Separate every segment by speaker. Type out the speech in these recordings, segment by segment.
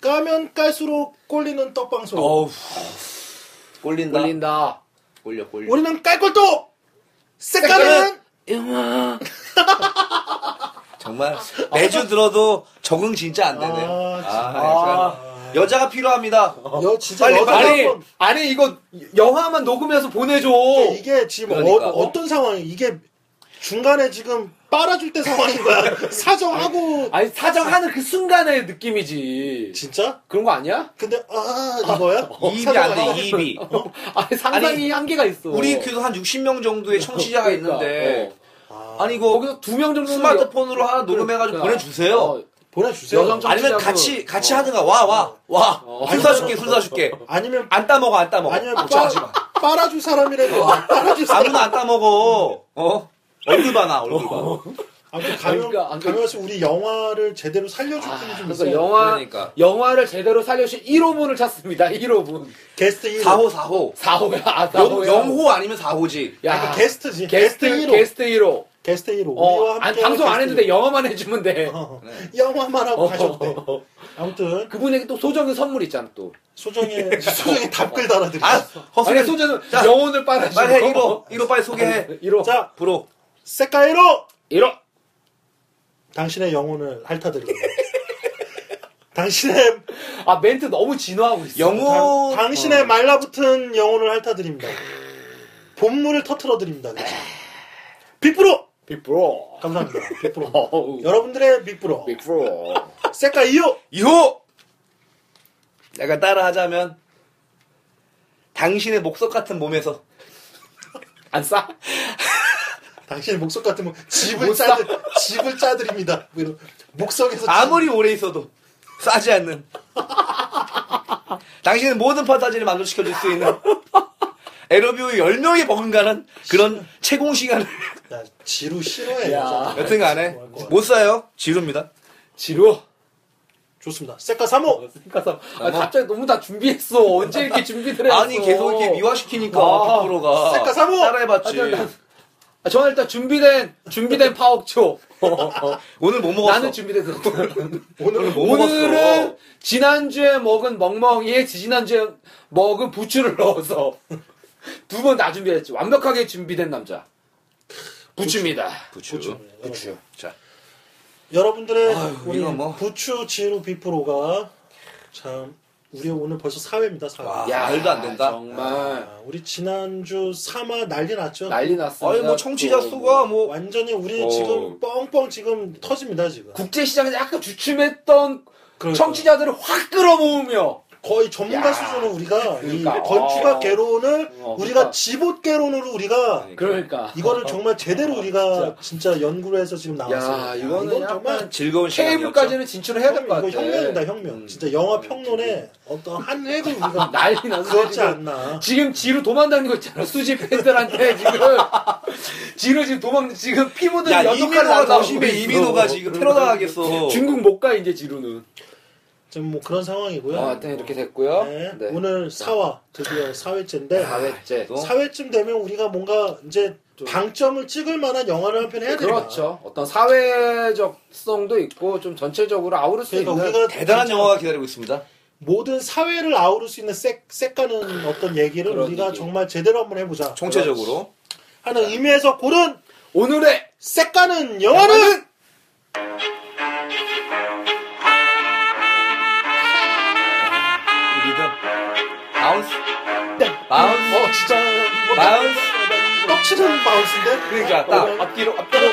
Speaker 1: 까면 깔수록 꼴리는 떡방송.
Speaker 2: 어우 꼴린다.
Speaker 3: 걸린다.
Speaker 2: 꼴려 꼴려.
Speaker 1: 우리는 깔꼴도 색깔은
Speaker 2: 음악. 정말 매주 들어도 적응 진짜 안
Speaker 1: 아,
Speaker 2: 되네요.
Speaker 1: 진짜. 어,
Speaker 2: 약간 여자가 필요합니다.
Speaker 1: 여 진짜
Speaker 2: 빨리,
Speaker 1: 여자
Speaker 2: 빨리.
Speaker 3: 아니
Speaker 1: 한번-
Speaker 3: 아니 이거 영화만 녹음해서 보내줘.
Speaker 1: 이게 지금
Speaker 2: 그러니까.
Speaker 1: 어, 떤 상황이 이게 중간에 지금 빨아줄 때 상황인 거야. 사정하고
Speaker 3: 아니 사정하는 그 순간의 느낌이지.
Speaker 1: 진짜?
Speaker 3: 그런 거 아니야?
Speaker 1: 근데 아 이거야?
Speaker 2: 이입이 안 돼, 이입이.
Speaker 3: 아니 상상이
Speaker 2: 아니,
Speaker 3: 한계가 있어.
Speaker 2: 우리 교도 한 60명 정도의 청취자가
Speaker 3: 그러니까, 어.
Speaker 2: 있는데.
Speaker 1: 아,
Speaker 2: 아니, 이거
Speaker 3: 거기서 두 명 그러니까. 정도
Speaker 2: 스마트폰으로 하나 녹음해가지고 보내주세요.
Speaker 1: 보내주세요.
Speaker 3: 여성 어, 청-
Speaker 2: 아니면
Speaker 3: 청취자분.
Speaker 2: 같이, 같이
Speaker 3: 어.
Speaker 2: 하든가. 와, 와, 와. 술 사줄게, 술 사줄게.
Speaker 1: 아니면
Speaker 2: 안 따먹어, 안 따먹어.
Speaker 1: 아니면
Speaker 2: 걱정하지 마.
Speaker 1: 빨아, 빨아줄 사람이라도 안 빨아줄 사람.
Speaker 2: 아무나 안 따먹어. 어? 얼굴 봐나, 얼굴 봐.
Speaker 1: 아무튼 강현
Speaker 3: 그러니까 안 그-
Speaker 1: 강현 씨 우리 영화를 제대로 살려줄 분이 좀
Speaker 3: 아, 그래서
Speaker 1: 있어. 요
Speaker 3: 그러니까 영화
Speaker 2: 아, 그러니까.
Speaker 3: 영화를 제대로 살려주신 1호분을 찾습니다. 1호분
Speaker 1: 게스트 아, 1호.
Speaker 2: 4호, 4호.
Speaker 3: 4호야. 아, 4호야.
Speaker 2: 영, 영호 아니면 4호지.
Speaker 1: 아, 그 게스트지. 게스트
Speaker 3: 게스트 1호.
Speaker 1: 1호.
Speaker 3: 게스트 1호.
Speaker 1: 게스트 1호.
Speaker 3: 어, 안, 방송 안 해도 돼. 영화만 해주면 돼.
Speaker 1: 영화만 하고
Speaker 3: 어.
Speaker 1: 가셔도 돼. 아무튼
Speaker 3: 그분에게 또 소정의 선물 있잖아 또.
Speaker 1: 소정의 소정의 답글 달아드리죠.
Speaker 2: 아,
Speaker 3: 아니
Speaker 2: 허수는
Speaker 3: 소정은
Speaker 2: 자,
Speaker 3: 영혼을 어. 빨아주고.
Speaker 2: 빨리 해, 1호. 1호 빨리 소개해.
Speaker 3: 1호.
Speaker 1: 자,
Speaker 2: 브로.
Speaker 1: 색깔로
Speaker 3: 1호.
Speaker 1: 당신의 영혼을 핥아드립니다. 당신의
Speaker 3: 아 멘트 너무 진화하고 있어.
Speaker 2: 영호.
Speaker 1: 당,
Speaker 3: 어.
Speaker 1: 당신의 말라붙은 영혼을 핥아드립니다. 본물을 터트려드립니다. 빅브로
Speaker 3: 빅브로.
Speaker 1: 감사합니다. 빅브로
Speaker 3: 어우.
Speaker 1: 여러분들의 빅브로
Speaker 3: 빅브로.
Speaker 1: 색깔 2호
Speaker 2: 2호! 약간 따라하자면, 당신의 목석 같은 몸에서.
Speaker 3: 안 싸?
Speaker 1: 당신의 목석 같으면 집을
Speaker 3: 못
Speaker 1: 짜 집을 짜드립니다. 뭐 이런 목석에서 집-
Speaker 2: 아무리 오래 있어도 싸지 않는 당신은 모든 판타지를 만족시켜줄 수 있는 에러뷰 10명이 버금가는 그런 채공 시간을
Speaker 1: 나 지루 싫어해.
Speaker 3: 야.
Speaker 1: 여자.
Speaker 2: 여튼 간에 못 사요 지루입니다
Speaker 3: 지루.
Speaker 1: 좋습니다. 색깔 3호
Speaker 3: 가서 아, 갑자기 너무 다 준비했어. 언제 이렇게 준비를 했어?
Speaker 2: 아니 계속 이렇게 미화시키니까
Speaker 3: 아,
Speaker 2: 빅프로가
Speaker 1: 색깔 사모!
Speaker 2: 따라해봤지
Speaker 3: 아니, 난- 아, 저는 일단 준비된 준비된 파옥초.
Speaker 2: 오늘 뭐 어, 먹었어?
Speaker 3: 나는 준비돼서
Speaker 2: 오늘 뭐
Speaker 3: 오늘은
Speaker 2: 먹었어?
Speaker 3: 지난주에 먹은 멍멍이에 지난주에 먹은 부추를 넣어서 두 번 다 준비했지. 완벽하게 준비된 남자. 부추입니다.
Speaker 2: 네. 부추
Speaker 1: 부추.
Speaker 2: 자
Speaker 1: 여러분들의
Speaker 2: 아유,
Speaker 1: 우리
Speaker 2: 이거 뭐.
Speaker 1: 부추 지루 비프로가 참 우리 오늘 벌써 4회입니다. 4회.
Speaker 2: 와. 말도 안 된다.
Speaker 3: 정말
Speaker 1: 아, 우리 지난주 3화 난리 났죠.
Speaker 3: 난리 났습니다.
Speaker 2: 아니 뭐 청취자
Speaker 3: 또
Speaker 2: 수가 뭐
Speaker 1: 완전히 우리
Speaker 2: 어.
Speaker 1: 지금 뻥뻥 지금 터집니다 지금.
Speaker 3: 국제 시장에서 약간 주춤했던
Speaker 1: 그러니까.
Speaker 3: 청취자들을 확 끌어모으며
Speaker 1: 거의 전문가
Speaker 3: 야.
Speaker 1: 수준으로 우리가 이
Speaker 3: 그러니까.
Speaker 1: 건축학
Speaker 3: 어.
Speaker 1: 개론을
Speaker 3: 어,
Speaker 1: 우리가
Speaker 3: 그러니까.
Speaker 1: 지봇 개론으로 우리가
Speaker 3: 그러니까 어.
Speaker 1: 이거를 정말 제대로 우리가 진짜, 연구를 해서 지금 나왔어요.
Speaker 3: 야, 이거는
Speaker 1: 정말
Speaker 3: 약간
Speaker 2: 즐거운 시간이었죠
Speaker 3: KB까지는 진출을 해야 될 것
Speaker 1: 이거
Speaker 3: 같아.
Speaker 1: 혁명이다 혁명. 진짜 영화 평론에 어떤 음. 한 획을 우리가
Speaker 3: 난리 났어.
Speaker 1: 그렇지
Speaker 3: 지금.
Speaker 1: 않나.
Speaker 3: 지금 지루 도망다니는 거 있잖아. 수지 팬들한테 지금 지루 지금 도망 지금 피 묻은
Speaker 2: 야
Speaker 3: 연속한
Speaker 2: 이민호가
Speaker 3: 날라오고
Speaker 2: 더 심해
Speaker 3: 있어.
Speaker 2: 이민호가 지금 테러 당하겠어
Speaker 3: 중국 못 가 이제 지루는.
Speaker 1: 지금 뭐 그런 상황이고요.
Speaker 3: 어, 하여튼 이렇게 됐고요.
Speaker 1: 네.
Speaker 3: 네. 아,
Speaker 1: 오늘 사화 드디어 사회째인데
Speaker 3: 사회째.
Speaker 2: 또?
Speaker 1: 사회쯤 되면 우리가 뭔가 이제 방점을 찍을 만한 영화를 한 편 해야 되나
Speaker 3: 그렇죠. 어떤 사회적성도 있고 좀 전체적으로 아우를 수
Speaker 1: 그러니까
Speaker 3: 있는
Speaker 1: 우리가
Speaker 2: 대단한
Speaker 1: 진짜
Speaker 2: 영화가 기다리고 있습니다
Speaker 1: 모든 사회를 아우를 수 있는 색, 색가는 어떤 얘기를
Speaker 3: 그런
Speaker 1: 우리가
Speaker 3: 얘기.
Speaker 1: 정말 제대로 한번 해보자.
Speaker 2: 총체적으로
Speaker 1: 하는 의미에서 고른
Speaker 3: 오늘의
Speaker 1: 색가는 영화는
Speaker 2: 이 리듬 바운스 바운스
Speaker 1: 어 진짜 뭐
Speaker 2: 바운스
Speaker 1: 떡치는 바운스인데 어,
Speaker 2: 그러니까 딱 앞뒤로 앞뒤로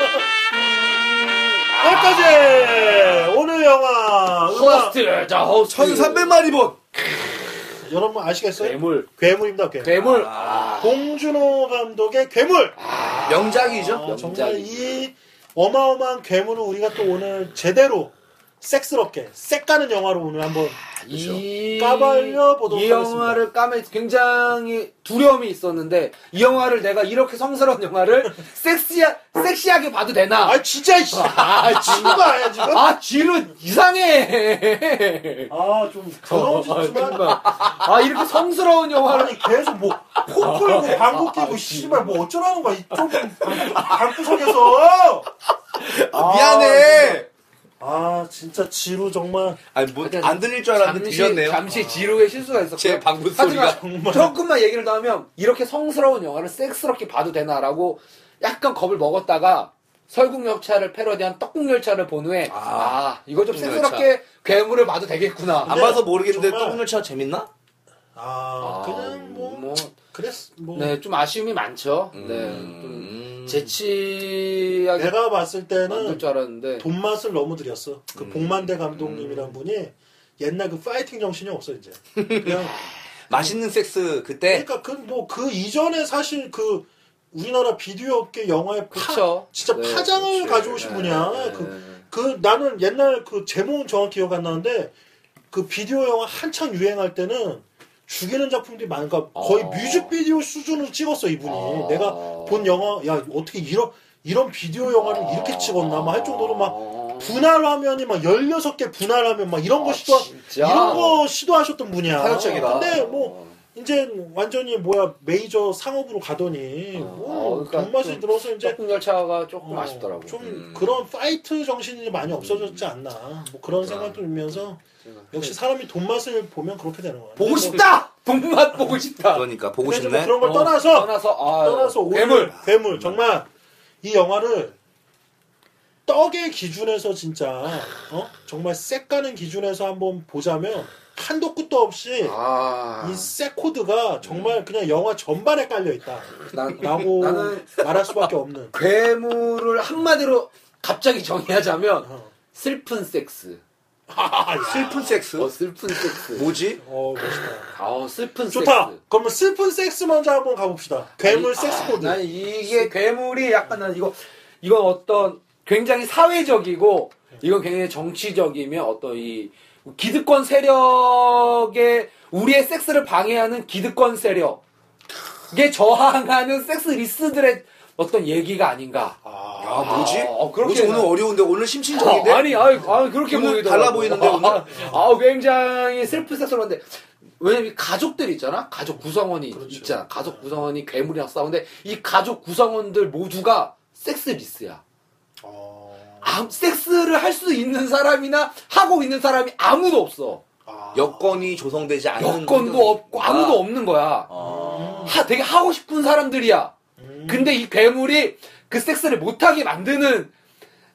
Speaker 1: 여기까지 오늘 영화 음악
Speaker 3: 호스트 자 호스트
Speaker 2: 1300마리 본
Speaker 1: 여러분 아시겠어요?
Speaker 3: 괴물
Speaker 1: 괴물입니다 괴물.
Speaker 3: 괴물
Speaker 2: 아.
Speaker 1: 봉준호 감독의 괴물.
Speaker 2: 명작이죠
Speaker 1: 아, 정말 이 어마어마한 괴물을 우리가 또 오늘 제대로 섹스럽게 색가는 영화로 오늘 한번
Speaker 3: 이
Speaker 1: 까발려 보도록
Speaker 3: 예. 이 영화를 까매 굉장히 두려움이 있었는데 이 영화를 내가 이렇게 성스러운 영화를 섹시하, 섹시하게 봐도 되나?
Speaker 1: 아 진짜 씨. 아 친구가 아니야 지금.
Speaker 3: 아 쥐는 이상해.
Speaker 1: 아좀 더러워지지만
Speaker 3: 아 이렇게 성스러운 영화를
Speaker 1: 아니 계속 뭐코 풀고 방구 끼고 아, 씨발 뭐 어쩌라는 거야 이쪽 방구석에서
Speaker 2: 미안해
Speaker 1: 아 진짜 지루 정말
Speaker 2: 아니 뭐안 들릴 줄 알았는데 들렸네요.
Speaker 3: 잠시 지루의 실수가 있었고
Speaker 2: 제 방구 소리가
Speaker 1: 정말.
Speaker 3: 조금만 얘기를 더 하면 이렇게 성스러운 영화를 섹스럽게 봐도 되나라고 약간 겁을 먹었다가 설국열차를 패러디한 떡국열차를 본 후에 아,
Speaker 2: 아,
Speaker 3: 이거 좀
Speaker 2: 떡국열차. 아,
Speaker 3: 섹스럽게 괴물을 봐도 되겠구나.
Speaker 2: 안 봐서 모르겠는데
Speaker 1: 정말-
Speaker 2: 떡국열차 재밌나?
Speaker 1: 아, 그냥 뭐, 그랬 뭐
Speaker 3: 네, 좀 아쉬움이 많죠. 네, 좀
Speaker 2: 음.
Speaker 3: 재치하게
Speaker 1: 내가 봤을
Speaker 3: 만들
Speaker 1: 때는
Speaker 3: 줄 알았는데
Speaker 1: 돈맛을 너무 들였어. 그
Speaker 3: 음,
Speaker 1: 복만대 감독님이란 분이 옛날 그 파이팅 정신이 없어 이제. 그냥
Speaker 2: 맛있는 섹스
Speaker 3: 네.
Speaker 2: 그때
Speaker 1: 그러니까 그 뭐 그 이전에 사실 그 우리나라 비디오 업계 영화의 파,
Speaker 3: 그쵸.
Speaker 1: 진짜
Speaker 3: 네,
Speaker 1: 파장을
Speaker 2: 그치.
Speaker 1: 가져오신 분이야.
Speaker 3: 네,
Speaker 1: 그 그 나는 옛날 그 제목은 정확히 기억 안 나는데 그 비디오 영화 한창 유행할 때는 죽이는 작품들이 많으니까 거의
Speaker 3: 아.
Speaker 1: 뮤직비디오 수준으로 찍었어 이분이
Speaker 3: 아.
Speaker 1: 네, 내가 본 영화 야 어떻게 이런 이런 비디오 영화를 이렇게 찍었나 막 할 정도로 막
Speaker 2: 아.
Speaker 1: 분할 화면이 막 16개 분할 화면 막 이런 거
Speaker 3: 아,
Speaker 1: 시도
Speaker 3: 진짜? 아,
Speaker 1: 이런 거 시도하셨던 분이야.
Speaker 2: 파격적이다.
Speaker 1: 근데 뭐
Speaker 3: 어.
Speaker 1: 이제 완전히 뭐야 메이저 상업으로 가더니 뭐
Speaker 3: 아, 그러니까
Speaker 1: 돈맛이
Speaker 3: 좀
Speaker 1: 들어서 이제
Speaker 3: 떡국열차가 조금
Speaker 1: 어,
Speaker 3: 아쉽더라고. 음.
Speaker 1: 좀
Speaker 2: 음.
Speaker 1: 그런 파이트 정신이 많이 없어졌지 않나. 뭐 그런
Speaker 3: 그러니까.
Speaker 1: 생각도 들면서 역시 사람이 돈 맛을 보면 그렇게 되는 거야.
Speaker 3: 보고 싶다. 돈맛 보고 싶다.
Speaker 2: 그러니까 보고
Speaker 1: 그래서
Speaker 2: 싶네.
Speaker 1: 그런 걸
Speaker 3: 어,
Speaker 1: 떠나서
Speaker 3: 떠나서 아,
Speaker 1: 떠나서 오늘
Speaker 3: 괴물
Speaker 1: 괴물 정말 이 영화를 떡의 기준에서 진짜 어? 정말 색 가는 기준에서 한번 보자면 한도 끝도 없이
Speaker 3: 아,
Speaker 1: 이색 코드가 정말 그냥 영화 전반에 깔려
Speaker 3: 난-
Speaker 1: 있다라고
Speaker 3: 나는-
Speaker 1: 말할 수밖에 없는.
Speaker 3: 괴물을 한마디로 갑자기 정의하자면
Speaker 1: 어.
Speaker 3: 슬픈 섹스. 아, 예.
Speaker 2: 슬픈 섹스?
Speaker 3: 어, 슬픈 섹스.
Speaker 2: 뭐지?
Speaker 1: 어 멋있다.
Speaker 3: 아, 슬픈
Speaker 1: 좋다.
Speaker 3: 섹스.
Speaker 1: 그러면 슬픈 섹스 먼저 한번 가봅시다. 괴물 섹스 코드.
Speaker 3: 아, 난 이게 괴물이 약간 난 이거 이건 어떤 굉장히 사회적이고 이건 굉장히 정치적이며 어떤 이 기득권 세력의 우리의 섹스를 방해하는 기득권 세력에 저항하는 섹스 리스들의 어떤 얘기가 아닌가.
Speaker 2: 야 뭐지?
Speaker 3: 아, 그렇게
Speaker 2: 뭐지 오늘
Speaker 3: 난-
Speaker 2: 어려운데 오늘
Speaker 3: 어,
Speaker 2: 심심정인데?
Speaker 3: 아니, 아니, 아 그렇게
Speaker 2: 오늘
Speaker 3: 보이더라고.
Speaker 2: 달라 보이는데, 오늘?
Speaker 3: 아, 아, 굉장히 슬픈 섹스러운데 왜냐면 이 가족들 있잖아? 가족 구성원이 있잖아. 가족 구성원이 괴물이랑 싸우는데 이 가족 구성원들 모두가 섹스 리스야.
Speaker 1: 어,
Speaker 3: 아, 섹스를 할 수 있는 사람이나 하고 있는 사람이 아무도 없어.
Speaker 1: 아,
Speaker 2: 여건이 조성되지 않은
Speaker 3: 여건도 없고 아무도 없는 거야.
Speaker 2: 어.
Speaker 3: 하, 되게 하고 싶은 사람들이야. 음.
Speaker 1: 음.
Speaker 3: 근데 이 괴물이 그 섹스를 못하게 만드는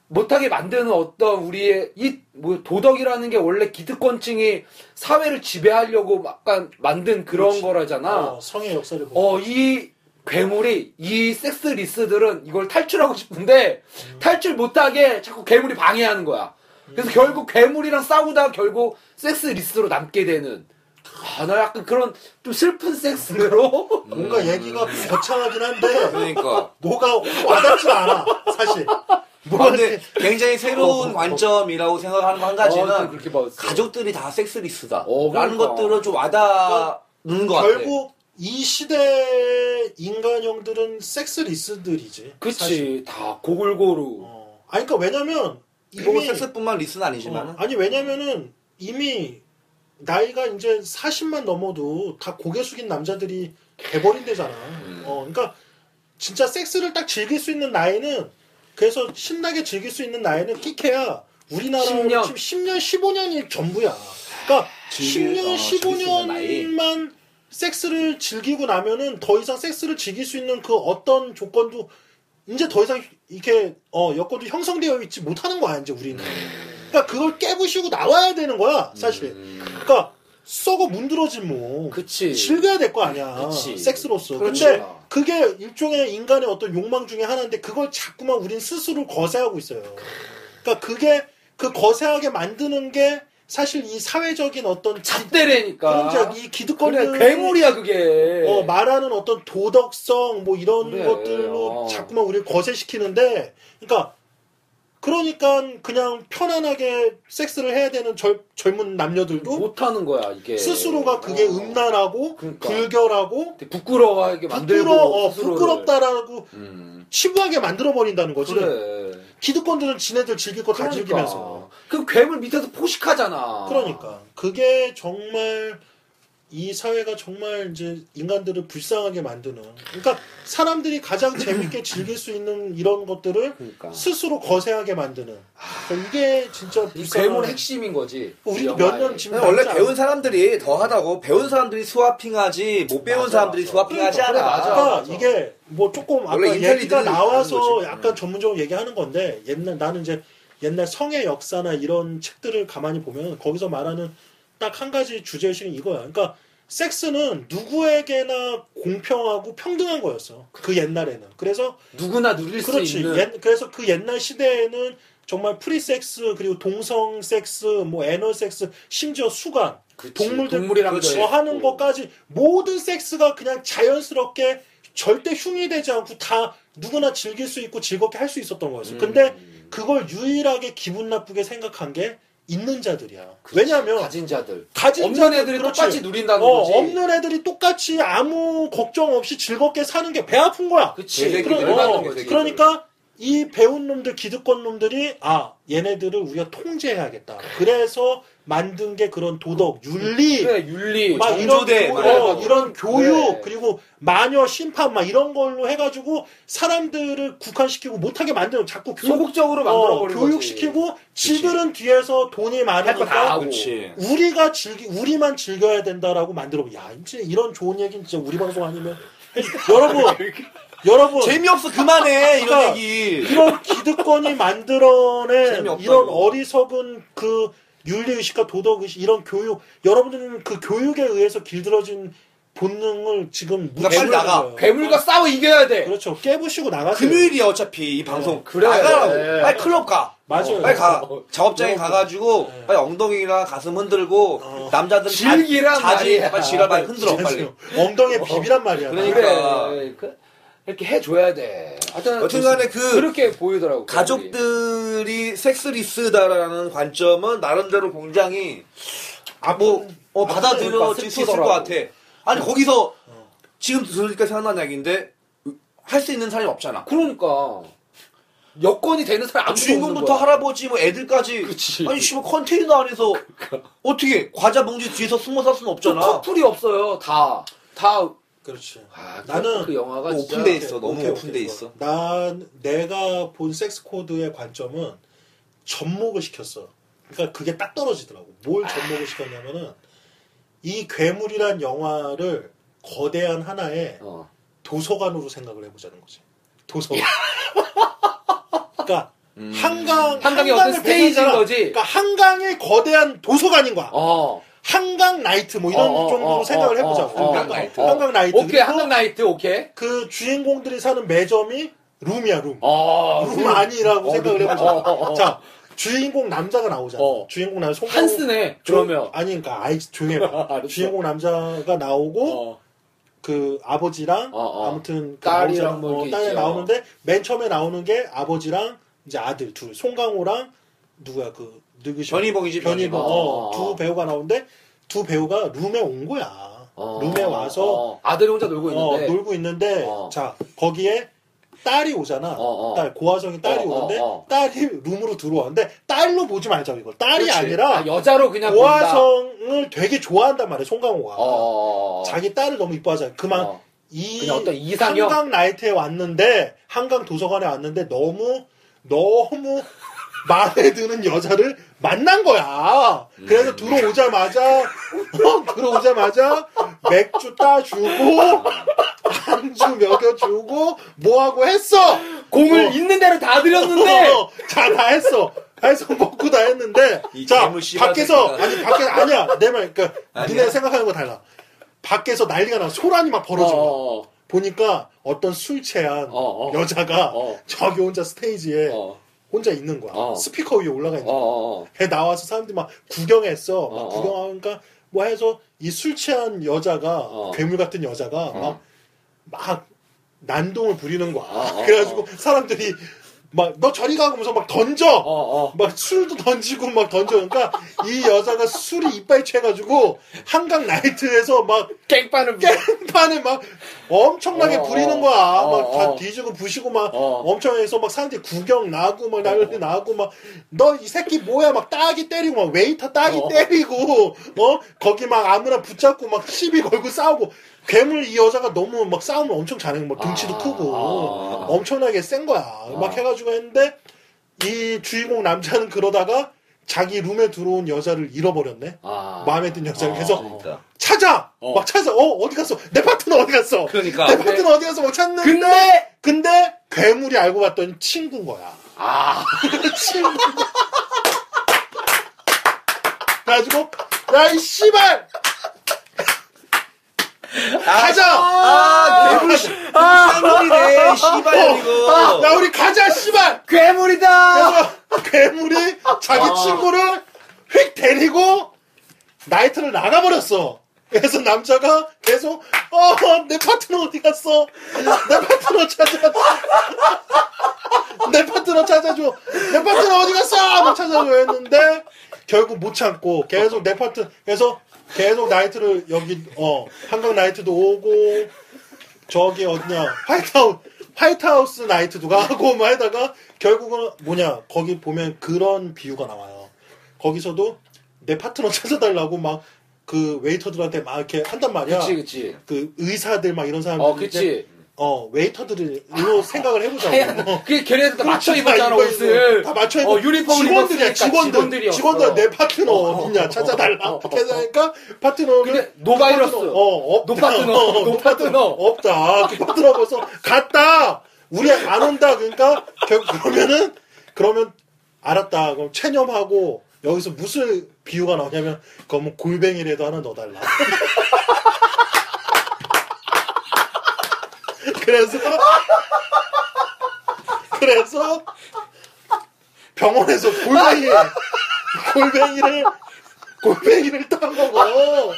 Speaker 3: 못하게 만드는 어떤 우리의 이 뭐 도덕이라는 게 원래 기득권층이 사회를 지배하려고 약간 만든 그런 거라잖아.
Speaker 1: 어, 성의 역사를 보고.
Speaker 3: 어, 이 괴물이 이 섹스 리스들은 이걸 탈출하고 싶은데 탈출 못하게 자꾸 괴물이 방해하는 거야. 그래서 결국 괴물이랑 싸우다 결국 섹스 리스로 남게 되는. 아, 나 약간 그런 좀 슬픈 섹스로.
Speaker 1: 뭔가 얘기가
Speaker 3: 음.
Speaker 1: 거창하긴 한데
Speaker 2: 그러니까
Speaker 1: 뭐가 와닿지 않아 사실.
Speaker 2: 아,
Speaker 1: 뭐가
Speaker 2: 근데
Speaker 1: 이렇게-
Speaker 2: 굉장히 새로운 관점이라고 생각하는 거 한 가지는
Speaker 3: 어, 좀 그렇게 봤어.
Speaker 2: 가족들이 다 섹스리스다
Speaker 3: 어,
Speaker 2: 라는
Speaker 3: 그러니까.
Speaker 2: 것들은 좀 와닿는 것 같아
Speaker 1: 결국 이 시대 인간형들은 섹스 리스들이지.
Speaker 3: 그치.
Speaker 1: 사실.
Speaker 3: 다 고골고루.
Speaker 1: 어. 아니 그러니까 왜냐면
Speaker 2: 뭐
Speaker 1: 이미
Speaker 2: 섹스뿐만 리스는 아니지만
Speaker 1: 어, 아니 왜냐면은 이미 나이가 이제 40만 넘어도 다 고개 숙인 남자들이 돼버린 데잖아.
Speaker 2: 음.
Speaker 1: 어, 그러니까 진짜 섹스를 딱 즐길 수 있는 나이는 그래서 신나게 즐길 수 있는 나이는 끼케야 우리나라
Speaker 3: 10년.
Speaker 1: 10년 15년이 전부야. 그러니까
Speaker 2: 즐길-
Speaker 1: 10년
Speaker 2: 어, 즐길 수 있는 나이.
Speaker 1: 15년만 섹스를 즐기고 나면은 더 이상 섹스를 즐길 수 있는 그 어떤 조건도 이제 더 이상 이렇게 어, 여건도 형성되어 있지 못하는 거야 이제 우리는. 그러니까 그걸 깨부시고 나와야 되는 거야 사실. 그러니까 썩어 문드러지 뭐.
Speaker 3: 음. 그치.
Speaker 1: 즐겨야 될 거 아니야.
Speaker 3: 그치. 그렇죠.
Speaker 1: 섹스로서.
Speaker 3: 그렇지.
Speaker 1: 근데 그게 일종의 인간의 어떤 욕망 중에 하나인데 그걸 자꾸만 우린 스스로 거세하고 있어요. 그러니까 그게 그 거세하게 만드는 게 사실 이 사회적인 어떤 기,
Speaker 3: 잣대래니까.
Speaker 1: 그런 이 기득권을
Speaker 3: 그러니까 그래, 괴물이야, 그게.
Speaker 1: 어, 말하는 어떤 도덕성 뭐 이런
Speaker 3: 그래,
Speaker 1: 것들로
Speaker 3: 어.
Speaker 1: 자꾸만 우리를 거세시키는데 그러니까 그러니까 그냥 편안하게 섹스를 해야 되는 젊, 젊은 남녀들도
Speaker 3: 못하는 거야, 이게.
Speaker 1: 스스로가 그게
Speaker 3: 뭐, 어.
Speaker 1: 음란하고
Speaker 3: 그러니까.
Speaker 1: 불결하고
Speaker 3: 되게 부끄러워하게 만들고.
Speaker 1: 부끄러 어,
Speaker 3: 스스로를.
Speaker 1: 부끄럽다라고
Speaker 2: 음.
Speaker 1: 치부하게 만들어 버린다는 거지.
Speaker 3: 그래.
Speaker 1: 기득권들은 지네들 즐길 거 다
Speaker 3: 그러니까.
Speaker 1: 즐기면서.
Speaker 3: 아. 그 괴물 밑에서 포식하잖아.
Speaker 1: 그러니까 그게 정말 그러니까. 이 사회가 정말 이제 인간들을 불쌍하게 만드는. 그러니까 사람들이 가장 재밌게 즐길 수 있는 이런 것들을
Speaker 2: 그러니까.
Speaker 1: 스스로 거세하게 만드는. 그러니까 이게 진짜
Speaker 3: 아, 이
Speaker 1: 불쌍한.
Speaker 3: 괴물 핵심인 거지.
Speaker 1: 우리도
Speaker 3: 이
Speaker 1: 몇
Speaker 3: 영화의.
Speaker 1: 년 지금
Speaker 2: 근데 원래
Speaker 1: 남지
Speaker 2: 배운
Speaker 1: 않았어.
Speaker 2: 사람들이 더하다고 배운 사람들이 스와핑하지 못 배운
Speaker 3: 맞아,
Speaker 2: 사람들이
Speaker 3: 맞아.
Speaker 2: 스와핑하지
Speaker 3: 그래,
Speaker 2: 않아.
Speaker 3: 맞아.
Speaker 1: 그러니까 이게 뭐 조금 아까
Speaker 2: 원래
Speaker 1: 얘기가
Speaker 2: 인텔리들이 다른
Speaker 1: 나와서
Speaker 2: 거지. 네.
Speaker 1: 약간 전문적으로 얘기하는 건데 옛날 나는 이제 옛날 성의 역사나 이런 책들을 가만히 보면 거기서 말하는 딱 한 가지 주제 의식은 이거야. 그러니까 섹스는 누구에게나 공평하고 평등한 거였어. 그 옛날에는. 그래서
Speaker 3: 누구나 누릴 수
Speaker 1: 그렇지.
Speaker 3: 있는
Speaker 1: 옛- 그래서 그 옛날 시대에는 정말 프리섹스 그리고 동성 섹스, 뭐 애널 섹스, 심지어 수간, 동물들
Speaker 3: 동물이랑
Speaker 1: 그렇지. 뭐 하는 것까지 모든 섹스가 그냥 자연스럽게 절대 흉이 되지 않고 다 누구나 즐길 수 있고 즐겁게 할 수 있었던
Speaker 3: 음.
Speaker 1: 거였어. 근데 그걸 유일하게 기분 나쁘게 생각한 게 있는 자들이야. 왜냐하면
Speaker 3: 가진 자들
Speaker 1: 가진
Speaker 3: 없는
Speaker 1: 자들,
Speaker 3: 애들이
Speaker 1: 그렇지.
Speaker 3: 똑같이 누린다는
Speaker 1: 어,
Speaker 3: 거지.
Speaker 1: 없는 애들이 똑같이 아무 걱정 없이 즐겁게 사는 게 배 아픈 거야.
Speaker 3: 그치.
Speaker 2: 개새끼들
Speaker 1: 그런-
Speaker 2: 맞는
Speaker 1: 어,
Speaker 2: 거지.
Speaker 1: 그러니까 이 배운 놈들 기득권 놈들이 아 얘네들을 우리가 통제해야겠다. 그래서 만든 게 그런 도덕 윤리
Speaker 3: 그래, 윤리
Speaker 1: 막 이런
Speaker 2: 정조대,
Speaker 1: 교,
Speaker 2: 막
Speaker 1: 어,
Speaker 2: 이런 거.
Speaker 1: 이런 교육
Speaker 3: 네.
Speaker 1: 그리고 마녀 심판 막 이런 걸로 해가지고 사람들을 국한시키고 못하게 만드는 자꾸 교육
Speaker 3: 소극적으로 만들어 버리는 거지.
Speaker 1: 교육시키고 지들은 뒤에서 돈이
Speaker 3: 할거다
Speaker 1: 많으니까
Speaker 3: 하고.
Speaker 2: 그렇지.
Speaker 1: 우리가 즐기 우리만 즐겨야 된다라고 만들어. 야, 진짜 이런 좋은 얘기는 진짜 우리 방송 아니면 여러분 여러분
Speaker 2: 재미없어 그만해 이런
Speaker 1: 그러니까
Speaker 2: 얘기.
Speaker 1: 이런 기득권이 만들어낸
Speaker 2: 재미없다고.
Speaker 1: 이런 어리석은 그 윤리의식과 도덕의식 이런 교육 여러분들은 그 교육에 의해서 길들어진 본능을 지금
Speaker 2: 그러니까 빨리
Speaker 1: 무시하는
Speaker 2: 나가.
Speaker 1: 거예요.
Speaker 3: 괴물과 싸워 이겨야 돼.
Speaker 1: 그렇죠 깨부시고 나가세요
Speaker 2: 금요일이야 어차피 이 방송
Speaker 3: 아, 그래.
Speaker 2: 나가라고
Speaker 3: 네.
Speaker 2: 빨리 클럽 가
Speaker 1: 맞아요.
Speaker 2: 빨리 가
Speaker 3: 어. 네.
Speaker 2: 작업장에 가가지고 빨리 엉덩이랑 가슴 흔들고 남자들
Speaker 3: 즐기란
Speaker 2: 자지
Speaker 3: 말이야.
Speaker 2: 빨리 지랄 빨리 흔들어 빨리
Speaker 1: 엉덩이에 비비란 말이야
Speaker 2: 그러니까.
Speaker 3: 그래. 그- 이렇게 해줘야 돼. 하여튼
Speaker 2: 여튼간에 그
Speaker 3: 그렇게 보이더라고. 괴물이.
Speaker 2: 가족들이 섹스리스다라는 관점은 나름대로 굉장히 아뭐 어, 받아들여질 수 있을 것 같아. 아니 거기서
Speaker 3: 어.
Speaker 2: 지금 들으니까 생각난 얘기인데 할 수 있는 사람이 없잖아.
Speaker 3: 그러니까 여건이 되는 사람 아무도 없는
Speaker 2: 주인공부터
Speaker 3: 거야.
Speaker 2: 할아버지 뭐 애들까지
Speaker 3: 그치.
Speaker 2: 아니 씨뭐 컨테이너 안에서 어떻게 과자 봉지 뒤에서 숨어 살 수는
Speaker 3: 좀
Speaker 2: 없잖아.
Speaker 3: 커플이 없어요. 다. 다.
Speaker 1: 그렇지
Speaker 3: 아,
Speaker 1: 나는
Speaker 3: 나는 그 영화가
Speaker 2: 뭐
Speaker 3: 진짜
Speaker 2: 오픈돼 있어.
Speaker 1: 오케이,
Speaker 2: 너무
Speaker 1: 오케이,
Speaker 2: 오픈돼
Speaker 1: 오케이.
Speaker 2: 있어.
Speaker 1: 난 내가 본 섹스 코드의 관점은 접목을 시켰어. 그러니까 그게 딱 떨어지더라고. 뭘 접목을 시켰냐면은 이 괴물이란 영화를 거대한 하나의
Speaker 3: 어.
Speaker 1: 도서관으로 생각을 해보자는 거지. 도서관. 그러니까 한강
Speaker 3: 음. 한강의
Speaker 1: 한강을
Speaker 3: 어떤 스테이지인
Speaker 1: 배경이잖아.
Speaker 3: 거지.
Speaker 1: 그러니까 한강의 거대한 도서관인 거야.
Speaker 3: 어.
Speaker 1: 한강 나이트 뭐 이런
Speaker 3: 어, 어,
Speaker 1: 정도로
Speaker 3: 어,
Speaker 1: 생각을
Speaker 3: 어,
Speaker 1: 해보자고.
Speaker 3: 어, 어,
Speaker 1: 한강 나이트.
Speaker 3: 어.
Speaker 1: 한강 나이트.
Speaker 3: 오케이
Speaker 1: 그리고
Speaker 3: 한강 나이트 오케이.
Speaker 1: 그 주인공들이 사는 매점이 룸이야 룸.
Speaker 3: 어.
Speaker 1: 룸 아니라고 생각을 해보자.
Speaker 3: 어, 어, 어.
Speaker 1: 자 주인공 남자가 나오잖아.
Speaker 3: 어.
Speaker 1: 주인공 남자 송강호-
Speaker 3: 한스네.
Speaker 1: 조-
Speaker 3: 그러면.
Speaker 1: 아니 그러니까 아이 조용해봐.
Speaker 3: 알았어.
Speaker 1: 주인공 남자가 나오고
Speaker 3: 어.
Speaker 1: 그 아버지랑
Speaker 3: 어, 어.
Speaker 1: 아무튼 그
Speaker 3: 딸이랑
Speaker 1: 나오잖아.
Speaker 3: 뭐
Speaker 1: 어,
Speaker 3: 이렇게
Speaker 1: 딸이
Speaker 3: 있지, 어.
Speaker 1: 나오는데 맨 처음에 나오는 게 아버지랑 이제 아들 둘 송강호랑 누구야 그 누구죠?
Speaker 2: 변희봉이지,
Speaker 1: 변희봉
Speaker 3: 변희봉.
Speaker 1: 어,
Speaker 3: 어, 어.
Speaker 1: 두 배우가 나오는데 두 배우가 룸에 온 거야.
Speaker 3: 어.
Speaker 1: 룸에 와서
Speaker 3: 어. 아들이 혼자 놀고
Speaker 1: 어,
Speaker 3: 있는데.
Speaker 1: 놀고 있는데
Speaker 3: 어.
Speaker 1: 자 거기에 딸이 오잖아.
Speaker 3: 어, 어.
Speaker 1: 딸 고아성이 딸이
Speaker 3: 어,
Speaker 1: 오는데
Speaker 3: 어, 어.
Speaker 1: 딸이 룸으로 들어왔는데 딸로 보지 말자 이걸 딸이
Speaker 3: 그렇지.
Speaker 1: 아니라
Speaker 3: 아, 여자로 그냥 본다.
Speaker 1: 고아성을 되게 좋아한단 말이야 송강호가
Speaker 3: 어, 어. 어.
Speaker 1: 자기 딸을 너무 이뻐하잖아. 그만
Speaker 3: 어.
Speaker 1: 이
Speaker 3: 그냥 어떤 이상형?
Speaker 1: 한강 나이트에 왔는데 한강 도서관에 왔는데 너무 너무 마음에 드는 여자를 만난 거야. 그래서 들어오자마자 어, 들어오자마자 맥주 따주고 안주 먹여주고 뭐하고 했어.
Speaker 3: 공을
Speaker 1: 어.
Speaker 3: 있는 대로 다 드렸는데.
Speaker 1: 자다 했어. 다 해서 먹고 다 했는데
Speaker 2: 이
Speaker 1: 자
Speaker 2: 괴물 씨발
Speaker 1: 밖에서
Speaker 2: 새끼가.
Speaker 1: 아니 밖에 아니야 내 말 그러니까
Speaker 2: 아니야?
Speaker 1: 니네 생각하는 거 달라. 밖에서 난리가 나. 소란이 막 벌어지고.
Speaker 3: 어, 어.
Speaker 1: 보니까 어떤 술 취한
Speaker 3: 어, 어.
Speaker 1: 여자가
Speaker 3: 어.
Speaker 1: 저기 혼자 스테이지에
Speaker 3: 어.
Speaker 1: 혼자 있는 거야.
Speaker 3: 어.
Speaker 1: 스피커 위에 올라가 있는 거야.
Speaker 3: 어, 어.
Speaker 1: 걔 나와서 사람들이 막 구경했어. 막
Speaker 3: 어, 어.
Speaker 1: 구경하니까 뭐 해서 이 술 취한 여자가
Speaker 3: 어.
Speaker 1: 괴물 같은 여자가 막, 막 난동을 부리는 거야.
Speaker 3: 어, 어,
Speaker 1: 그래가지고 사람들이 막 너 저리 가고 면서막 던져.
Speaker 3: 어, 어.
Speaker 1: 막 술도 던지고 막 던져. 그러니까 이 여자가 술이 이빨 채가지고 한강 나이트에서 막
Speaker 3: 깽판을 부려.
Speaker 1: 깽판에 막 엄청나게
Speaker 3: 어,
Speaker 1: 부리는
Speaker 3: 어,
Speaker 1: 거야.
Speaker 3: 어,
Speaker 1: 막 다
Speaker 3: 어.
Speaker 1: 뒤지고 부시고 막
Speaker 3: 어.
Speaker 1: 엄청 해서 막 사람들이 구경 나고 막 난리 나고 막 너 이 새끼 뭐야 막 따기 때리고 막 웨이터 따기
Speaker 3: 어.
Speaker 1: 때리고 어 거기 막 아무나 붙잡고 막 시비 걸고 싸우고 괴물 이 여자가 너무 막 싸움을 엄청 잘해. 막 등치도
Speaker 3: 아,
Speaker 1: 크고
Speaker 3: 아.
Speaker 1: 엄청나게 센 거야. 막 해가지고 했는데 이 주인공 남자는 그러다가 자기 룸에 들어온 여자를 잃어버렸네.
Speaker 3: 아.
Speaker 1: 마음에 든 여자를
Speaker 3: 아,
Speaker 1: 그래서
Speaker 2: 그러니까.
Speaker 1: 찾아
Speaker 3: 어.
Speaker 1: 막 찾아 어 어디 갔어 내 파트너 어디 갔어
Speaker 2: 그러니까.
Speaker 1: 내 파트너 어디 갔어 막 찾는데 네.
Speaker 3: 근데!
Speaker 1: 근데 괴물이 알고 봤더니 친구인 거야
Speaker 3: 아.
Speaker 1: 친구 그래가지고 야 이 씨발 가자
Speaker 2: 아, 괴물 씨. 괴물이네, 씨발, 이거.
Speaker 1: 야 우리 가자 씨발
Speaker 3: 괴물이다!
Speaker 1: 그래서 괴물이 자기 친구를 휙 데리고 나이트를 나가버렸어. 그래서 남자가 계속 어 내 파트너 어디 갔어? 내 파트너 찾아. 내 파트너 찾아줘. 내 파트너 어디 갔어? 막 찾아줘 했는데 결국 못 참고 계속 내 파트 그래서 계속 나이트를 여기 어 한강 나이트도 오고 저기 어디냐 화이트하우스 화이트하우스 나이트도 가고 막 하다가 결국은 뭐냐 거기 보면 그런 비유가 나와요. 거기서도 내 파트너 찾아달라고 막 그 웨이터들한테 막 이렇게 한단 말이야.
Speaker 3: 그치, 그치.
Speaker 1: 그 의사들 막 이런 사람들
Speaker 3: 어, 그치.
Speaker 1: 어 웨이터들로 생각을 해보자고. 어.
Speaker 3: 그게 걔네들 다 그러니까 맞춰
Speaker 1: 그렇지, 다
Speaker 3: 입었잖아,
Speaker 1: 입고
Speaker 3: 옷을.
Speaker 1: 있고, 다 맞춰 입고
Speaker 3: 어, 유니폼을
Speaker 1: 직원들이야,
Speaker 3: 입었으니까
Speaker 1: 직원들.
Speaker 3: 직원들이었어.
Speaker 1: 직원들 내 파트너
Speaker 3: 어,
Speaker 1: 어, 디냐
Speaker 3: 어,
Speaker 1: 찾아달라.
Speaker 3: 어, 어,
Speaker 1: 그래서 하니까 파트너는
Speaker 3: 근데 노바이러스.
Speaker 1: 파트너, 어, 없다.
Speaker 3: 노 파트너,
Speaker 1: 어,
Speaker 3: 노 파트너.
Speaker 1: 없다. 그 파트너 벌써 갔다. 우리 안 온다. 그러니까 결국 그러면은 그러면 알았다. 그럼 체념하고 여기서 무슨 비유가 나오냐면 그러면 골뱅이라도 하나 넣어달라. 그래서 그래서 병원에서 골뱅이 골뱅이를 골뱅이를 딴 거고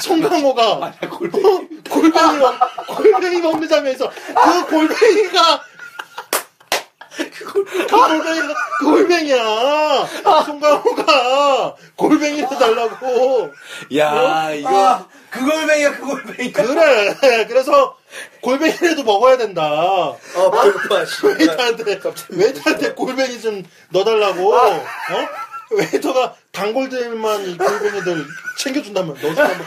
Speaker 1: 송강호가 아, 어? 골뱅이 골뱅이 먹- 골뱅이 먹는다면서 그 골뱅이가 그 골뱅이가 그 골뱅이야 송강호가 골뱅이를 달라고
Speaker 2: 야, 이거. 그 골뱅이야, 그 골뱅이야.
Speaker 1: 그래 그래서 골뱅이라도 먹어야 된다
Speaker 2: 어, 배고파, 씨발.
Speaker 1: 웨이터한테 웨이터한테 골뱅이 좀 넣어달라고 어? 웨이터가 단골들만 이 골뱅이들 챙겨준다면 넣어준단 말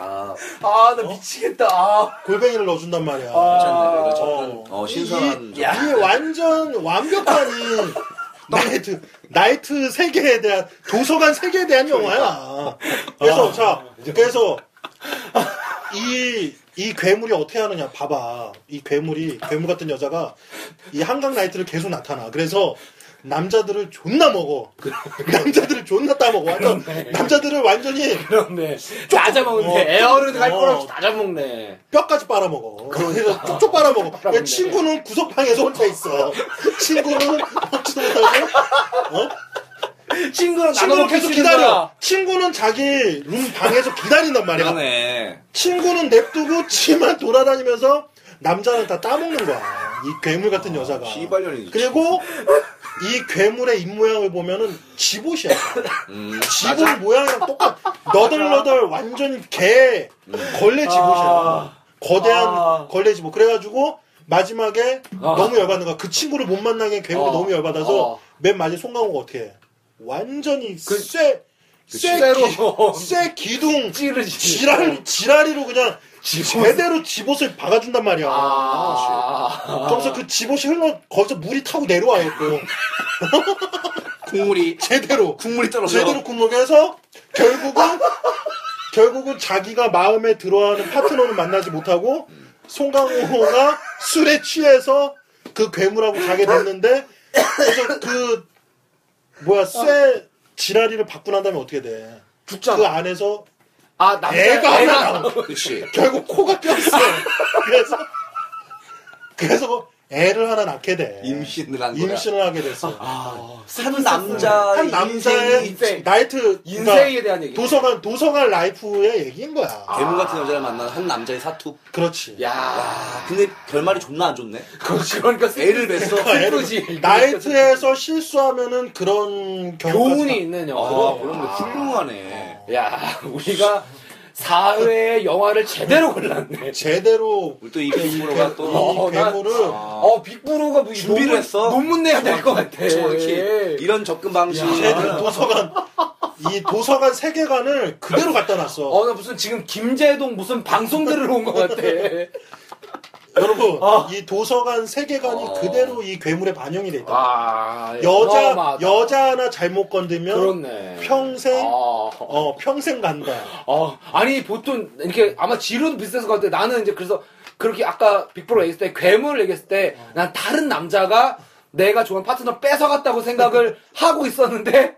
Speaker 2: 아,
Speaker 3: 아, 나 미치겠다. 아.
Speaker 1: 골뱅이를 넣어준단 말이야
Speaker 2: 괜찮네. 이거
Speaker 1: 어.
Speaker 2: 정말, 어, 신선한. 네.
Speaker 1: 이, 이 완전 완벽한 이 나이트 나이트 세계에 대한 도서관 세계에 대한 영화야.
Speaker 2: 그러니까. 아.
Speaker 1: 그래서 자 그래서 이 이 괴물이 어떻게 하느냐 봐봐 이 괴물이 괴물 같은 여자가 이 한강 나이트를 계속 나타나 그래서 남자들을 존나 먹어 남자들을 존나 따먹어 완전
Speaker 2: 네.
Speaker 1: 남자들을 완전히
Speaker 3: 그렇네. 다 잡아먹네.
Speaker 1: 어,
Speaker 3: 에어로드 갈
Speaker 1: 어.
Speaker 3: 거라고 다 잡아먹네.
Speaker 1: 뼈까지 빨아먹어. 그래서 쪽쪽 그러니까. 빨아먹어.
Speaker 3: 빨아먹네.
Speaker 1: 친구는 구석방에서 혼자 있어. 친구는 먹지도 못하고, 어?
Speaker 3: 친구랑
Speaker 1: 친구는
Speaker 3: 나눠
Speaker 1: 계속 기다려. 친구는 자기 룸 방에서 기다린단 말이야.
Speaker 2: 그러네.
Speaker 1: 친구는 냅두고 지만 돌아다니면서 남자는 다 따먹는 거야. 이 괴물 같은 여자가.
Speaker 2: 씨발년이지.
Speaker 1: 그리고 이 괴물의 입모양을 보면은 집옷이야.
Speaker 2: 음.
Speaker 1: 집옷 모양이랑 똑같. 너덜너덜 완전 개 걸레 집옷이야.
Speaker 3: 아.
Speaker 1: 거대한
Speaker 3: 아.
Speaker 1: 걸레 집옷. 그래가지고 마지막에
Speaker 3: 아.
Speaker 1: 너무 열받는 거야. 그 친구를 못 만나게 괴물이
Speaker 3: 어.
Speaker 1: 너무 열받아서
Speaker 3: 어. 그
Speaker 1: 맨 마지막 송강호가 어떻게 해? 완전히 쇠, 쇠,
Speaker 3: 쇠로.
Speaker 1: 기, 쇠 기둥
Speaker 3: 찌르지.
Speaker 1: 지랄, 지랄이로 그냥 제대로 집옷을 박아준단 말이야.
Speaker 3: 아.
Speaker 1: 그래서 그 집옷이 흘러 거기서 물이 타고 내려와요. 또.
Speaker 2: 국물이.
Speaker 1: 제대로.
Speaker 2: 국물이 떨어져.
Speaker 1: 제대로 구멍에서 결국은 결국은 자기가 마음에 들어하는 파트너를 만나지 못하고 송강호가 술에 취해서 그 괴물하고 가게 됐는데 그래서 그 뭐야 쇠 지랄이를 받고 난 다음에 어떻게 돼? 그
Speaker 3: 죽잖아.
Speaker 1: 안에서
Speaker 3: 아, 남자.
Speaker 1: 애가 그러니까
Speaker 3: 애가
Speaker 1: 하나 나오
Speaker 2: 그치.
Speaker 1: 결국 코가 꼈어. 그래서 그래서 애를 하나 낳게 돼.
Speaker 2: 임신을 한 거야.
Speaker 1: 임신을 하게 됐어.
Speaker 2: 아, 한 남자의
Speaker 1: 한 남자의
Speaker 2: 인생이
Speaker 3: 인생.
Speaker 1: 나이트 그러니까
Speaker 3: 인생에 대한 얘기.
Speaker 1: 도서관 도서관 라이프의 얘기인 거야.
Speaker 2: 괴물 같은 여자를 만난 한 남자의 사투.
Speaker 1: 그렇지.
Speaker 3: 야,
Speaker 2: 아, 근데 결말이 존나 안 좋네.
Speaker 3: 그러니까
Speaker 2: 애를 뵀어.
Speaker 1: 그러니까 애를-
Speaker 3: 슬프지.
Speaker 1: 나이트에서 실수하면은 그런 경우가
Speaker 3: 그러니까 교훈이 있는 영화.
Speaker 2: 아, 그런 거 어. 훌륭하네.
Speaker 3: 야, 우리가 사회의 영화를 제대로 골랐네.
Speaker 1: 제대로
Speaker 2: 우리 또 이 괴물로가 또.
Speaker 1: 이
Speaker 3: 어, 난-
Speaker 1: 괴물을
Speaker 2: 아.
Speaker 3: 어, 빅브로가 뭐
Speaker 2: 준비를
Speaker 3: 논문,
Speaker 2: 했어.
Speaker 3: 논문 내야 될 것 같아. 네.
Speaker 2: 이렇게 이런 접근 방식은
Speaker 1: 쟤는 도서관 이 도서관 세계관을 그대로 갖다 놨어.
Speaker 3: 어, 나 무슨 지금 김재동 무슨 방송 들으러 온 것 같아.
Speaker 1: 여러분
Speaker 3: 어.
Speaker 1: 이 도서관 세계관이
Speaker 2: 어.
Speaker 1: 그대로 이 괴물에 반영이 돼 있다.
Speaker 3: 아, 와,
Speaker 1: 여자
Speaker 3: 어마어마하다.
Speaker 1: 여자 하나 잘못 건드면
Speaker 3: 네. 그렇네.
Speaker 1: 평생
Speaker 3: 아,
Speaker 1: 어 평생 간다.
Speaker 3: 어, 아니 보통 이렇게 아마 지루도 비슷했을 것 같아. 나는 이제 그래서 그렇게 아까 빅브로 얘기했을 때 괴물을 얘기했을 때 난 다른 남자가 내가 좋아하는 파트너 뺏어갔다고 생각을 하고 있었는데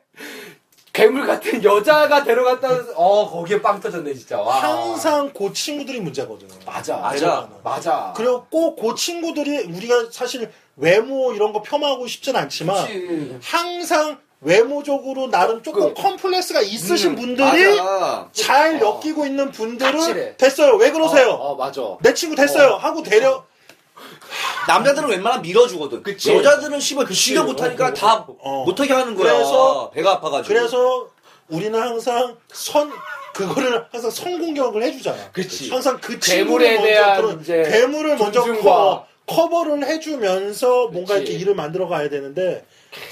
Speaker 3: 괴물 같은 여자가 데려갔다는 생- 어 거기에 빵 터졌네 진짜. 와.
Speaker 1: 항상 그 친구들이 문제거든.
Speaker 3: 맞아
Speaker 2: 맞아.
Speaker 3: 맞아.
Speaker 1: 그리고 꼭 그 친구들이 우리가 사실 외모 이런 거 폄하하고 싶진 않지만
Speaker 2: 그치.
Speaker 3: 음.
Speaker 1: 항상 외모적으로 나름 조금
Speaker 3: 그-
Speaker 1: 컴플렉스가 있으신
Speaker 3: 음,
Speaker 1: 분들이
Speaker 2: 맞아.
Speaker 1: 잘
Speaker 3: 어.
Speaker 1: 엮이고 있는 분들은
Speaker 3: 확실해.
Speaker 1: 됐어요. 왜 그러세요?
Speaker 3: 어, 어 맞아.
Speaker 1: 내 친구 됐어요. 하고 데려
Speaker 2: 남자들은 웬만하면 밀어주거든.
Speaker 3: 그치.
Speaker 2: 여자들은 씨발 지려 못하니까 다
Speaker 1: 어.
Speaker 2: 못하게 하는 거야.
Speaker 1: 그래서-
Speaker 2: 배가 아파가지고.
Speaker 1: 그래서 우리는 항상 선 그거를 항상 성공격을 해주잖아.
Speaker 3: 그치.
Speaker 1: 항상 그
Speaker 3: 괴물에
Speaker 1: 친구를 먼저
Speaker 3: 대한
Speaker 1: 그런-
Speaker 3: 이제
Speaker 1: 괴물을 먼저
Speaker 3: 존중과-
Speaker 1: 커버, 커버를 해주면서 뭔가
Speaker 3: 그치.
Speaker 1: 이렇게 일을 만들어 가야 되는데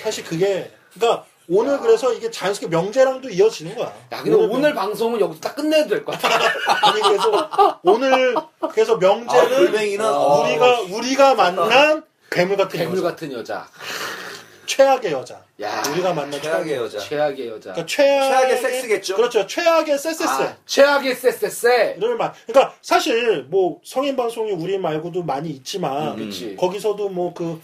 Speaker 1: 사실 그게 그러니까 오늘 그래서 이게 자연스럽게 명제랑도 이어지는 거야.
Speaker 3: 야 근데 오늘, 방송은 여기서 딱 끝내야 될 것 같아.
Speaker 1: 아니, 그래서 오늘 그래서
Speaker 2: 아,
Speaker 1: 명제는
Speaker 2: 골뱅이는
Speaker 3: 어.
Speaker 1: 우리가 우리가 만난 괴물 같은
Speaker 3: 괴물
Speaker 1: 여자.
Speaker 3: 같은 여자.
Speaker 1: 최악의 여자.
Speaker 3: 야.
Speaker 1: 우리가 만난
Speaker 2: 최악의 여자.
Speaker 3: 최악의 여자.
Speaker 1: 그러니까 최악의,
Speaker 2: 최악의 섹스겠죠?
Speaker 1: 그렇죠. 최악의 섹스세.
Speaker 3: 아, 최악의 쎄쎄쎄.
Speaker 1: 를 말. 그러니까 사실 뭐 성인 방송이 우리 말고도 많이 있지만
Speaker 2: 음.
Speaker 3: 그치.
Speaker 1: 거기서도 뭐 그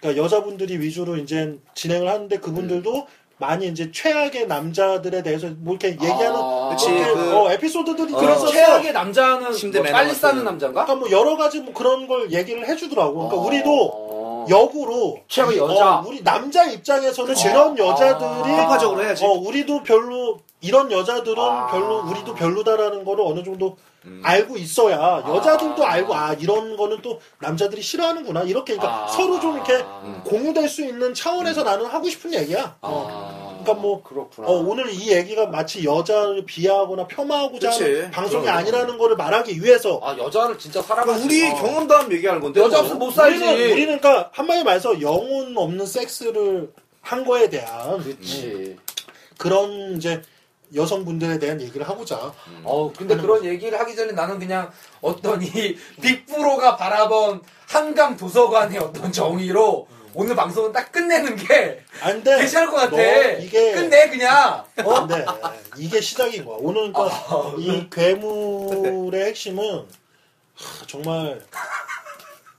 Speaker 1: 그러니까 여자분들이 위주로 이제 진행을 하는데 그분들도 많이 이제 최악의 남자들에 대해서 뭐 이렇게 얘기하는
Speaker 3: 아,
Speaker 2: 그치,
Speaker 1: 그렇게
Speaker 2: 그-
Speaker 1: 어, 에피소드들이
Speaker 2: 어.
Speaker 1: 그래서
Speaker 3: 그래서 최악의 남자는
Speaker 2: 침대
Speaker 3: 뭐
Speaker 2: 매너
Speaker 3: 빨리
Speaker 2: 같은
Speaker 3: 싸는 남자인가?
Speaker 1: 그러니까 뭐 여러 가지 뭐 그런 걸 얘기를 해주더라고. 그러니까
Speaker 3: 어.
Speaker 1: 우리도 역으로
Speaker 3: 최악의 여자. 어.
Speaker 1: 어, 우리 남자 입장에서는 이런 여자들이
Speaker 3: 아.
Speaker 2: 편파적으로 해야지.
Speaker 1: 어, 우리도 별로 이런 여자들은
Speaker 3: 아.
Speaker 1: 별로 우리도 별로다라는 거를 어느 정도
Speaker 2: 음.
Speaker 1: 알고 있어야 여자들도 알고 아 이런 거는 또 남자들이 싫어하는구나 이렇게 그러니까
Speaker 3: 아.
Speaker 1: 서로 좀 이렇게
Speaker 3: 음.
Speaker 1: 공유될 수 있는 차원에서
Speaker 2: 음.
Speaker 1: 나는 하고 싶은 얘기야.
Speaker 3: 아,
Speaker 1: 그러니까 뭐,
Speaker 3: 그렇구나.
Speaker 1: 어, 오늘 이 얘기가 마치 여자를 비하하거나 폄하하고자
Speaker 2: 그치.
Speaker 1: 하는 방송이
Speaker 2: 그럼.
Speaker 1: 아니라는 거를 말하기 위해서
Speaker 3: 아 여자를 진짜
Speaker 2: 그러니까
Speaker 3: 사랑하는
Speaker 2: 우리 경험담 얘기하는 건데.
Speaker 3: 여자
Speaker 2: 뭐.
Speaker 3: 없으면 못 살지.
Speaker 1: 우리는, 우리는 그러니까 한마디 말해서 영혼 없는 섹스를 한 거에 대한
Speaker 3: 그렇지.
Speaker 1: 그런 이제 여성분들에 대한 얘기를 하고자.
Speaker 3: 어
Speaker 1: 음.
Speaker 3: 근데 그런 얘기를 하기 전에 나는 그냥 어떤 이 빅프로가 바라본 한강 도서관의 어떤 정의로
Speaker 1: 음.
Speaker 3: 오늘 방송은 딱 끝내는 게
Speaker 1: 안 돼.
Speaker 3: 괜찮을 것
Speaker 1: 아,
Speaker 3: 같아.
Speaker 1: 네. 너 이게
Speaker 3: 끝내 그냥.
Speaker 1: 안 돼. 이게 시작인 거야. 오늘 그러니까
Speaker 3: 아, 네.
Speaker 1: 이 괴물의 핵심은 하, 정말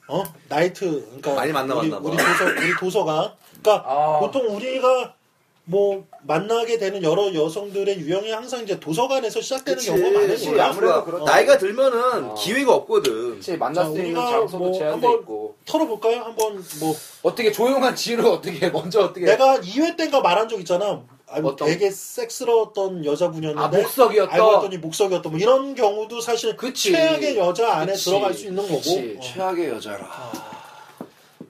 Speaker 1: 어 나이트 그러니까
Speaker 2: 많이 만나봤나
Speaker 1: 우리,
Speaker 2: 봐.
Speaker 1: 우리 도서 우리 도서관. 그러니까
Speaker 3: 아.
Speaker 1: 보통 우리가 뭐 만나게 되는 여러 여성들의 유형이 항상 이제 도서관에서 시작되는
Speaker 2: 그치.
Speaker 1: 경우가
Speaker 2: 그치,
Speaker 1: 많으니까
Speaker 2: 아무래도
Speaker 3: 그렇지.
Speaker 2: 나이가 들면은
Speaker 3: 어.
Speaker 2: 기회가 없거든.
Speaker 3: 그렇지 만날
Speaker 1: 자,
Speaker 3: 수 있는
Speaker 1: 우리가
Speaker 3: 장소도
Speaker 1: 뭐
Speaker 3: 제한돼
Speaker 1: 한번-
Speaker 3: 있고
Speaker 1: 털어볼까요? 한번 뭐
Speaker 3: 어떻게 조용한 지로 어떻게 먼저 어떻게
Speaker 1: 내가 2회 때인가 말한 적 있잖아. 아니,
Speaker 3: 예. 어떤?
Speaker 1: 되게 섹스러웠던 여자분이었는데
Speaker 3: 아 목석이었던
Speaker 1: 알고 봤더니 목석이었던 뭐 이런 경우도 사실
Speaker 3: 그치.
Speaker 1: 최악의 여자 안에
Speaker 3: 그치.
Speaker 1: 들어갈 수 있는 거고
Speaker 3: 그치.
Speaker 1: 어.
Speaker 2: 최악의 여자라.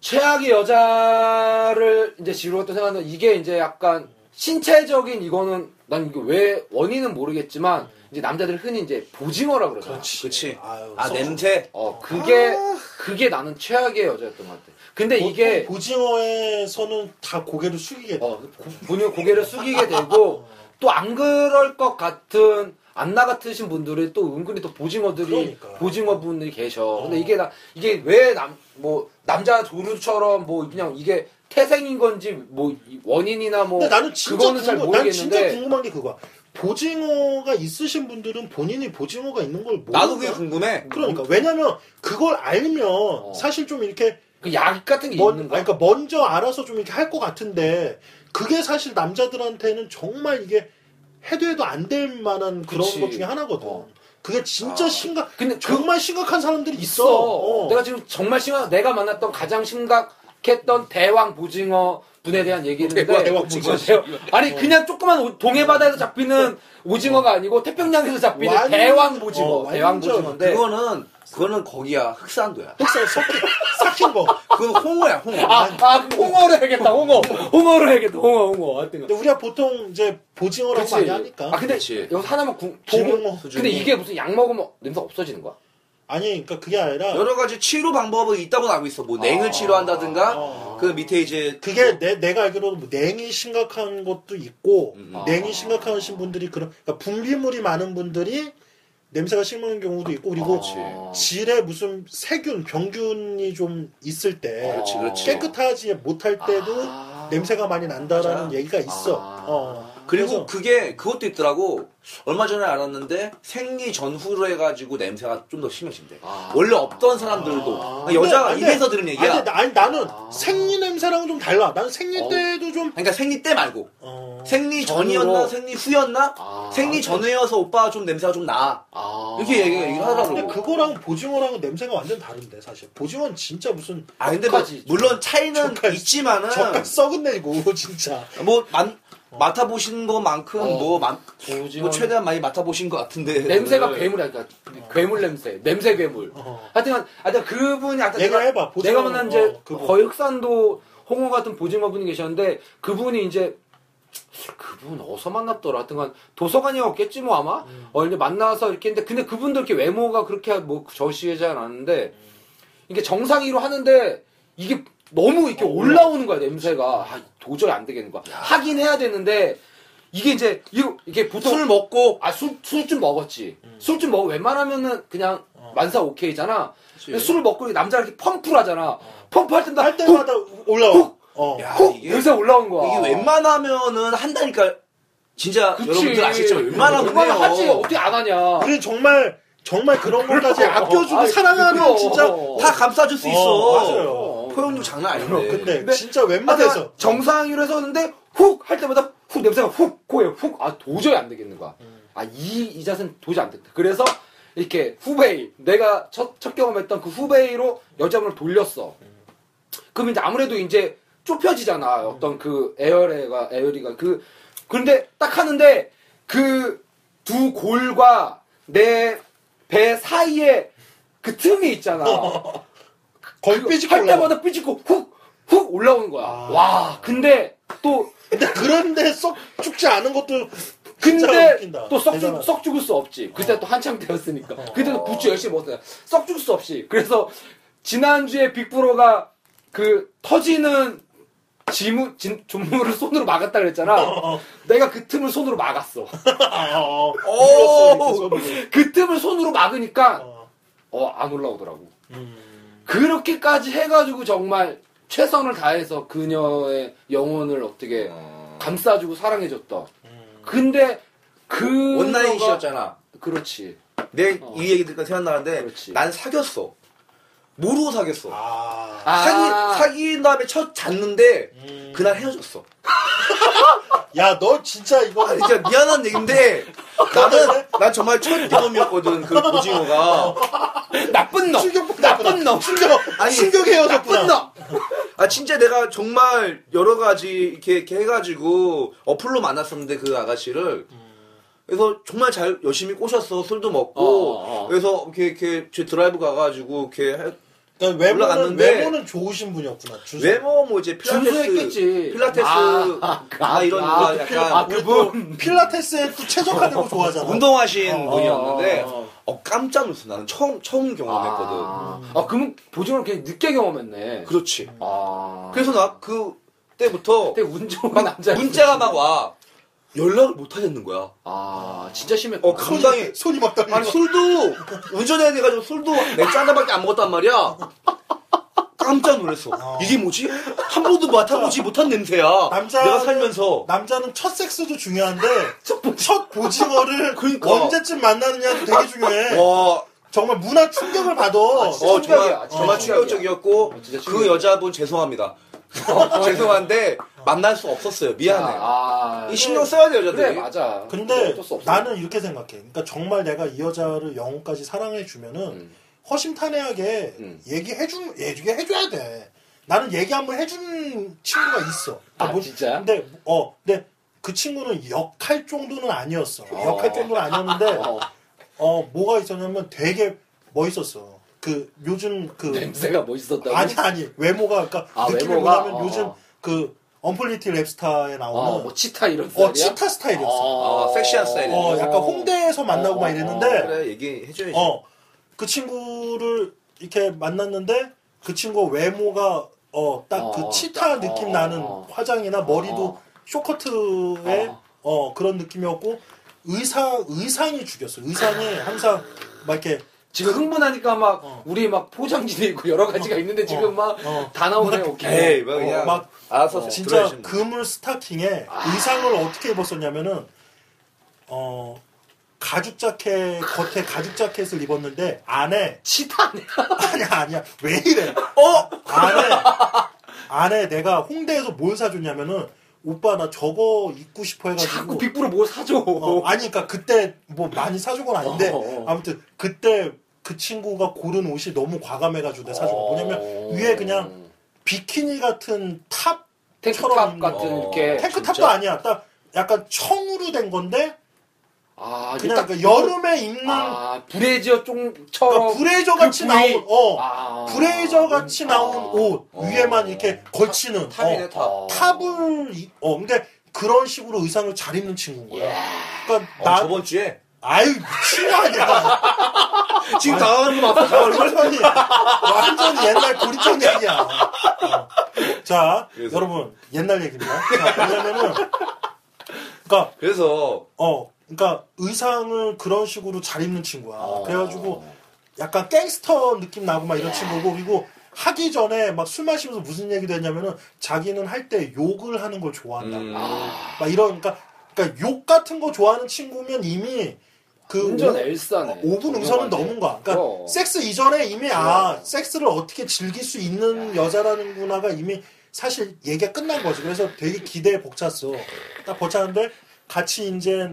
Speaker 3: 최악의 여자를 이제 지루가 또 생각하는 이게 이제 약간 신체적인 이거는 난 이거 왜 원인은 모르겠지만 이제 남자들 흔히 이제 보징어라 그러잖아.
Speaker 2: 그치.
Speaker 1: 아유,
Speaker 2: 아,
Speaker 1: 썩-
Speaker 2: 냄새.
Speaker 3: 어 그게 그게 나는 최악의 여자였던 것 같아. 근데
Speaker 1: 아. 보통 어,
Speaker 3: 이게
Speaker 1: 보징어에서는 다 고개를 숙이게 돼.
Speaker 3: 어 본인 고개를 숙이게 되고 또 안 그럴 것 같은 안나 같으신 분들이 또 은근히 또 보징어들이
Speaker 1: 그러니까.
Speaker 3: 보징어 분들이 계셔. 근데 이게 나 이게 왜 남 뭐 남자 조류처럼 뭐 그냥 이게 태생인 건지 뭐 이- 원인이나 뭐
Speaker 1: 근데 나는 진짜
Speaker 3: 그거는 잘
Speaker 1: 궁금- 난
Speaker 3: 모르겠는데
Speaker 1: 진짜 궁금한 게 그거야. 보징어가 있으신 분들은 본인이 보징어가 있는 걸 모르는
Speaker 2: 나도 그게
Speaker 1: 거야?
Speaker 2: 궁금해.
Speaker 1: 그러니까 왜냐면 그걸 알면
Speaker 3: 어.
Speaker 1: 사실 좀 이렇게
Speaker 3: 그약 같은 게
Speaker 1: 먼,
Speaker 3: 있는
Speaker 1: 아니,
Speaker 3: 거야.
Speaker 1: 그러니까 먼저 알아서 좀 이렇게 할 것 같은데 그게 사실 남자들한테는 정말 이게 해도 해도 안 될 만한 그런
Speaker 3: 그치.
Speaker 1: 것 중에 하나거든.
Speaker 3: 어.
Speaker 1: 그게 진짜
Speaker 2: 아,
Speaker 1: 심각.
Speaker 3: 근데 그 저-
Speaker 1: 정말 심각한 사람들이 있어.
Speaker 3: 있어.
Speaker 1: 어.
Speaker 3: 내가 지금 정말 심각, 내가 만났던 가장 심각했던 대왕 보징어 분에 대한 얘기인데.
Speaker 2: 대왕, 대왕 보징어.
Speaker 3: 대왕- 아니, 그냥 조그만 오- 동해바다에서 잡히는 오징어가 아니고 태평양에서 잡히는
Speaker 1: 완전-
Speaker 3: 대왕 보징어.
Speaker 1: 어,
Speaker 3: 대왕
Speaker 1: 완전
Speaker 3: 보징어인데.
Speaker 2: 그거는 그거는 거기야 흑산도야.
Speaker 1: 흑사 섞인 삭힌 거.
Speaker 2: 그건 홍어야 홍어.
Speaker 3: 아, 아, 그럼 홍어로 해야겠다, 홍어. 홍어로 해야겠다, 홍어, 홍어. 하여튼.
Speaker 1: 근데 우리가 보통 이제 보징어라고
Speaker 3: 그치.
Speaker 1: 많이 하니까.
Speaker 3: 아, 근데
Speaker 2: 그치.
Speaker 3: 여기서 하나만 궁,
Speaker 1: 보고
Speaker 3: 보고. 근데 이게 무슨 약 먹으면 냄새 없어지는 거야?
Speaker 1: 아니 그러니까 그게 아니라
Speaker 2: 여러 가지 치료 방법이 있다고 알고 있어. 뭐 냉을
Speaker 3: 아.
Speaker 2: 치료한다든가
Speaker 1: 아.
Speaker 2: 그 밑에 이제
Speaker 1: 그게 내, 내가 알기로는 뭐 냉이 심각한 것도 있고
Speaker 2: 음.
Speaker 1: 냉이 심각하신 분들이 그런 그러니까 분비물이 많은 분들이 냄새가 심한 경우도 있고 그리고
Speaker 3: 아.
Speaker 1: 질에 무슨 세균 병균이 좀 있을 때
Speaker 2: 그렇지 그렇지.
Speaker 1: 깨끗하지 못할 때도
Speaker 3: 아.
Speaker 1: 냄새가 많이 난다라는
Speaker 2: 맞아.
Speaker 1: 얘기가 있어.
Speaker 3: 아.
Speaker 1: 어. 그래서-
Speaker 2: 그리고 그게 그것도 있더라고. 얼마 전에 알았는데 생리 전후로 해가지고 냄새가 좀 더 심해진대.
Speaker 3: 아.
Speaker 2: 원래 없던 사람들도
Speaker 3: 아.
Speaker 2: 그러니까 여자가
Speaker 1: 근데-
Speaker 2: 입에서 들은
Speaker 1: 아니,
Speaker 2: 얘기야.
Speaker 1: 근데 나- 아니, 나는
Speaker 3: 아.
Speaker 1: 생리 냄새랑 좀 달라. 난 생리
Speaker 2: 어우.
Speaker 1: 때도 좀
Speaker 2: 그러니까 생리 때 말고
Speaker 1: 어.
Speaker 2: 생리
Speaker 3: 전후로.
Speaker 2: 전이었나 생리 후였나
Speaker 3: 아.
Speaker 2: 생리 전에여서 오빠 좀 냄새가 좀 나.
Speaker 3: 아.
Speaker 2: 이렇게 얘기- 얘기를 하더라고.
Speaker 1: 근데 그거랑 보징어랑은 냄새가 완전 다른데 사실. 보징어는 진짜 무슨
Speaker 2: 아 근데 뭐
Speaker 3: 저까지.
Speaker 2: 물론 차이는
Speaker 1: 저까지.
Speaker 2: 있지만은
Speaker 1: 젓갈 썩은 내고 진짜.
Speaker 2: 뭐 만- 맡아보신 것만큼
Speaker 3: 어.
Speaker 2: 뭐, 만-
Speaker 3: 오징어.
Speaker 2: 뭐 최대한 많이 맡아보신 것 같은데
Speaker 3: 냄새가 괴물이야. 그러니까 괴물 냄새. 냄새 괴물.
Speaker 1: 어.
Speaker 3: 하여튼, 하여튼 그분이 아까
Speaker 1: 얘기를
Speaker 3: 내가-
Speaker 1: 해봐. 보징어,
Speaker 3: 내가 만난 이제
Speaker 1: 어, 그분.
Speaker 3: 거의 흑산도 홍어 같은 보징어 분이 계셨는데 그분이 이제 그분 어디서 만났더라. 하여튼간 도서관이었겠지 뭐 아마.
Speaker 1: 음.
Speaker 3: 어 이제 만나서 이렇게 했는데 근데 그분도 이렇게 외모가 그렇게 뭐 저시하지 않았는데
Speaker 1: 음.
Speaker 3: 이게 정상이로 하는데 이게 너무 이렇게 올라오는 거야 냄새가 아, 도저히 안 되겠는 거야. 하긴 해야 되는데 이게 이제 이거- 이게 보통
Speaker 2: 술 먹고 음.
Speaker 3: 아, 술, 술 좀 먹었지. 술 좀 먹어. 웬만하면은 그냥
Speaker 2: 어.
Speaker 3: 만사 오케이잖아. 근데 술을 먹고 남자가 이렇게 펌프를 하잖아. 펌프할 때마다.
Speaker 1: 할 때마다 올라와.
Speaker 3: 훅!
Speaker 1: 어.
Speaker 2: 어. 야,
Speaker 3: 콕!
Speaker 2: 이게-
Speaker 3: 냄새 올라온 거야.
Speaker 2: 이게 웬만하면은 한다니까 진짜
Speaker 3: 그치.
Speaker 2: 여러분들 아시겠지만 웬만하면
Speaker 3: 웬만하면 하지. 뭐.
Speaker 2: 해요.
Speaker 3: 어떻게 안 하냐.
Speaker 1: 우리 정말 정말 그런 것까지 아껴주고
Speaker 3: 아이,
Speaker 1: 사랑하면
Speaker 3: 부끄러워.
Speaker 1: 진짜.
Speaker 2: 다 감싸줄 수
Speaker 1: 어,
Speaker 2: 있어.
Speaker 1: 맞아요.
Speaker 3: 어.
Speaker 2: 포용도 장난 아닌데.
Speaker 1: 근데,
Speaker 3: 근데
Speaker 1: 진짜
Speaker 3: 하여튼
Speaker 1: 웬만해서
Speaker 3: 정상으로 해서 하는데 훅! 할 때마다 훅! 냄새가 훅! 코에 훅! 아, 도저히 안 되겠는 거야. 아, 이, 이 자세는 도저히 안 됐다. 그래서 이렇게 후배이, 내가 첫, 첫 경험했던 그 후배이로 여자분을 돌렸어. 그럼 이제 아무래도 이제 좁혀지잖아. 어떤 그 에어레가, 에어리가. 그, 그런데 딱 하는데 그 두 골과 내 배 사이에 그 틈이 있잖아.
Speaker 1: 거의 그 삐지고
Speaker 3: 그 할
Speaker 1: 올라와.
Speaker 3: 때마다 삐지고 훅! 훅 올라오는 거야.
Speaker 1: 아.
Speaker 3: 와, 근데 또,
Speaker 1: 근데 그런데 썩 죽지 않은 것도 진짜
Speaker 3: 근데
Speaker 1: 웃긴다.
Speaker 3: 또 썩
Speaker 1: 대단하다. 어.
Speaker 3: 죽을 수 없지. 그때 또 한창 되었으니까. 그때도 부추 열심히 먹었잖아. 썩 죽을 수 없이. 그래서 지난주에 빅브로가 그 터지는 지무, 진, 존물을 손으로 막았다
Speaker 1: 어.
Speaker 3: 그랬잖아. 내가 그 틈을 손으로 막았어.
Speaker 1: 아, 어.
Speaker 2: 오!
Speaker 1: 물었어,
Speaker 3: 그 틈을 손으로 막으니까,
Speaker 1: 어.
Speaker 3: 어, 안 올라오더라고.
Speaker 1: 음.
Speaker 3: 그렇게까지 해가지고 정말 최선을 다해서 그녀의 영혼을 어떻게
Speaker 2: 그
Speaker 3: 감싸주고 사랑해줬다.
Speaker 1: 음.
Speaker 3: 근데 그
Speaker 2: 온라인이었잖아.
Speaker 3: 그렇지.
Speaker 2: 내 이
Speaker 3: 어.
Speaker 2: 얘기 들으니까 생각나는데
Speaker 3: 그렇지.
Speaker 2: 난 사귀었어. 모르고 사귀었어.
Speaker 1: 아.
Speaker 3: 아.
Speaker 2: 사기, 사귄 다음에 첫 잤는데
Speaker 1: 음.
Speaker 2: 그날 헤어졌어.
Speaker 1: 야, 너 진짜 이거
Speaker 2: 아, 진짜 미안한 얘기인데 나는 난 정말 첫 경험이었거든 그 고징어가. 아.
Speaker 3: 나쁜 놈.
Speaker 1: 충격받았구나.
Speaker 3: 나쁜 놈.
Speaker 1: 충격.
Speaker 2: 아니,
Speaker 1: 충격에 헤어졌구나.
Speaker 3: 나쁜 놈.
Speaker 2: 아 진짜 내가 정말 여러 가지 이렇게, 이렇게 해가지고 어플로 만났었는데 그 아가씨를. 그래서 정말 잘 열심히 꼬셨어 술도 먹고
Speaker 3: 어, 어.
Speaker 2: 그래서 이렇게 이렇게 제 드라이브 가가지고 이렇게 해-
Speaker 1: 그러니까 외모는
Speaker 2: 올라갔는데-
Speaker 1: 외모는 좋으신 분이었구나. 주소.
Speaker 2: 외모 뭐 이제 필라테스
Speaker 3: 준수했겠지.
Speaker 2: 필라테스
Speaker 3: 아,
Speaker 2: 아, 이런
Speaker 3: 아,
Speaker 2: 거 약간
Speaker 3: 아,
Speaker 1: 우리
Speaker 3: 그분.
Speaker 1: 또 필라테스에 또 최적화된 거 좋아하잖아.
Speaker 2: 운동하신
Speaker 1: 어,
Speaker 2: 분이었는데
Speaker 3: 어, 어.
Speaker 2: 어, 깜짝 놀랐어 나는 처음 처음 경험했거든
Speaker 3: 아, 아 그럼 보증을 그냥 늦게 경험했네.
Speaker 2: 그렇지
Speaker 3: 아.
Speaker 2: 그래서 나 그때부터
Speaker 3: 그때 운 좋은
Speaker 2: 막
Speaker 3: 남자.
Speaker 2: 문자가 막 와 연락을 못 하겠는 거야
Speaker 3: 아, 진짜 심했구나.
Speaker 2: 어 감당해
Speaker 1: 손이 막 떨리고.
Speaker 2: 아니 술도 운전해야 돼가지고 술도 맥주 하나밖에 안 먹었단 말이야 깜짝 놀랐어
Speaker 1: 어.
Speaker 2: 이게 뭐지 한 번도 맡아보지 못한 냄새야
Speaker 1: 남자
Speaker 2: 내가 살면서
Speaker 1: 남자는 첫 섹스도 중요한데
Speaker 3: 첫
Speaker 1: 첫 보징어를
Speaker 2: 그러니까.
Speaker 1: 언제쯤 만나느냐도 되게
Speaker 2: 그
Speaker 1: 중요해.
Speaker 2: 와
Speaker 1: 정말 문화 충격을 받아.
Speaker 2: 어,
Speaker 3: 충격이야,
Speaker 2: 정말,
Speaker 3: 어. 진짜
Speaker 2: 정말
Speaker 3: 충격이야.
Speaker 2: 충격적이었고
Speaker 3: 진짜
Speaker 2: 그
Speaker 3: 충격이야.
Speaker 2: 여자분 죄송합니다. 어, 죄송한데 만날 수 없었어요. 미안해요.
Speaker 3: 아,
Speaker 2: 이 신경 써야 돼요, 여자들이.
Speaker 3: 그래 맞아.
Speaker 1: 근데
Speaker 3: 어쩔 수 없어.
Speaker 1: 나는 이렇게 생각해. 그러니까 정말 내가 이 여자를 영혼까지 사랑해 주면은
Speaker 3: 음.
Speaker 1: 허심탄회하게
Speaker 3: 음.
Speaker 1: 얘기해 주 얘기해 줘야 돼. 나는 얘기 한번 해준 친구가 있어. 그러니까
Speaker 3: 아, 진짜야?
Speaker 1: 근데 어, 근데 그 친구는 역할 정도는 아니었어.
Speaker 3: 어.
Speaker 1: 역할 정도는 아니었는데
Speaker 3: 어,
Speaker 1: 어 뭐가 있었냐면 되게 멋있었어. 그 요즘 그
Speaker 3: 냄새가 멋있었다고.
Speaker 1: 아니 아니 외모가 그러니까
Speaker 3: 아,
Speaker 1: 느낌이
Speaker 3: 외모가?
Speaker 1: 뭐냐면
Speaker 3: 어,
Speaker 1: 요즘
Speaker 3: 어.
Speaker 1: 그 언플리티 랩스타에
Speaker 3: 어,
Speaker 1: 나오는
Speaker 3: 뭐 치타 이런
Speaker 1: 어,
Speaker 3: 스타일이야?
Speaker 1: 치타 스타일이었어.
Speaker 2: 아, 섹시한 스타일이네.
Speaker 1: 어, 약간 홍대에서 만나고
Speaker 3: 어,
Speaker 1: 막
Speaker 3: 어,
Speaker 1: 이랬는데,
Speaker 2: 그래 얘기해줘야지.
Speaker 1: 어, 그 친구를 이렇게 만났는데, 그 친구 외모가, 어, 딱 그
Speaker 3: 어,
Speaker 1: 치타
Speaker 3: 딱,
Speaker 1: 느낌
Speaker 3: 어,
Speaker 1: 나는
Speaker 3: 어.
Speaker 1: 화장이나 머리도
Speaker 3: 어.
Speaker 1: 쇼커트에,
Speaker 3: 어.
Speaker 1: 어. 그런 느낌이었고, 의상, 의상이 죽였어. 의상이 항상 막 이렇게,
Speaker 3: 지금 흥분하니까 막
Speaker 1: 어.
Speaker 3: 우리 막 포장지도 있고 여러 가지가 있는데 지금 막 다
Speaker 1: 어.
Speaker 3: 나오네.
Speaker 1: 막
Speaker 2: 에이,
Speaker 3: 오케이.
Speaker 2: 뭐
Speaker 1: 어,
Speaker 2: 그냥
Speaker 1: 막
Speaker 2: 알아서
Speaker 1: 어, 진짜
Speaker 2: 들어야지.
Speaker 1: 그물 스타킹에 의상을 어떻게 입었었냐면은 어 가죽 자켓 겉에 가죽 자켓을 입었는데 안에
Speaker 3: 치타네.
Speaker 1: 아니야 아니야 왜 이래 어 안에 안에 내가 홍대에서 뭘 사줬냐면은 오빠 나 저거 입고 싶어
Speaker 3: 자꾸
Speaker 1: 해가지고
Speaker 3: 빅브로 뭘 사줘.
Speaker 1: 어, 아니 그러니까 그때 뭐 많이 사준 건 아닌데
Speaker 3: 어, 어.
Speaker 1: 아무튼 그때 그 친구가 고른 옷이 너무 과감해가지고 내가 사준 거 뭐냐면 위에 그냥 비키니 같은 탑
Speaker 3: 탱크탑
Speaker 1: 처럼
Speaker 3: 음. 같은
Speaker 2: 어.
Speaker 3: 이렇게
Speaker 1: 탱크탑도
Speaker 2: 진짜?
Speaker 1: 아니야. 딱 약간 청으로 된 건데
Speaker 3: 아 이게
Speaker 1: 그냥
Speaker 3: 딱
Speaker 1: 그 여름에 입는
Speaker 3: 아 브레지어
Speaker 1: 그러니까
Speaker 3: 좀처럼
Speaker 1: 브레이저 같이
Speaker 3: 그 부위.
Speaker 1: 나온 어
Speaker 3: 아.
Speaker 1: 브레이저 같이
Speaker 3: 음,
Speaker 1: 나온
Speaker 3: 아.
Speaker 1: 옷
Speaker 3: 어.
Speaker 1: 위에만 이렇게 걸치는
Speaker 2: 탑이네
Speaker 1: 어,
Speaker 2: 탑.
Speaker 3: 어.
Speaker 1: 탑을 입- 어 근데 그런 식으로 의상을 잘 입는 친구인
Speaker 3: 예.
Speaker 1: 거야. 그러니까
Speaker 2: 어,
Speaker 1: 나
Speaker 2: 저번 주에
Speaker 1: 아유 미친 거 아니야.
Speaker 2: 지금 당하는 거 맞아.
Speaker 1: 완전히 어, 완전 옛날 고리촌 얘기야. 어. 자
Speaker 2: 그래서.
Speaker 1: 여러분 옛날 얘기입니다. 자, 왜냐면은 그러니까
Speaker 2: 그래서
Speaker 1: 어, 그러니까 의상을 그런 식으로 잘 입는 친구야.
Speaker 2: 아.
Speaker 3: 어.
Speaker 1: 그래가지고 약간 갱스터 느낌 나고 막 이런 친구고 그리고 하기 전에 막 술 마시면서 무슨 얘기도 했냐면은 자기는 할 때 욕을 하는 걸 좋아한다.
Speaker 2: 음.
Speaker 1: 막 이런 그러니까, 그러니까 욕 같은 거 좋아하는 친구면 이미 그
Speaker 3: 완전
Speaker 1: 오-
Speaker 3: 엘사네.
Speaker 1: 5분 음선은 넘은 거야. 그러니까
Speaker 3: 그럼.
Speaker 1: 섹스 이전에 이미 아
Speaker 3: 그럼.
Speaker 1: 섹스를 어떻게 즐길 수 있는 여자라는구나가 이미 사실 얘기가 끝난 거지. 그래서 되게 기대에 벅찼어. 딱 벅찼는데 같이 이제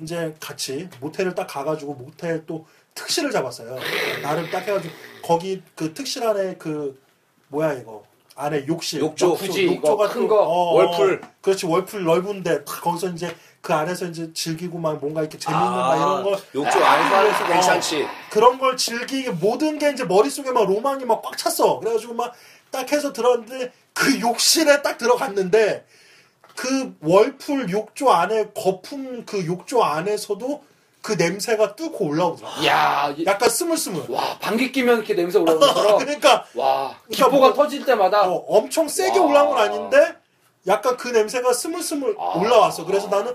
Speaker 1: 이제 같이 모텔을 딱 가가지고 모텔 또 특실을 잡았어요. 나름 딱 해가지고 거기 그 특실 안에 그 뭐야 이거 안에 욕실
Speaker 2: 욕조.
Speaker 3: 굳이 이거 큰 거.
Speaker 1: 어,
Speaker 2: 월풀.
Speaker 1: 어, 그렇지 월풀 넓은데 딱 거기서 이제 그 안에서 이제 즐기고 막 뭔가 이렇게 재밌는 막
Speaker 3: 아,
Speaker 1: 이런 걸
Speaker 2: 욕조 안에서 하면서 괜찮지.
Speaker 1: 그런 걸 즐기기 모든 게 이제 머릿속에 막 로망이 막 꽉 찼어. 그래가지고 막 딱 해서 들어갔는데 그 욕실에 딱 들어갔는데 그 월풀 욕조 안에 거품 그 욕조 안에서도 그 냄새가 뚫고 올라오더라.
Speaker 3: 야, 이-
Speaker 1: 약간 스물스물.
Speaker 3: 와 방귀 끼면 이렇게 냄새 올라오는 것처럼
Speaker 1: 그러니까
Speaker 3: 와
Speaker 1: 그러니까
Speaker 3: 기포가
Speaker 1: 뭐-
Speaker 3: 터질 때마다
Speaker 2: 아.
Speaker 1: 어, 엄청 세게
Speaker 3: 와.
Speaker 1: 올라온 건 아닌데 약간 그 냄새가 스물스물
Speaker 3: 아.
Speaker 1: 올라왔어. 그래서 나는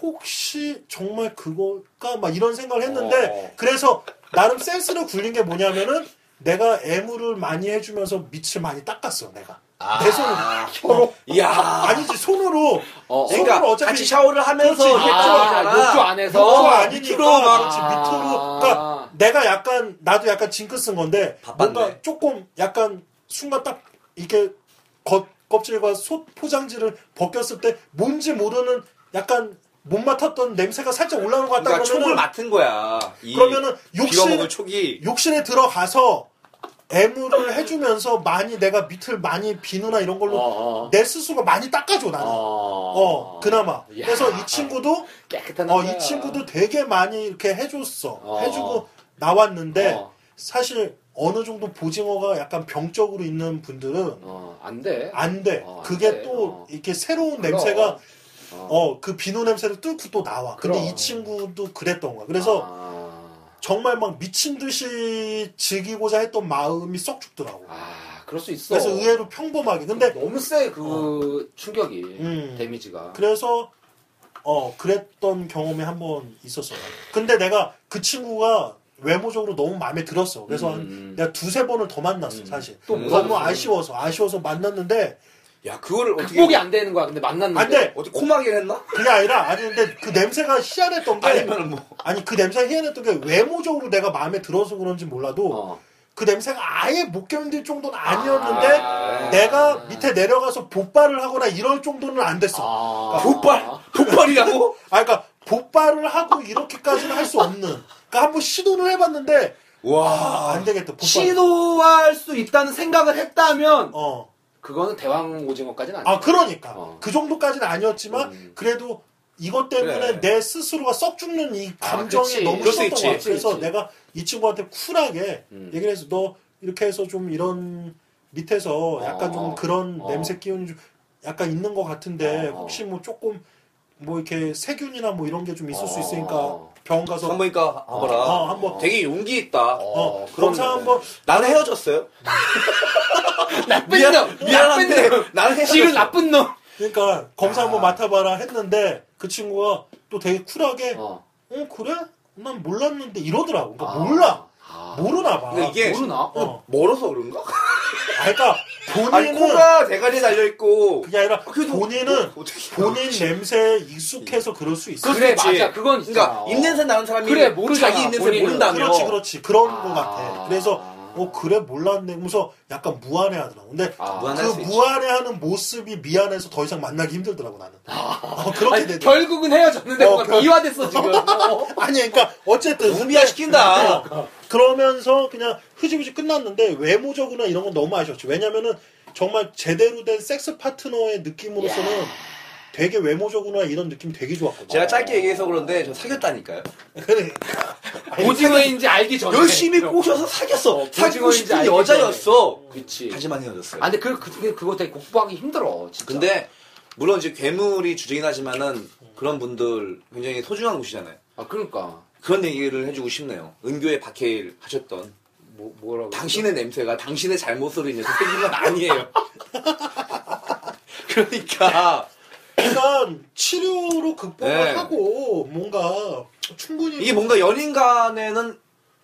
Speaker 1: 혹시 정말 그걸까 막 이런 생각을 했는데
Speaker 3: 어.
Speaker 1: 그래서 나름 센스로 굴린 게 뭐냐면은 내가 애무를 많이 해주면서 밑을 많이 닦았어 내가
Speaker 2: 아.
Speaker 1: 내 손으로
Speaker 3: 혀로?
Speaker 2: 이야.
Speaker 1: 아니지 손으로
Speaker 3: 어,
Speaker 1: 손으로
Speaker 2: 그러니까
Speaker 1: 어차피
Speaker 2: 같이 샤워를 하면서
Speaker 1: 그렇지.
Speaker 2: 이렇게
Speaker 1: 아,
Speaker 2: 들어가잖아.
Speaker 3: 욕조 안에서
Speaker 1: 그거
Speaker 2: 밑으로
Speaker 1: 아니니까
Speaker 2: 막
Speaker 1: 그렇지
Speaker 3: 아.
Speaker 1: 밑으로 그러니까 내가 약간 나도 약간 징크스인 건데
Speaker 2: 바빴네.
Speaker 1: 뭔가 조금 약간 순간 딱 이렇게 겉 껍질과 솥 포장지를 벗겼을 때 뭔지 모르는 약간 못 맡았던 냄새가 살짝 올라오는 것 같다
Speaker 2: 그러니까 총을
Speaker 1: 그러면은
Speaker 2: 맡은 거야. 이
Speaker 1: 그러면은
Speaker 2: 빌어먹을
Speaker 1: 욕실
Speaker 2: 초기.
Speaker 1: 욕실에 들어가서 애무를 해주면서 많이 내가 밑을 많이 비누나 이런 걸로
Speaker 3: 어, 어.
Speaker 1: 내 스스로 많이 닦아줘 나는 어, 그나마
Speaker 3: 야.
Speaker 1: 그래서 이 친구도
Speaker 3: 깨끗한
Speaker 1: 어,
Speaker 3: 남자야.
Speaker 1: 이 친구도 되게 많이 이렇게 해줬어.
Speaker 3: 어.
Speaker 1: 해주고 나왔는데,
Speaker 3: 어.
Speaker 1: 사실 어느 정도 보징어가 약간 병적으로 있는 분들은
Speaker 3: 어, 안 돼.
Speaker 1: 안 돼.
Speaker 3: 어, 안
Speaker 1: 그게
Speaker 3: 돼.
Speaker 1: 또
Speaker 3: 어.
Speaker 1: 이렇게 새로운
Speaker 3: 그럼.
Speaker 1: 냄새가,
Speaker 3: 어.
Speaker 1: 어, 그 비누 냄새를 뚫고 또 나와. 근데
Speaker 3: 그럼.
Speaker 1: 이 친구도 그랬던 거야. 그래서
Speaker 3: 아,
Speaker 1: 정말 막 미친 듯이 즐기고자 했던 마음이 썩 죽더라고.
Speaker 3: 아, 그럴 수 있어.
Speaker 1: 그래서 의외로 평범하게. 근데, 어.
Speaker 3: 너무 세그 충격이
Speaker 1: 음.
Speaker 3: 데미지가.
Speaker 1: 그래서 어 그랬던 경험이 한 번 있었어요. 근데 내가 그 친구가 외모적으로 너무 마음에 들었어. 그래서
Speaker 3: 음.
Speaker 1: 한 내가 두세 번을 더 만났어 사실.
Speaker 3: 또
Speaker 2: 음.
Speaker 1: 너무
Speaker 3: 만났어.
Speaker 1: 아쉬워서 아쉬워서 만났는데
Speaker 2: 야, 그거를 어떻게.
Speaker 3: 극복이 안 되는 거야. 근데 만났는데.
Speaker 1: 안 돼!
Speaker 2: 어떻게 코막이를 했나?
Speaker 1: 그게 아니라 아니 근데 그 냄새가 희한했던 게
Speaker 2: 아니면 뭐.
Speaker 1: 아니 그 냄새가 희한했던 게 외모적으로 내가 마음에 들어서 그런지 몰라도
Speaker 3: 어.
Speaker 1: 그 냄새가 아예 못 견딜 정도는 아니었는데
Speaker 3: 아.
Speaker 1: 내가 밑에 내려가서 복발을 하거나 이럴 정도는 안 됐어.
Speaker 3: 아.
Speaker 2: 족발? 족발이라고?
Speaker 1: 아, 그러니까 복발을 하고 이렇게까지는 할 수 없는. 그러니까 한번 시도를 해봤는데
Speaker 2: 와.
Speaker 1: 안 되겠다. 복발.
Speaker 3: 시도할 수 있다는 생각을 했다면
Speaker 1: 어.
Speaker 3: 그거는 대왕 오징어까지는 아니야.
Speaker 1: 아 그러니까
Speaker 3: 어.
Speaker 1: 그 정도까지는 아니었지만
Speaker 3: 음.
Speaker 1: 그래도 이것 때문에
Speaker 2: 그래.
Speaker 1: 내 스스로가 썩 죽는 이
Speaker 3: 아,
Speaker 1: 감정이
Speaker 3: 그치.
Speaker 1: 너무
Speaker 2: 그럴 수
Speaker 1: 싫었던
Speaker 2: 있지.
Speaker 1: 거야. 그래서
Speaker 3: 그치, 그치.
Speaker 1: 내가 이 친구한테 쿨하게
Speaker 3: 음.
Speaker 1: 얘기를 해서 너 이렇게 해서 좀 이런 밑에서 약간
Speaker 3: 어.
Speaker 1: 좀 그런
Speaker 3: 어.
Speaker 1: 냄새 기운이 좀 약간 있는 것 같은데
Speaker 3: 어.
Speaker 1: 혹시 뭐 조금 뭐 이렇게 세균이나 뭐 이런 게 좀 있을 수 있으니까
Speaker 3: 어.
Speaker 1: 병원 가서
Speaker 2: 산부인과
Speaker 1: 어,
Speaker 2: 가봐라.
Speaker 1: 한번
Speaker 2: 되게 용기 있다.
Speaker 1: 어,
Speaker 3: 그런
Speaker 1: 검사
Speaker 3: 거네.
Speaker 1: 한번
Speaker 2: 나는 헤어졌어요.
Speaker 3: 나쁜
Speaker 2: 미안,
Speaker 3: 놈,
Speaker 2: 미안한데
Speaker 3: 나쁜 놈.
Speaker 2: 나는 헤어졌어.
Speaker 3: 지금 나쁜 놈.
Speaker 1: 그러니까 검사 한번
Speaker 3: 아.
Speaker 1: 맡아봐라 했는데 그 친구가 또 되게 쿨하게
Speaker 3: 어.
Speaker 1: 어 그래? 난 몰랐는데 이러더라고. 그러니까 몰라.
Speaker 3: 아.
Speaker 1: 모르나 봐.
Speaker 2: 근데 이게
Speaker 3: 모르나?
Speaker 1: 어.
Speaker 2: 멀어서 그런가?
Speaker 1: 아, 그러니까
Speaker 2: 아니
Speaker 1: 본인은
Speaker 2: 코가 대가리에 달려 있고.
Speaker 1: 그게 아니라
Speaker 2: 그래도
Speaker 1: 본인은
Speaker 2: 어, 어떻게-
Speaker 1: 본인 냄새에 익숙해서 그럴 수 있어.
Speaker 2: 그럴
Speaker 3: 그래
Speaker 2: 수 있지.
Speaker 3: 맞아. 그건 있잖아.
Speaker 2: 그러니까
Speaker 3: 어.
Speaker 2: 입냄새 나는 사람이
Speaker 3: 그래, 모르잖아,
Speaker 2: 자기 입냄새
Speaker 3: 본인은.
Speaker 2: 모른다며.
Speaker 1: 그렇지 그렇지 그런
Speaker 3: 아.
Speaker 1: 것 같아. 그래서 어 그래 몰랐네. 하면서 약간 무안해하더라고. 근데
Speaker 3: 아.
Speaker 2: 무안할 수
Speaker 1: 그
Speaker 2: 있지.
Speaker 1: 무안해하는 모습이 미안해서 더 이상 만나기 힘들더라고 나는. 어, 그렇게
Speaker 3: 아니,
Speaker 1: 되더라고.
Speaker 3: 결국은 헤어졌는데
Speaker 1: 어,
Speaker 3: 뭔가
Speaker 1: 결-
Speaker 3: 이화됐어 지금. 어.
Speaker 1: 아니 그러니까 어쨌든
Speaker 2: 무비야 시킨다.
Speaker 1: 어, 그러면서 그냥 흐지부지 끝났는데 외모적으로나 이런 건 너무 아쉬웠죠. 왜냐면은 정말 제대로 된 섹스 파트너의 느낌으로서는 되게 외모적으로나 이런 느낌 되게 좋았거든요.
Speaker 2: 제가 짧게 얘기해서 그런데 저 사귀었다니까요.
Speaker 3: 오징어인지 알기 전에
Speaker 2: 네. 열심히 꼬셔서 네. 사귀었어. 네.
Speaker 3: 어,
Speaker 2: 사귀고
Speaker 3: 오징어인지
Speaker 2: 싶은
Speaker 3: 알기
Speaker 2: 여자였어.
Speaker 3: 그치.
Speaker 2: 하지만 헤어졌어요.
Speaker 3: 아 근데 그, 그 그거 되게 극복하기 힘들어. 진짜.
Speaker 2: 근데 물론 이제 괴물이 주제긴 하지만은 그런 분들 굉장히 소중한 곳이잖아요.
Speaker 3: 아 그러니까
Speaker 2: 그런 얘기를 해주고 싶네요. 은교의 박해일 하셨던
Speaker 3: 뭐 뭐라고.
Speaker 2: 당신의 냄새가 당신의 잘못으로 인해서 생긴 건 아니에요. 그러니까
Speaker 1: 일단 치료로 극복을
Speaker 2: 네.
Speaker 1: 하고 뭔가 충분히
Speaker 2: 이게 뭔가 연인 간에는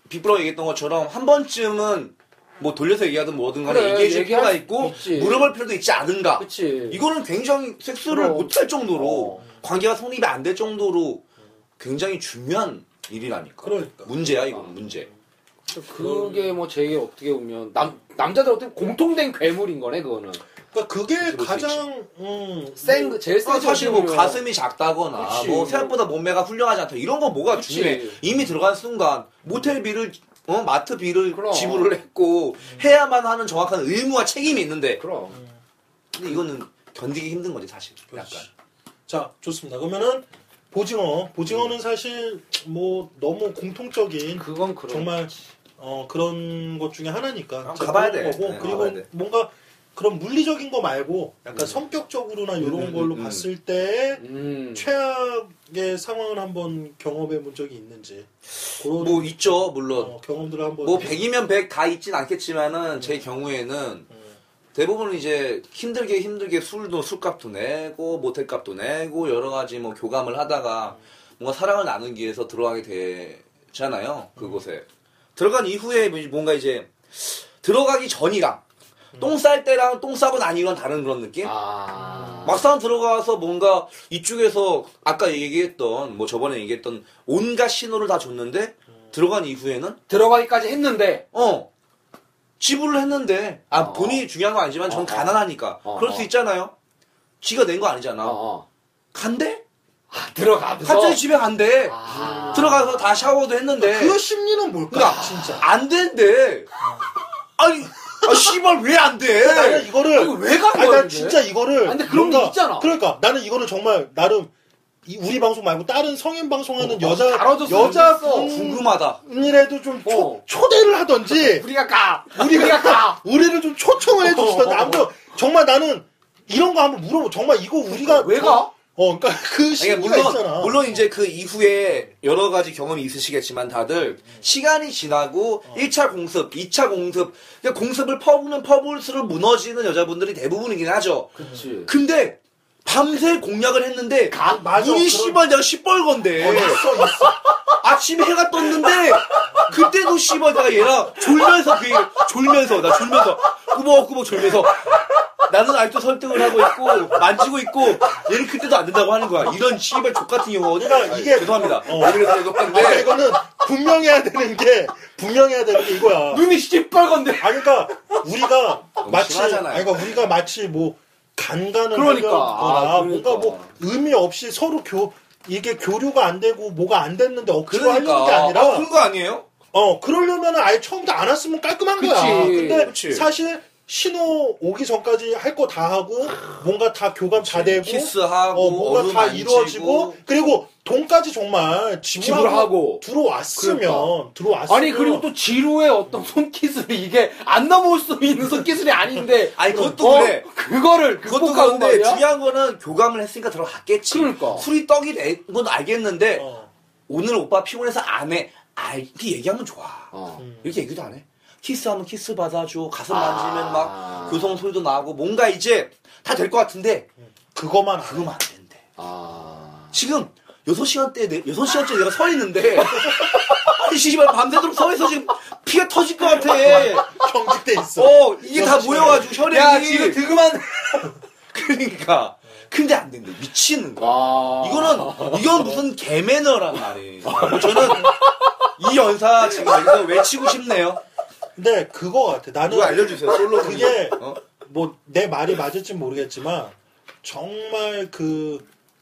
Speaker 2: 빅브로 얘기했던 것처럼 한 번쯤은 뭐 돌려서 얘기하든 뭐든 간에
Speaker 3: 그래,
Speaker 2: 얘기해줄 필요가
Speaker 3: 얘기할 수
Speaker 2: 있고
Speaker 3: 있지.
Speaker 2: 물어볼 필요도 있지 않은가.
Speaker 3: 그치.
Speaker 2: 이거는 굉장히 섹스를
Speaker 3: 그럼.
Speaker 2: 못할 정도로
Speaker 3: 어.
Speaker 2: 관계가 성립이 안 될 정도로 굉장히 중요한 일이라니까.
Speaker 1: 그러니까.
Speaker 2: 문제야 이건
Speaker 3: 아,
Speaker 2: 문제.
Speaker 3: 그게 뭐 제일 어떻게 보면 남 남자들 어떻게 보면 공통된 괴물인 거네 그거는.
Speaker 1: 그러니까 그게
Speaker 2: 그럴 수
Speaker 1: 가장 음,
Speaker 3: 센
Speaker 1: 뭐,
Speaker 3: 거- 제일 센
Speaker 2: 아, 사실 뭐
Speaker 3: 괴물이면-
Speaker 2: 가슴이 작다거나
Speaker 3: 그치.
Speaker 2: 뭐 생각보다 몸매가 훌륭하지 않다 이런 거 뭐가
Speaker 3: 그치.
Speaker 2: 중요해. 이미 들어간 순간 모텔비를 어, 마트비를
Speaker 3: 그럼.
Speaker 2: 지불을 했고 해야만 하는 정확한 의무와 책임이 있는데
Speaker 3: 그럼.
Speaker 2: 근데 이거는 견디기 힘든 거지 사실.
Speaker 1: 그렇지.
Speaker 2: 약간.
Speaker 1: 자 좋습니다. 그러면은 보징어 보징어는 사실 뭐 너무 공통적인
Speaker 3: 그건 그럼.
Speaker 1: 정말 어, 그런 것 중에 하나니까
Speaker 2: 아, 가봐야
Speaker 1: 그런
Speaker 2: 돼.
Speaker 1: 거고
Speaker 2: 네,
Speaker 1: 그리고
Speaker 2: 가봐야 돼.
Speaker 1: 뭔가 그런 물리적인 거 말고 약간
Speaker 2: 음.
Speaker 1: 성격적으로나
Speaker 2: 음,
Speaker 1: 이런
Speaker 2: 음,
Speaker 1: 걸로
Speaker 2: 음.
Speaker 1: 봤을 때
Speaker 3: 음.
Speaker 1: 최악의 상황을 한번 경험해 본 적이 있는지 그런
Speaker 2: 뭐 있죠 물론.
Speaker 1: 어, 경험들을 한번
Speaker 2: 뭐 100이면 100 다 있진 않겠지만은 제 경우에는
Speaker 1: 음,
Speaker 2: 대부분 이제 힘들게 힘들게 술도 술값도 내고 모텔값도 내고 여러 가지 뭐 교감을 하다가 뭔가 사랑을 나누기 위해서 들어가게 되잖아요
Speaker 1: 음.
Speaker 2: 그곳에 들어간 이후에 뭔가 이제 들어가기 전이랑 똥 쌀 때랑 똥 싸고 난 이런 다른 그런 느낌?
Speaker 3: 아.
Speaker 2: 막상 들어가서 뭔가 이쪽에서 아까 얘기했던 뭐 저번에 얘기했던 온갖 신호를 다 줬는데 들어간 이후에는
Speaker 3: 들어가기까지 했는데
Speaker 2: 어. 지불을 했는데, 아,
Speaker 3: 어.
Speaker 2: 돈이 중요한 건 아니지만 전
Speaker 3: 어, 어.
Speaker 2: 가난하니까.
Speaker 3: 어,
Speaker 2: 그럴
Speaker 3: 어.
Speaker 2: 수 있잖아요. 지가 낸 거 아니잖아.
Speaker 3: 어, 어.
Speaker 2: 간대?
Speaker 3: 아, 들어가면서
Speaker 2: 갑자기 집에 간대.
Speaker 3: 아.
Speaker 2: 들어가서 다 샤워도 했는데.
Speaker 1: 그 심리는 뭘까
Speaker 2: 그러니까
Speaker 1: 진짜
Speaker 2: 안 된대.
Speaker 3: 어.
Speaker 2: 아니, 아, 씨발, 왜 안 돼?
Speaker 1: 나는 이거를
Speaker 3: 뭐, 이거 왜 간
Speaker 1: 아니,
Speaker 3: 거야?
Speaker 1: 난
Speaker 3: 근데?
Speaker 1: 진짜 이거를
Speaker 3: 아니, 근데 그런 게
Speaker 1: 뭔가-
Speaker 3: 있잖아.
Speaker 1: 그러니까 나는 이거는 정말 나름 이- 우리 방송 말고 다른 성인 방송하는
Speaker 3: 어,
Speaker 1: 여자
Speaker 3: 다뤄줬으면
Speaker 1: 여자
Speaker 3: 좋겠어.
Speaker 2: 궁금하다.
Speaker 1: 분이라도 좀 초,
Speaker 3: 어.
Speaker 1: 초대를 하던지
Speaker 3: 우리가 가.
Speaker 1: 우리가
Speaker 3: 우리가 가.
Speaker 1: 우리를 좀 초청을 해주시던데 아무튼 정말 나는 이런 거 한번 물어보 정말 이거 우리가
Speaker 3: 왜 가?
Speaker 1: 어 그러니까 그
Speaker 2: 아니,
Speaker 1: 심리가
Speaker 2: 물론,
Speaker 1: 있잖아
Speaker 2: 물론 이제 그 이후에 여러 가지 경험이 있으시겠지만
Speaker 1: 음.
Speaker 2: 다들 시간이 지나고
Speaker 1: 어.
Speaker 2: 1차 공습, 2차 공습, 그러니까 공습을 퍼부는 퍼부을수록 무너지는 여자분들이 대부분이긴 하죠.
Speaker 3: 그렇지.
Speaker 2: 근데 밤새 공략을 했는데
Speaker 1: 아, 맞아
Speaker 2: 눈이
Speaker 1: 그런-
Speaker 2: 씨발 내가
Speaker 1: 어,
Speaker 2: 시뻘건데
Speaker 1: 있어 있어
Speaker 2: 아침에 해가 떴는데 그때도 씨발 내가 얘랑 졸면서 그 얘기- 졸면서 나 졸면서 꾸벅꾸벅 졸면서 나는 아직도 설득을 하고 있고 만지고 있고 얘는 그때도 안 된다고 하는 거야 이런 씨발 족같은 경우
Speaker 1: 그러니까 이게-
Speaker 2: 죄송합니다
Speaker 1: 어.
Speaker 2: 어. 그래서 이거
Speaker 1: 아
Speaker 2: 근데
Speaker 1: 이거는 분명해야 되는 게 분명해야 되는 게 이거야.
Speaker 3: 눈이 시뻘건데.
Speaker 1: 아 그러니까 우리가 마치 아
Speaker 2: 심하잖아요.
Speaker 1: 그러니까 우리가 마치 뭐 간간을
Speaker 3: 그러니까.
Speaker 1: 하려거나
Speaker 3: 아,
Speaker 1: 뭔가 뭐 의미 없이 서로 교 이게 교류가 안 되고 뭐가 안 됐는데 억지로 하려는 게 아니라
Speaker 2: 아, 그런 거 아니에요?
Speaker 1: 어 그러려면 아예 처음부터 안 왔으면 깔끔한 거야.
Speaker 3: 그치,
Speaker 1: 근데
Speaker 2: 그치.
Speaker 1: 사실 신호 오기 전까지 할 거 다 하고 뭔가 다 교감 다 되고
Speaker 2: 키스하고
Speaker 1: 어, 뭔가
Speaker 2: 얼음
Speaker 1: 다
Speaker 2: 만지고.
Speaker 1: 이루어지고 그리고 돈까지 정말 지불하고,
Speaker 3: 지불하고.
Speaker 1: 들어왔으면
Speaker 3: 그러니까.
Speaker 1: 들어왔으면
Speaker 3: 아니 그리고 또 지루의 어떤 손기술이 이게 안 넘어올 수 있는 손기술이 아닌데 어?
Speaker 2: 아니, 그것도 그래.
Speaker 3: 그거를
Speaker 2: 그것도
Speaker 3: 극복하고
Speaker 2: 그런데
Speaker 3: 말이야
Speaker 2: 중요한 거는 교감을 했으니까 들어갔겠지.
Speaker 3: 그러니까.
Speaker 2: 술이 떡이 된 건 알겠는데
Speaker 1: 어.
Speaker 2: 오늘 오빠 피곤해서 안 해. 아, 이렇게 얘기하면 좋아.
Speaker 3: 어.
Speaker 1: 음.
Speaker 2: 이렇게 얘기도 안 해. 키스하면 키스 받아줘. 가슴
Speaker 3: 아.
Speaker 2: 만지면 막 교성 소리도 나고 뭔가 이제 다 될 것 같은데
Speaker 1: 그거만 안
Speaker 2: 그러면 안 된대.
Speaker 3: 아...
Speaker 2: 지금 6시간 때, 6시간째 내가 서 있는데. 아니, 씨발, 밤새도록 서 있어. 지금 피가 터질 것 같아.
Speaker 1: 경직돼 있어.
Speaker 2: 어, 이게 다
Speaker 1: 여섯 시간에.
Speaker 2: 모여가지고 혈액이.
Speaker 3: 야 지금 드그만
Speaker 2: 그러니까. 근데 안 된대. 미치는 거야.
Speaker 3: 아...
Speaker 2: 이거는, 이건 무슨 개매너란 말이에요. 저는 이 연사 지금 여기서 외치고 싶네요.
Speaker 1: 근데 그거 같아. 나는
Speaker 2: 이거 알려주세요. 솔로 분이.
Speaker 1: 그게
Speaker 2: 어?
Speaker 1: 뭐 내 말이 맞을지 모르겠지만 정말 그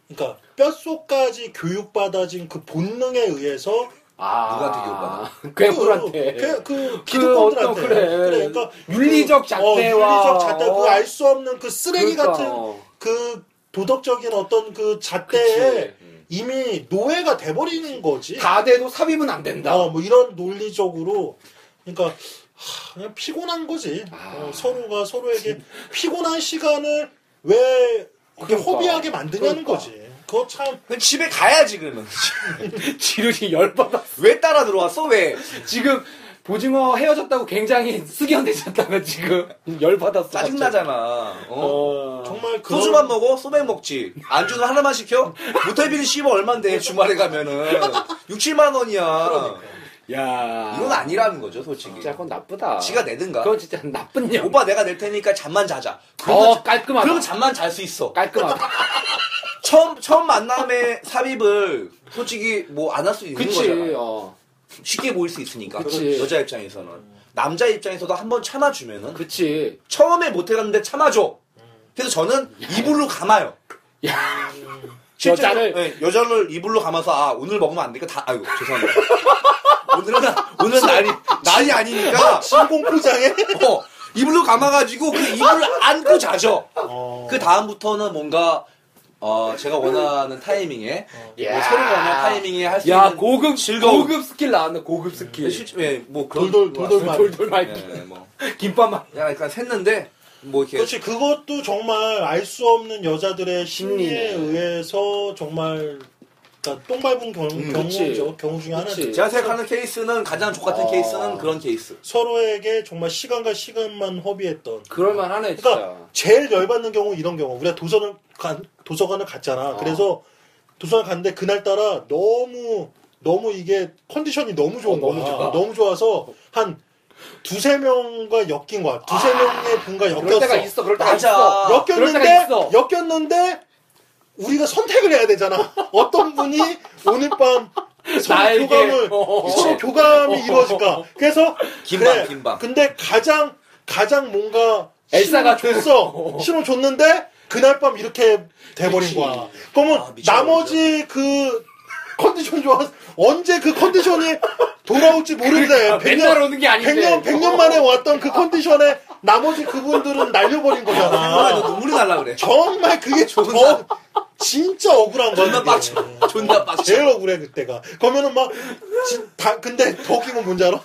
Speaker 1: 그러니까 뼛속까지 교육받아진 그 본능에 의해서
Speaker 3: 아...
Speaker 2: 누구한테 기억받아?
Speaker 3: 괴물한테
Speaker 1: 그, 그, 그
Speaker 3: 어떤
Speaker 1: 기득권들한테
Speaker 3: 그래.
Speaker 1: 그러니까
Speaker 3: 윤리적
Speaker 1: 그,
Speaker 3: 잣대와-
Speaker 1: 어, 윤리적 잣대 그알 수 없는 그 쓰레기
Speaker 3: 그러니까,
Speaker 1: 같은
Speaker 3: 어.
Speaker 1: 그 도덕적인 어떤 그
Speaker 3: 그치. 음.
Speaker 1: 잣대에 이미 노예가 돼버리는 거지.
Speaker 3: 다 돼도 삽입은 안 된다
Speaker 1: 어, 뭐 이런 논리적으로 그러니까 하, 그냥 피곤한 거지.
Speaker 3: 아.
Speaker 1: 어, 서로가 서로에게 피곤한 시간을 왜 이렇게
Speaker 3: 그러니까.
Speaker 1: 허비하게 만드냐는
Speaker 3: 그러니까.
Speaker 1: 거지. 그거 참
Speaker 2: 그럼 집에 가야지, 그러면.
Speaker 3: 지루이 열받아
Speaker 2: 왜 따라 들어왔어, 왜?
Speaker 3: 지금 보징어 헤어졌다고 굉장히 숙연해졌다가 지금 열받았어
Speaker 2: 짜증나잖아. 어.
Speaker 3: 어...
Speaker 1: 정말 그런
Speaker 2: 소주만 먹어? 소맥 먹지. 안주는 하나만 시켜? 모텔비는 씹어 얼만데 주말에 가면은 6, 7만 원이야.
Speaker 3: 그러니까. 야
Speaker 2: 이건 아니라는 거죠, 솔직히.
Speaker 3: 진짜 그건 나쁘다
Speaker 2: 지가 내든가.
Speaker 3: 그건 진짜 나쁜 년
Speaker 2: 오빠 내가 낼 테니까 잠만 자자. 그러면,
Speaker 3: 어 깔끔하다
Speaker 2: 그러면 잠만 잘 수 있어.
Speaker 3: 깔끔하다
Speaker 2: 처음 처음 만남에 삽입을 솔직히 뭐 안 할 수 있는
Speaker 3: 그치
Speaker 2: 거잖아.
Speaker 3: 어
Speaker 2: 쉽게 보일 수 있으니까.
Speaker 3: 그치.
Speaker 2: 여자 입장에서는. 남자 입장에서도 한 번 참아주면은
Speaker 3: 그치
Speaker 2: 처음에 모텔 갔는데 참아줘. 그래서 저는 이불로 감아요.
Speaker 3: 야
Speaker 2: 실제로,
Speaker 3: 여자를?
Speaker 2: 예, 여자를 이불로 감아서 아 오늘 먹으면 안 되니까 다 아이고 죄송합니다. 오늘은 오늘 날이 날이 아니니까
Speaker 1: 진공포장에
Speaker 2: 어 이불로 감아가지고 그 이불을 안고 자죠.
Speaker 1: 어,
Speaker 2: 그 다음부터는 뭔가 어 제가 원하는 타이밍에 뭐
Speaker 3: 야.
Speaker 2: 서로 원하는 타이밍에 할 수
Speaker 3: 야
Speaker 2: 있는
Speaker 3: 고급
Speaker 2: 즐거움.
Speaker 3: 고급 스킬 나왔네 고급 스킬
Speaker 2: 실제 예뭐 그런
Speaker 1: 돌돌 돌돌 말.
Speaker 3: 돌돌 말
Speaker 2: 네. 예뭐
Speaker 3: 김밥 말
Speaker 2: 약간 샜는데 뭐 이렇게
Speaker 1: 그렇지 그것도 정말 알 수 없는 여자들의 심리에
Speaker 3: 심리네.
Speaker 1: 의해서 정말 그러니까 똥 밟은 경,
Speaker 2: 음,
Speaker 1: 경우죠 경우 중에
Speaker 3: 그치.
Speaker 1: 하나지
Speaker 2: 제가 생각하는 케이스는 가장 족같은
Speaker 3: 아.
Speaker 2: 케이스는 그런 케이스.
Speaker 1: 서로에게 정말 시간과 시간만 허비했던
Speaker 3: 그럴만 하네 진짜
Speaker 1: 그러니까 제일 열받는 경우 이런 경우 우리가 도서관을 간- 도서관을 갔잖아
Speaker 3: 어.
Speaker 1: 그래서 도서관 갔는데 그날 따라 너무 너무 이게 컨디션이 너무 좋은
Speaker 3: 어,
Speaker 1: 거야
Speaker 3: 너무
Speaker 1: 너무,
Speaker 3: 좋아.
Speaker 1: 좋아서 한 두세 명과 엮인 거야 두세 명의 분과
Speaker 3: 아. 그럴 때가
Speaker 1: 엮였어
Speaker 3: 있어 그럴 때가
Speaker 2: 맞아.
Speaker 3: 있어 그럴 때가
Speaker 1: 엮였는데
Speaker 3: 있어
Speaker 1: 엮였는데 우리가 선택을 해야 되잖아 어떤 분이 오늘 밤 서로
Speaker 3: 나에게.
Speaker 1: 교감을
Speaker 3: 어.
Speaker 1: 서로 교감이 이루어질까 그래서
Speaker 2: 긴밤,
Speaker 1: 그래,
Speaker 2: 긴밤.
Speaker 1: 근데 가장 가장 뭔가
Speaker 3: 엘사가
Speaker 1: 신호 줬어 신호 줬는데 그날 밤 이렇게 돼버린
Speaker 3: 그치.
Speaker 1: 거야 그러면
Speaker 2: 아, 미쳐버리죠.
Speaker 1: 나머지 그 컨디션 좋아 언제 그 컨디션이 돌아올지 모르는데
Speaker 3: 그러니까 맨날 오는 게 아닌데.
Speaker 1: 100년, 100년 만에 왔던 그 컨디션에 나머지 그분들은 날려버린
Speaker 2: 아,
Speaker 1: 거잖아.
Speaker 2: 눈물이 날라 그래.
Speaker 1: 정말 그게 저, 진짜 억울한 거야.
Speaker 2: 존나
Speaker 1: 그게.
Speaker 2: 빡쳐. 존나 빡쳐.
Speaker 1: 제일 억울해, 그때가. 그러면은 막, 진, 다, 근데 더 웃긴 건 뭔지 알아?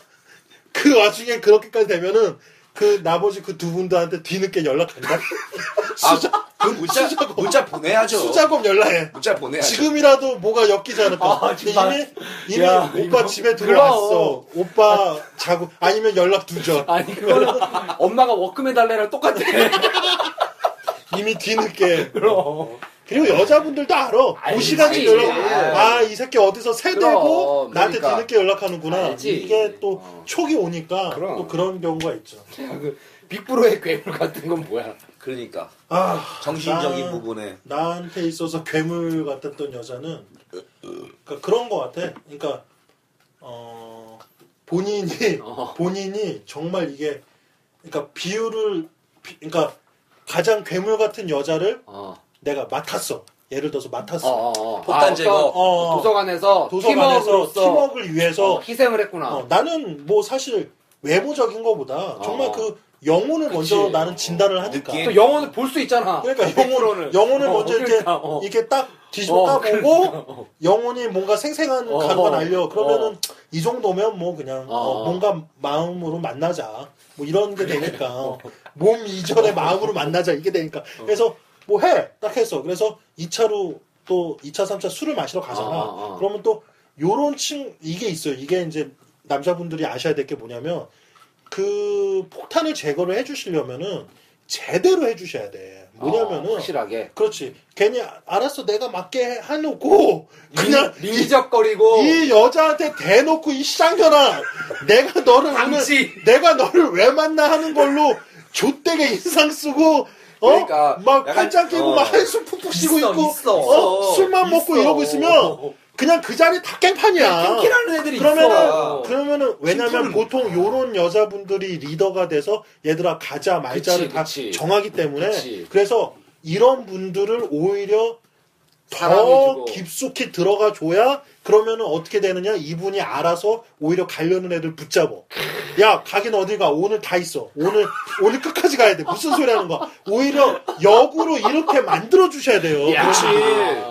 Speaker 1: 그 와중에 그렇게까지 되면은 그 나머지 그 두 분들한테 뒤늦게 연락한다.
Speaker 2: 아, 그 문자,
Speaker 1: 뭐.
Speaker 2: 문자 보내야죠.
Speaker 1: 수작업 연락해.
Speaker 2: 문자 보내야죠.
Speaker 1: 지금이라도 뭐가 엮이지 않을까?
Speaker 3: 아,
Speaker 1: 근데
Speaker 3: 정말.
Speaker 1: 이미 이미
Speaker 3: 야,
Speaker 1: 오빠
Speaker 3: 이거
Speaker 1: 집에
Speaker 3: 그럼.
Speaker 1: 들어왔어. 오빠 자고 아니면 연락 두절.
Speaker 3: 아니 그거는 엄마가 워크맨 달래랑 똑같아
Speaker 1: 이미 뒤늦게.
Speaker 3: 그럼
Speaker 1: 그리고 여자분들도 알아. 그
Speaker 3: 알지,
Speaker 1: 무시간지
Speaker 3: 알지.
Speaker 1: 연락. 아, 이 새끼 어디서 새대고
Speaker 3: 그럼,
Speaker 1: 나한테
Speaker 3: 그러니까.
Speaker 1: 뒤늦게 연락하는구나.
Speaker 3: 알지.
Speaker 1: 이게 또
Speaker 3: 어.
Speaker 1: 촉이 오니까
Speaker 3: 그럼.
Speaker 1: 또 그런 경우가 있죠.
Speaker 3: 그 빅브로의 괴물 같은 건 뭐야
Speaker 2: 그러니까.
Speaker 1: 아,
Speaker 2: 정신적인
Speaker 1: 나-
Speaker 2: 부분에.
Speaker 1: 나한테 있어서 괴물 같았던 여자는 그러니까 그런 거 같아. 그러니까 어, 본인이
Speaker 3: 어.
Speaker 1: 본인이 정말 이게 그러니까 비율을 비- 그러니까 가장 괴물 같은 여자를
Speaker 3: 어.
Speaker 1: 내가 맡았어. 예를 들어서
Speaker 3: 어,
Speaker 1: 맡았어.
Speaker 3: 어, 어.
Speaker 2: 폭탄
Speaker 3: 아,
Speaker 2: 제거.
Speaker 3: 어떤
Speaker 1: 어.
Speaker 3: 도서관에서
Speaker 1: 도서관에서
Speaker 3: 팀워크로서
Speaker 1: 팀워크를 위해서
Speaker 3: 어, 희생을 했구나.
Speaker 1: 어, 나는 뭐 사실 외모적인 거보다 정말
Speaker 3: 어.
Speaker 1: 그 영혼을 먼저
Speaker 3: 그치.
Speaker 1: 나는 진단을 하니까
Speaker 2: 느낌?
Speaker 3: 또 영혼을 볼 수 있잖아.
Speaker 1: 그러니까 영혼을 영혼을
Speaker 3: 어,
Speaker 1: 먼저 이렇게
Speaker 3: 그러니까, 어.
Speaker 1: 이렇게 딱 뒤집어
Speaker 3: 어,
Speaker 1: 까보고
Speaker 3: 그러니까, 어.
Speaker 1: 영혼이 뭔가 생생한
Speaker 3: 어,
Speaker 1: 감각 알려 그러면은
Speaker 3: 어.
Speaker 1: 이 정도면 뭐 그냥 어,
Speaker 3: 어.
Speaker 1: 뭔가 마음으로 만나자 뭐 이런 게 되니까
Speaker 3: 어.
Speaker 1: 몸 이전에 마음으로 만나자 이게 되니까 그래서 뭐 해 딱 했어 그래서 2차로 또 2차 3차 술을 마시러 가잖아
Speaker 3: 어, 어.
Speaker 1: 그러면 또 요런 층 이게 있어요 이게 이제 남자분들이 아셔야 될 게 뭐냐면 그 폭탄을 제거를 해주시려면은 제대로 해주셔야 돼
Speaker 3: 어,
Speaker 1: 뭐냐면은
Speaker 3: 확실하게
Speaker 1: 그렇지. 괜히 아- 알았어 내가 맞게 해놓고 그냥
Speaker 3: 민- 민적거리고
Speaker 1: 이 여자한테 대놓고 이 쌍년아 내가 너를 오늘
Speaker 3: 당치.
Speaker 1: 내가 너를 왜 만나 하는 걸로 좆되게 인상 쓰고 어?
Speaker 3: 그러니까
Speaker 1: 막
Speaker 2: 약간,
Speaker 1: 팔짱 끼고
Speaker 2: 어.
Speaker 1: 막 한숨 푹푹 쉬고
Speaker 2: 있어,
Speaker 1: 있고
Speaker 2: 있어,
Speaker 1: 어?
Speaker 2: 있어.
Speaker 1: 술만 먹고
Speaker 2: 있어.
Speaker 1: 이러고 있으면 그냥 그 자리 다 깽판이야.
Speaker 3: 킹키라는 애들이
Speaker 1: 그러면은
Speaker 3: 있어.
Speaker 1: 그러면은 왜냐면
Speaker 2: 심플은
Speaker 1: 보통 요런 여자분들이 리더가 돼서 얘들아 가자 말자를
Speaker 3: 그치,
Speaker 1: 다
Speaker 3: 그치.
Speaker 1: 정하기 때문에
Speaker 3: 그치.
Speaker 1: 그래서 이런 분들을 오히려 더
Speaker 3: 사랑해주고.
Speaker 1: 깊숙이 들어가 줘야 그러면은 어떻게 되느냐 이분이 알아서 오히려 가려는 애들 붙잡어 야 가긴 어디가 오늘 다 있어 오늘 오늘 끝까지 가야 돼 무슨 소리 하는 거야 오히려 역으로 이렇게 만들어 주셔야 돼요
Speaker 3: 야.
Speaker 1: 그렇지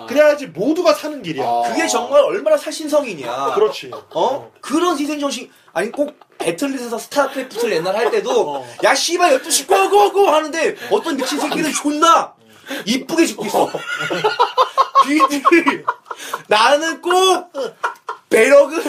Speaker 1: 그래야지 모두가 사는 길이야
Speaker 3: 어.
Speaker 2: 아. 그게 정말 얼마나 사신성이냐.
Speaker 1: 그렇지
Speaker 2: 어? 그런 희생정신, 아니 꼭 배틀넷에서 스타크래프트를 옛날 할 때도,
Speaker 1: 어.
Speaker 2: 야, 씨발, 12시 고고고 하는데 어떤 미친 새끼는 존나 이쁘게 짓고 있어. 비들 나는 꼭 배럭을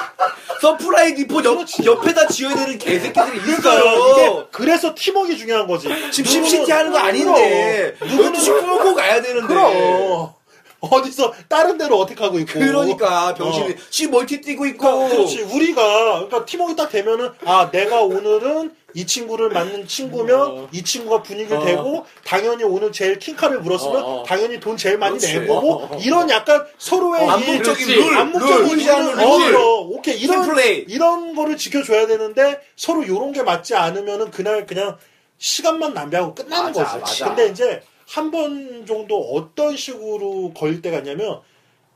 Speaker 2: 서프라이즈 리포 옆, 옆에다 지어야 되는 개새끼들이 있어요.
Speaker 1: 이게 그래서 팀워크가 중요한 거지.
Speaker 2: 지금
Speaker 1: 누구는-
Speaker 2: 심심치 하는 거 아닌데
Speaker 1: 그럼.
Speaker 2: 12시 꼬고 가야 되는데
Speaker 1: 그럼. 어디서 다른 데로 어택하고 있고.
Speaker 2: 그러니까 병신이
Speaker 1: 어. 그러니까
Speaker 2: 씨 멀티 뛰고 있고
Speaker 1: 그렇지. 우리가 그러니까 팀워크 딱 되면은 아 내가 오늘은 이 친구를 맞는 친구면 이 친구가 분위기를
Speaker 2: 어.
Speaker 1: 대고 당연히 오늘 제일 킹카를 물었으면
Speaker 3: 어, 어.
Speaker 1: 당연히 돈 제일 많이
Speaker 2: 그렇지.
Speaker 1: 내보고 이런 약간 서로의
Speaker 2: 어,
Speaker 1: 이
Speaker 2: 암묵적인
Speaker 3: 그렇지.
Speaker 2: 룰
Speaker 1: 안목적인
Speaker 2: 룰,
Speaker 1: 이런
Speaker 2: 룰, 룰.
Speaker 1: 어, 오케이 이런
Speaker 2: 팀플레이.
Speaker 1: 이런 거를 지켜줘야 되는데 서로 요런 게 맞지 않으면은 그날 그냥 시간만 낭비하고 끝나는
Speaker 3: 맞아,
Speaker 1: 거지.
Speaker 3: 맞아.
Speaker 1: 근데 이제 한 번 정도 어떤 식으로 걸릴 때가 있냐면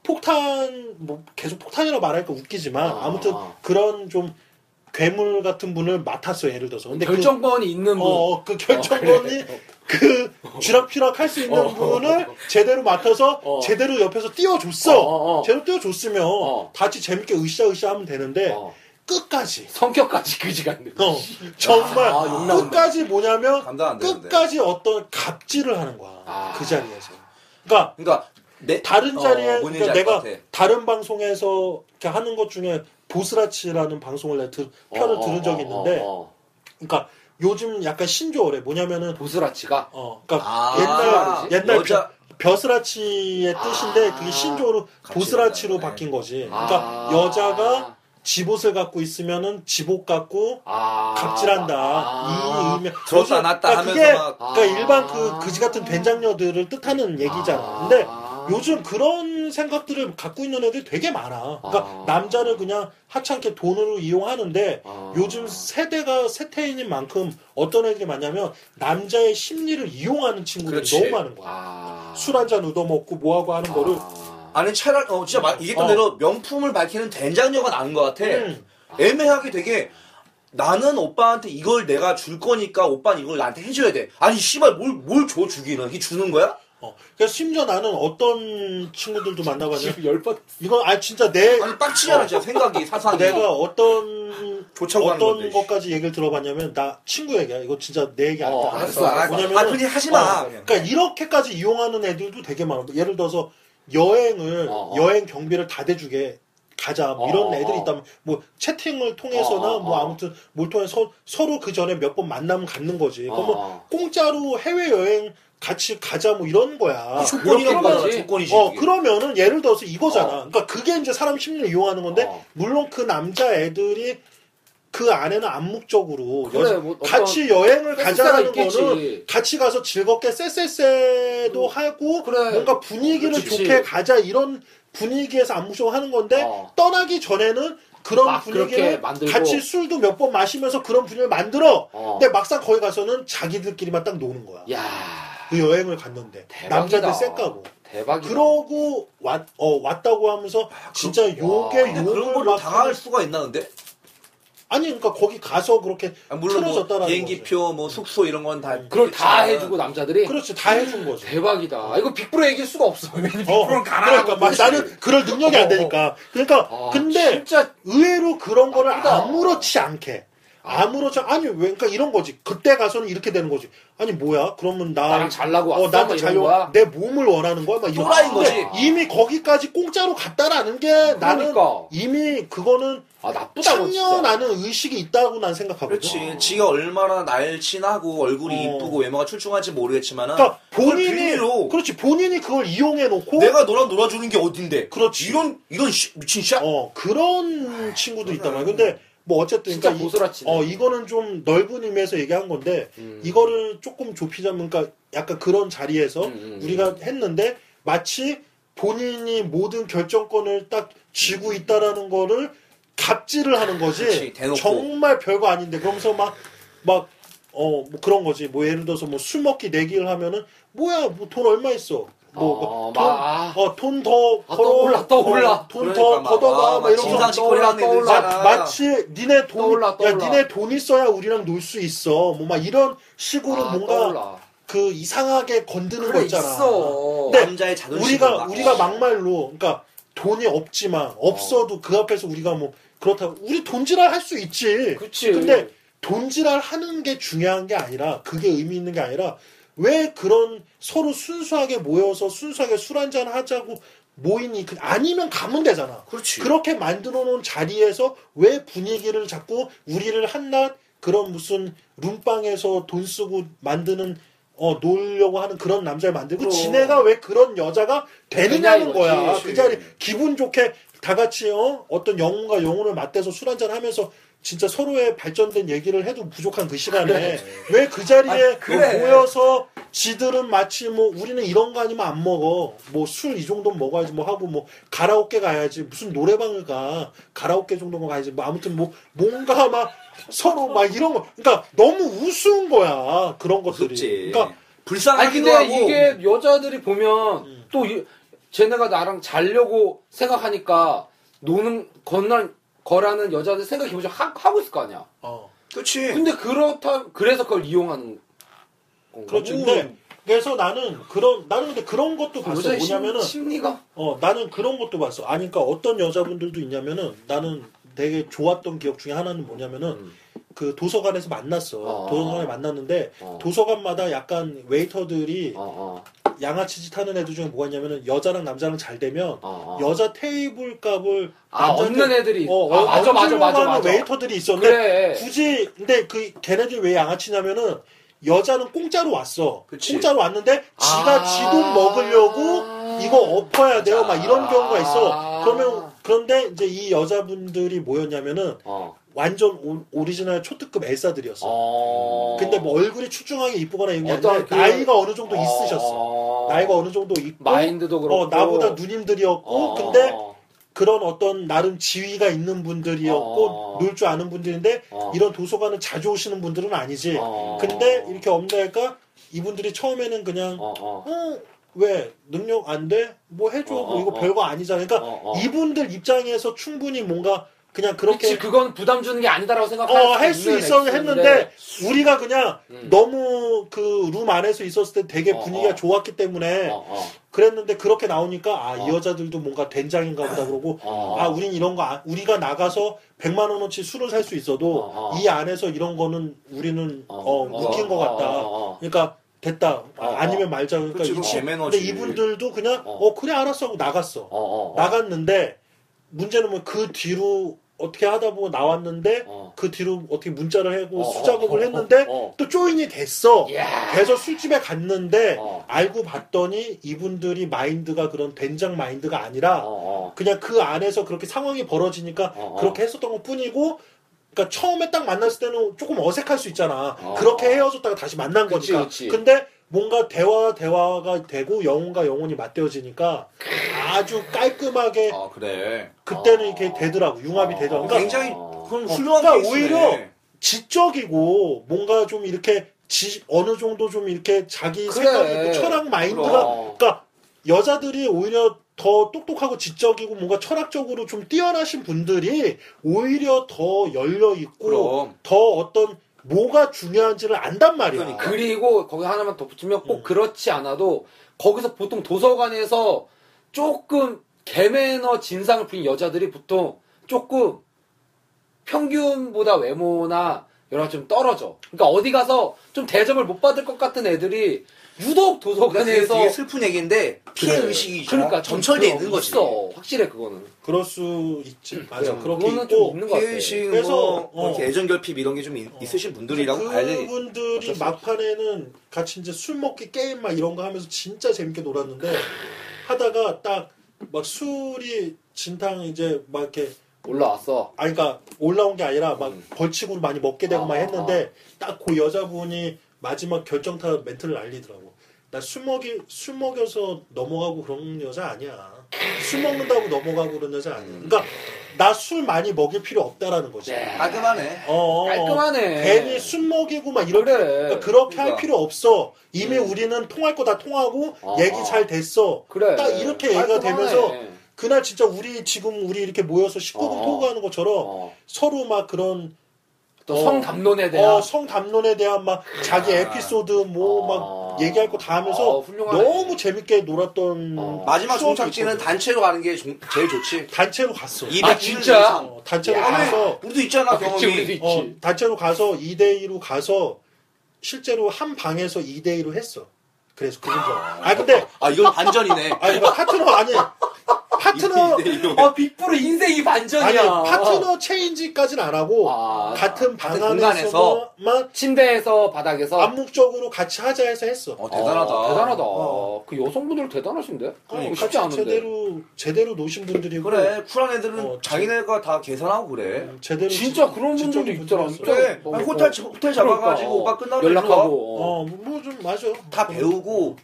Speaker 1: 폭탄 뭐 계속 폭탄이라고 말하니까 웃기지만
Speaker 3: 아.
Speaker 1: 아무튼 그런 좀 괴물 같은 분을 맡았어 예를 들어서 근데 그
Speaker 3: 결정권이 있는 분.
Speaker 1: 어, 그 결정권이 그 쥐락펴락 할 수 있는
Speaker 3: 어.
Speaker 1: 분을 제대로 맡아서
Speaker 3: 어.
Speaker 1: 제대로 옆에서 띄워줬어.
Speaker 3: 어, 어, 어.
Speaker 1: 제대로 띄워줬으면
Speaker 3: 어.
Speaker 1: 같이 재밌게 으쌰으쌰 하면 되는데
Speaker 3: 어.
Speaker 1: 끝까지.
Speaker 3: 성격까지 그지같네.
Speaker 1: 어, 정말
Speaker 3: 아, 욕 나온다. 네,
Speaker 1: 끝까지 뭐냐면
Speaker 2: 감당 안 되는데.
Speaker 1: 끝까지 어떤 갑질을 하는 거야.
Speaker 3: 아.
Speaker 1: 그 자리에서. 그러니까
Speaker 2: 그러니까 내
Speaker 1: 다른
Speaker 2: 어,
Speaker 1: 자리에
Speaker 2: 뭔
Speaker 1: 그러니까
Speaker 2: 얘기인지
Speaker 1: 내가
Speaker 2: 알것 같아.
Speaker 1: 다른 방송에서 이렇게 하는 것 중에 보스라치라는 방송을 내가 들, 편을
Speaker 3: 어, 어,
Speaker 1: 그 들은 적이
Speaker 3: 어,
Speaker 1: 있는데
Speaker 3: 어, 어.
Speaker 1: 그러니까 요즘 약간 신조어래 뭐냐면은
Speaker 3: 보스라치가
Speaker 1: 어, 그러니까
Speaker 2: 아,
Speaker 1: 옛날 옛날
Speaker 2: 여자-
Speaker 1: 벼, 스라치의 뜻인데
Speaker 3: 아,
Speaker 1: 그게 신조어로
Speaker 2: 같이
Speaker 1: 보스라치로
Speaker 2: 된다네.
Speaker 1: 바뀐 거지.
Speaker 3: 아.
Speaker 1: 그러니까 여자가 집옷을 갖고 있으면은 집옷 갖고
Speaker 3: 아,
Speaker 1: 갑질한다.
Speaker 3: 아.
Speaker 1: 이 의미.
Speaker 2: 들었다 놨다
Speaker 1: 그러니까
Speaker 2: 하면서
Speaker 1: 그게
Speaker 2: 막-
Speaker 1: 그러니까
Speaker 3: 아.
Speaker 1: 일반 그 그지 같은 된장녀들을 뜻하는 얘기잖아. 근데
Speaker 3: 아.
Speaker 1: 요즘 그런 생각들을 갖고 있는 애들이 되게 많아. 그러니까
Speaker 3: 아.
Speaker 1: 남자를 그냥 하찮게 돈으로 이용하는데
Speaker 3: 아.
Speaker 1: 요즘 세대가 세태인인 만큼 어떤 애들이 많냐면 남자의 심리를 이용하는 친구들이
Speaker 2: 그렇지.
Speaker 1: 너무 많은 거야.
Speaker 3: 아.
Speaker 1: 술 한 잔 얻어먹고 뭐하고 하는 거를
Speaker 3: 아.
Speaker 2: 아니 차라리 어 진짜 말 얘기했던
Speaker 1: 어.
Speaker 2: 대로 명품을 밝히는 된장녀가 나은 것 같아
Speaker 1: 음.
Speaker 2: 애매하게 되게 나는 오빠한테 이걸 내가 줄 거니까 오빠는 이걸 나한테 해줘야 돼 아니 씨발 뭘 뭘 줘 주기는 이게 주는 거야?
Speaker 1: 어. 그래서 심지어 나는 어떤 친구들도 만나봤냐
Speaker 3: 지금 열받.
Speaker 1: 이건 아 진짜 내
Speaker 2: 아니 빡치잖아 진짜 생각이 사상이
Speaker 1: 내가 어떤
Speaker 2: 좋자고 하는
Speaker 1: 어떤
Speaker 2: 건데.
Speaker 1: 것까지 얘기를 들어봤냐면 나 친구 얘기야 이거 진짜 내 얘기 아니다
Speaker 3: 어, 알았어, 알았어.
Speaker 1: 뭐냐면은-
Speaker 2: 아 그냥 하지마
Speaker 1: 어, 그러니까 이렇게까지 이용하는 애들도 되게 많아. 예를 들어서 여행을
Speaker 3: 어, 어.
Speaker 1: 여행 경비를 다 대주게 가자 뭐 이런
Speaker 3: 어, 어,
Speaker 1: 애들이
Speaker 3: 어.
Speaker 1: 있다면 뭐 채팅을 통해서나
Speaker 3: 어, 어,
Speaker 1: 뭐
Speaker 3: 어.
Speaker 1: 아무튼 뭘 통해 서 서로 그 전에 몇 번 만남 갖는 거지.
Speaker 3: 어,
Speaker 1: 네, 그러면
Speaker 3: 어.
Speaker 1: 공짜로 해외 여행 같이 가자 뭐 이런
Speaker 3: 아,
Speaker 1: 거야.
Speaker 2: 조건이라고
Speaker 3: 그렇게까지?
Speaker 2: 하잖아 조건이지 뭐
Speaker 1: 어
Speaker 2: 이게.
Speaker 1: 그러면은 예를 들어서 이거잖아.
Speaker 3: 어.
Speaker 1: 그러니까 그게 이제 사람 심리를 이용하는 건데
Speaker 3: 어.
Speaker 1: 물론 그 남자 애들이 그 안에는 암묵적으로
Speaker 3: 그래,
Speaker 1: 여-
Speaker 3: 뭐 어떤
Speaker 1: 같이 여행을
Speaker 3: 셀세가
Speaker 1: 가자라는
Speaker 3: 있겠지. 음.
Speaker 1: 거는 같이 가서 즐겁게 쎄쎄쎄도 하고
Speaker 3: 그래.
Speaker 1: 뭔가 분위기를
Speaker 3: 그렇지.
Speaker 1: 좋게 가자 이런 분위기에서 암묵적으로 하는 건데
Speaker 3: 어.
Speaker 1: 떠나기 전에는 그런
Speaker 3: 막 그렇게
Speaker 1: 분위기를
Speaker 3: 만들고.
Speaker 1: 같이 술도 몇 번 마시면서 그런 분위기를 만들어.
Speaker 3: 어.
Speaker 1: 근데 막상 거기 가서는 자기들끼리만 딱 노는 거야.
Speaker 3: 야
Speaker 1: 그 여행을 갔는데
Speaker 3: 대박이다.
Speaker 1: 남자들 쎄까고
Speaker 3: 대박이다.
Speaker 1: 그러고 왔, 어, 왔다고 하면서 진짜
Speaker 3: 와.
Speaker 1: 요게
Speaker 2: 근데
Speaker 1: 요를
Speaker 2: 그런 걸로
Speaker 1: 막
Speaker 2: 당할 수가 있나 근데?
Speaker 1: 아니 그러니까 거기 가서 그렇게
Speaker 2: 아, 물론 뭐
Speaker 1: 틀어졌다라는 음, 거지.
Speaker 2: 비행기표 뭐 숙소 이런 건 다
Speaker 3: 그걸 다 해주고 남자들이
Speaker 1: 그렇지 다 해준 거지.
Speaker 3: 대박이다. 이거 빅브로 얘기할 수가 없어.
Speaker 1: 어,
Speaker 3: 빅브로 음, 가라.
Speaker 1: 그러니까 막 나는 그럴 능력이 안 되니까. 그러니까
Speaker 3: 아,
Speaker 1: 근데
Speaker 3: 진짜
Speaker 1: 의외로 그런 거를
Speaker 3: 나쁘다.
Speaker 1: 아무렇지 않게 아무렇지 않- 아니 왜 그러니까 이런 거지. 그때 가서는 이렇게 되는 거지. 아니 뭐야? 그러면 나
Speaker 3: 나랑 잘라고 왔어?
Speaker 1: 어, 나한테
Speaker 3: 막 이런
Speaker 1: 잘려
Speaker 3: 거야?
Speaker 1: 내 몸을 원하는 거야. 막 이런
Speaker 2: 또라이인
Speaker 1: 근데
Speaker 2: 거지.
Speaker 1: 이미 거기까지 공짜로 갔다라는 게 나는
Speaker 3: 그러니까.
Speaker 1: 이미 그거는
Speaker 3: 아 나쁘다고 진짜.
Speaker 1: 참여라는 의식이 있다고 난 생각하거든.
Speaker 2: 그렇지. 지가 얼마나 날씬하고 얼굴이
Speaker 1: 어.
Speaker 2: 이쁘고 외모가 출중한지 모르겠지만은
Speaker 1: 그러니까
Speaker 2: 그걸
Speaker 1: 본인이
Speaker 2: 빌미로
Speaker 1: 그렇지 본인이 그걸 이용해 놓고
Speaker 2: 내가 너랑 놀아주는 게 어딘데?
Speaker 1: 그렇지.
Speaker 2: 이런 이런 씨- 미친 샷.
Speaker 1: 어 그런 친구도 있단 말이야. 근데 뭐 어쨌든
Speaker 3: 진짜
Speaker 1: 그러니까 이-
Speaker 3: 고스라치네.
Speaker 1: 어 이거는 좀 넓은 의미에서 얘기한 건데
Speaker 3: 음.
Speaker 1: 이거를 조금 좁히자면 그러니까 약간 그런 자리에서
Speaker 3: 음, 음,
Speaker 1: 우리가 했는데 마치 본인이 모든 결정권을 딱 쥐고 있다라는 거를 갑질을 하는 거지.
Speaker 2: 그치, 대놓고.
Speaker 1: 정말 별거 아닌데 그러면서 막막 어, 뭐 그런 거지. 뭐 예를 들어서 뭐 술 먹기 내기를 하면은 뭐야, 뭐 돈 얼마 있어?
Speaker 3: 아,
Speaker 1: 뭐 돈,
Speaker 3: 막, 아.
Speaker 1: 어, 돈 더
Speaker 3: 아,
Speaker 1: 걸어.
Speaker 3: 떠올라, 떠올라.
Speaker 1: 어, 돈더
Speaker 2: 그러니까 막,
Speaker 1: 걷어가,
Speaker 2: 아,
Speaker 1: 막 이런 거.
Speaker 2: 진상 짓거리
Speaker 3: 떠올라,
Speaker 2: 하는 애들
Speaker 3: 떠올라.
Speaker 2: 있잖아.
Speaker 1: 마, 치 니네 돈
Speaker 3: 떠올라,
Speaker 1: 야
Speaker 3: 떠올라.
Speaker 1: 니네 돈 있어야 우리랑 놀 수 있어 뭐 막 이런 식으로
Speaker 3: 아,
Speaker 1: 뭔가
Speaker 3: 떠올라.
Speaker 1: 그 이상하게 건드는 거
Speaker 3: 그래
Speaker 1: 있잖아
Speaker 3: 있어.
Speaker 1: 네.
Speaker 2: 남자의 자존심.
Speaker 1: 우리가 우리가 막말로 그러니까 돈이 없지만 없어도 그 앞에서 우리가 뭐 그렇다고 우리 돈지랄 할 수 있지
Speaker 3: 그치.
Speaker 1: 네. 근데 돈지랄 하는 게 중요한 게 아니라 그게 의미 있는 게 아니라 왜 그런 서로 순수하게 모여서 순수하게 술 한잔 하자고 모이니 그- 아니면 가면 되잖아
Speaker 2: 그렇지.
Speaker 1: 그렇게 만들어 놓은 자리에서 왜 분위기를 자꾸 우리를 한낱 그런 무슨 룸빵에서 돈 쓰고 만드는 어 놀려고 하는 그런 남자를 만들고
Speaker 2: 그럼.
Speaker 1: 지네가 왜 그런 여자가 되느냐는
Speaker 3: 되냐 이거지.
Speaker 1: 거야 그 자리 기분 좋게 다 같이 어 어떤 영혼과 영혼을 맞대서 술 한잔 하면서 진짜 서로의 발전된 얘기를 해도 부족한 그 시간에 왜 그 자리에
Speaker 2: 네. 아, 그래.
Speaker 1: 모여서 지들은 마치 뭐 우리는 이런 거 아니면 안 먹어 뭐 술 이 정도는 먹어야지 뭐 하고 뭐 가라오케 가야지 무슨 노래방을 가 가라오케 정도는 가야지 뭐 아무튼 뭐 뭔가 막 서로 막 이런 거 그러니까 너무 우스운 거야 그런 것들이
Speaker 2: 그렇지.
Speaker 1: 그러니까 음.
Speaker 3: 아니
Speaker 2: 불쌍하기도
Speaker 3: 근데
Speaker 2: 하고.
Speaker 3: 이게 여자들이 보면 또 이- 쟤네가 나랑 자려고 생각하니까 노는 건날 거라는 여자들 생각해 보자 하고 있을 거 아니야.
Speaker 1: 어
Speaker 2: 그렇지.
Speaker 3: 근데 그렇다 그래서 그걸 이용하는 건가? 뭐,
Speaker 1: 그렇지 그렇죠. 근데 그래서 나는 그런 나는 근데 그런 것도 봤어
Speaker 3: 여자의
Speaker 1: 뭐냐면은
Speaker 3: 심, 리가
Speaker 1: 어, 나는 그런 것도 봤어. 아니, 그러니까 어떤 여자분들도 있냐면은 나는 되게 좋았던 기억 중에 하나는 뭐냐면은 그 도서관에서 만났어.
Speaker 3: 어.
Speaker 1: 도서관에 만났는데
Speaker 3: 어.
Speaker 1: 도서관마다 약간 웨이터들이
Speaker 3: 어어어
Speaker 1: 양아치짓 하는 애들 중에 뭐가 있냐면은 여자랑 남자랑 잘 되면
Speaker 3: 어, 어.
Speaker 1: 여자 테이블 값을
Speaker 3: 아
Speaker 1: 남자들-
Speaker 3: 얻는 애들이
Speaker 1: 어,
Speaker 3: 아,
Speaker 1: 어,
Speaker 3: 맞아 맞아 맞아
Speaker 1: 얻으려고 하는
Speaker 3: 맞아
Speaker 1: 웨이터들이 있었는데
Speaker 3: 그래
Speaker 1: 굳이 근데 그 걔네들 왜 양아치냐면은 여자는 공짜로 왔어.
Speaker 2: 그치.
Speaker 1: 공짜로 왔는데 지가
Speaker 3: 아.
Speaker 1: 지돈 먹으려고 이거 엎어야 돼요. 막 이런 경우가 있어.
Speaker 3: 아.
Speaker 1: 그러면 그런데 이제 이 여자분들이 뭐였냐면은
Speaker 3: 어.
Speaker 1: 완전 오- 오리지널 초특급 엘사들이었어.
Speaker 3: 어.
Speaker 1: 근데 뭐 얼굴이 출중하게 이쁘거나 이런 게
Speaker 3: 어떤
Speaker 1: 아니라
Speaker 3: 그-
Speaker 1: 나이가 어느 정도
Speaker 3: 어.
Speaker 1: 있으셨어. 나이가 어느 정도 있고
Speaker 3: 마인드도 그렇고
Speaker 1: 어, 나보다 누님들이었고
Speaker 3: 어.
Speaker 1: 근데 그런 어떤 나름 지위가 있는 분들이었고
Speaker 3: 어.
Speaker 1: 놀 줄 아는 분들인데
Speaker 3: 어.
Speaker 1: 이런 도서관을 자주 오시는 분들은 아니지.
Speaker 3: 어.
Speaker 1: 근데 이렇게 엄다니까 이분들이 처음에는 그냥
Speaker 3: 어, 어.
Speaker 1: 어, 왜 능력 안 돼? 뭐 해줘?
Speaker 3: 어,
Speaker 1: 뭐
Speaker 3: 어,
Speaker 1: 이거
Speaker 3: 어.
Speaker 1: 별거 아니잖아. 그러니까
Speaker 3: 어, 어.
Speaker 1: 이분들 입장에서 충분히 뭔가 그냥
Speaker 3: 그렇지
Speaker 1: 그렇게
Speaker 3: 그건 부담 주는 게 아니다라고 생각할
Speaker 1: 어, 할 수
Speaker 3: 있는
Speaker 1: 있어
Speaker 3: 액션인데.
Speaker 1: 했는데 우리가 그냥
Speaker 3: 음.
Speaker 1: 너무 그 룸 안에서 있었을 때 되게
Speaker 3: 어,
Speaker 1: 분위기가
Speaker 3: 어.
Speaker 1: 좋았기 때문에
Speaker 3: 어, 어.
Speaker 1: 그랬는데 그렇게 나오니까 아 이
Speaker 3: 어.
Speaker 1: 여자들도 뭔가 된장인가 보다 그러고
Speaker 3: 어.
Speaker 1: 아 우린 이런 거 안- 우리가 나가서 100만 원어치 술을 살 수 있어도
Speaker 3: 어, 어.
Speaker 1: 이 안에서 이런 거는 우리는
Speaker 3: 어,
Speaker 1: 어,
Speaker 3: 어,
Speaker 1: 느낀 것
Speaker 3: 어,
Speaker 1: 같다
Speaker 3: 어, 어.
Speaker 1: 그러니까 됐다 아,
Speaker 3: 어, 어.
Speaker 1: 아니면 말자 그러니까
Speaker 2: 그치,
Speaker 1: 이-
Speaker 2: 그거
Speaker 1: 근데
Speaker 2: 제매너지.
Speaker 1: 이분들도 그냥 어,
Speaker 3: 어.
Speaker 1: 그래 알았어 하고 나갔어
Speaker 3: 어, 어, 어.
Speaker 1: 나갔는데 문제는 뭐 그 뒤로 어떻게 하다 보고 나왔는데
Speaker 3: 어.
Speaker 1: 그 뒤로 어떻게 문자를 하고
Speaker 3: 어, 어,
Speaker 1: 뭐 수작업을
Speaker 3: 어, 어,
Speaker 1: 했는데
Speaker 3: 어.
Speaker 1: 또 조인이 됐어
Speaker 3: 이야.
Speaker 1: 그래서 술집에 갔는데
Speaker 3: 어.
Speaker 1: 알고 봤더니 이분들이 마인드가 그런 된장 마인드가 아니라
Speaker 3: 어, 어.
Speaker 1: 그냥 그 안에서 그렇게 상황이 벌어지니까
Speaker 3: 어, 어.
Speaker 1: 그렇게 했었던 것 뿐이고 그러니까 처음에 딱 만났을 때는 조금 어색할 수 있잖아
Speaker 3: 어.
Speaker 1: 그렇게 헤어졌다가 다시 만난
Speaker 3: 그치,
Speaker 1: 거니까
Speaker 3: 그치.
Speaker 1: 근데 뭔가 대화 대화가 되고 영혼과 영혼이 맞대어지니까 아주 깔끔하게
Speaker 3: 어.
Speaker 2: 아 그래.
Speaker 1: 그때는
Speaker 3: 아.
Speaker 1: 이렇게 되더라고 융합이
Speaker 3: 아.
Speaker 1: 되더라고. 그러니까
Speaker 2: 굉장히 그건
Speaker 1: 어,
Speaker 2: 훌륭한
Speaker 1: 그러니까
Speaker 2: 케이스네.
Speaker 1: 오히려 지적이고 뭔가 좀 이렇게 지- 어느 정도 좀 이렇게 자기
Speaker 2: 그래.
Speaker 1: 생각 있고 철학 마인드가
Speaker 3: 그럼.
Speaker 1: 그러니까 여자들이 오히려 더 똑똑하고 지적이고 뭔가 철학적으로 좀 뛰어나신 분들이 오히려 더 열려 있고
Speaker 2: 그럼.
Speaker 1: 더 어떤 뭐가 중요한지를 안단 말이야. 아,
Speaker 2: 그러니까.
Speaker 3: 그리고 거기 하나만 덧붙이면 꼭 그렇지 않아도 거기서 보통 도서관에서 조금 개매너 진상을 부린 여자들이 보통 조금 평균보다 외모나 여러 가지 좀 떨어져. 그러니까 어디 가서 좀 대접을 못 받을 것 같은 애들이 유독
Speaker 2: 그러니까 그래서 되게
Speaker 3: 도서관에서
Speaker 2: 슬픈 얘기인데 피해
Speaker 1: 그래.
Speaker 2: 의식이
Speaker 3: 그러니까
Speaker 2: 점철돼
Speaker 3: 좀
Speaker 2: 있는
Speaker 3: 그런
Speaker 2: 거지.
Speaker 3: 있어. 확실해 그거는.
Speaker 1: 그럴 수 있지. 맞아.
Speaker 3: 그래,
Speaker 1: 그렇게
Speaker 3: 그거는 좀
Speaker 1: 있고
Speaker 3: 있는 것 같아.
Speaker 2: 피해 의식
Speaker 1: 그래서,
Speaker 2: 뭐, 뭐
Speaker 1: 어. 네,
Speaker 2: 이렇게 애정 결핍 이런 게 좀 있으신 분들이라고 봐야 되지.
Speaker 1: 그분들이 막판에는 같이 이제 술 먹기 게임 막 이런 거 하면서 진짜 재밌게 놀았는데 하다가 딱 막 술이 진탕 이제 막 이렇게
Speaker 3: 올라왔어.
Speaker 1: 아니 그러니까 올라온 게 아니라 막 벌칙으로 많이 먹게 되고
Speaker 3: 아,
Speaker 1: 막 했는데 딱 그 여자분이 마지막 결정타 멘트를 날리더라고. 나 술 먹이 술 먹여서 넘어가고 그런 여자 아니야. 술 먹는다고 넘어가고 그런 여자 아니야. 그러니까 나 술 많이 먹일 필요 없다라는 거지.
Speaker 3: 네.
Speaker 2: 깔끔하네.
Speaker 1: 어, 어, 어.
Speaker 3: 깔끔하네.
Speaker 1: 괜히 술 먹이고 막 이런
Speaker 3: 그래.
Speaker 1: 그러니까 그렇게
Speaker 2: 그러니까.
Speaker 1: 할 필요 없어. 이미 우리는 통할 거 다 통하고
Speaker 3: 아.
Speaker 1: 얘기 잘 됐어.
Speaker 3: 그래.
Speaker 1: 딱 이렇게 얘기가
Speaker 3: 깔끔하네.
Speaker 1: 되면서 그날 진짜 우리 지금 우리 이렇게 모여서 19금
Speaker 3: 어.
Speaker 1: 토크하는 것처럼
Speaker 3: 어.
Speaker 1: 서로 막 그런
Speaker 3: 또
Speaker 1: 어.
Speaker 3: 성담론에 대한
Speaker 1: 어, 성담론에 대한 막 자기
Speaker 2: 아.
Speaker 1: 에피소드 뭐 막
Speaker 3: 아.
Speaker 1: 얘기할 거 다 하면서
Speaker 3: 어, 훌륭하네.
Speaker 1: 너무 재밌게 놀았던
Speaker 3: 어.
Speaker 2: 마지막
Speaker 1: 추억이
Speaker 2: 종착지는
Speaker 1: 있거든.
Speaker 2: 단체로 가는 게 종- 제일 좋지.
Speaker 1: 단체로 갔어.
Speaker 2: 이-
Speaker 3: 아 진짜?
Speaker 1: 어, 단체로
Speaker 3: 야.
Speaker 1: 가서
Speaker 2: 아, 우리도 있잖아
Speaker 3: 아, 그치, 우리도
Speaker 2: 경험이.
Speaker 3: 있지.
Speaker 1: 어, 단체로 가서 2대2로 가서 실제로 한 방에서 2대2로 했어. 그래서 그분 좀. 아, 근데,
Speaker 2: 아 이건 반전이네.
Speaker 1: 아니, 뭐 파트너, 아니, 파트너,
Speaker 2: 이- 이- 이-
Speaker 3: 아 빅브로 인생이
Speaker 1: 어. 아니,
Speaker 3: 반전이야.
Speaker 1: 파트너 체인지까지는 안 하고,
Speaker 3: 아,
Speaker 1: 같은 방
Speaker 2: 같은
Speaker 1: 안에서만
Speaker 3: 침대에서 바닥에서
Speaker 1: 암묵적으로 같이 하자 해서 했어.
Speaker 2: 어, 대단하다.
Speaker 3: 어, 대단하다.
Speaker 1: 어.
Speaker 3: 그 여성분들 대단하신데?
Speaker 1: 어,
Speaker 3: 이거
Speaker 1: 같이
Speaker 3: 쉽지 않은데.
Speaker 1: 제대로, 제대로 노신 분들이고,
Speaker 2: 그래 쿨한 애들은
Speaker 1: 어,
Speaker 2: 자기네가 다 계산하고 그래.
Speaker 1: 음, 제대로.
Speaker 3: 진짜 그런
Speaker 1: 진짜 그런
Speaker 3: 분들도 있더라.
Speaker 1: 분들이
Speaker 3: 진짜.
Speaker 2: 그래
Speaker 3: 어,
Speaker 2: 아니,
Speaker 3: 어.
Speaker 2: 호텔 호텔 잡아가지고 오빠 끝나고 일로 와.
Speaker 3: 그러니까. 연락하고. 어.
Speaker 1: 어, 뭐 좀 맞아.
Speaker 2: 다 배우고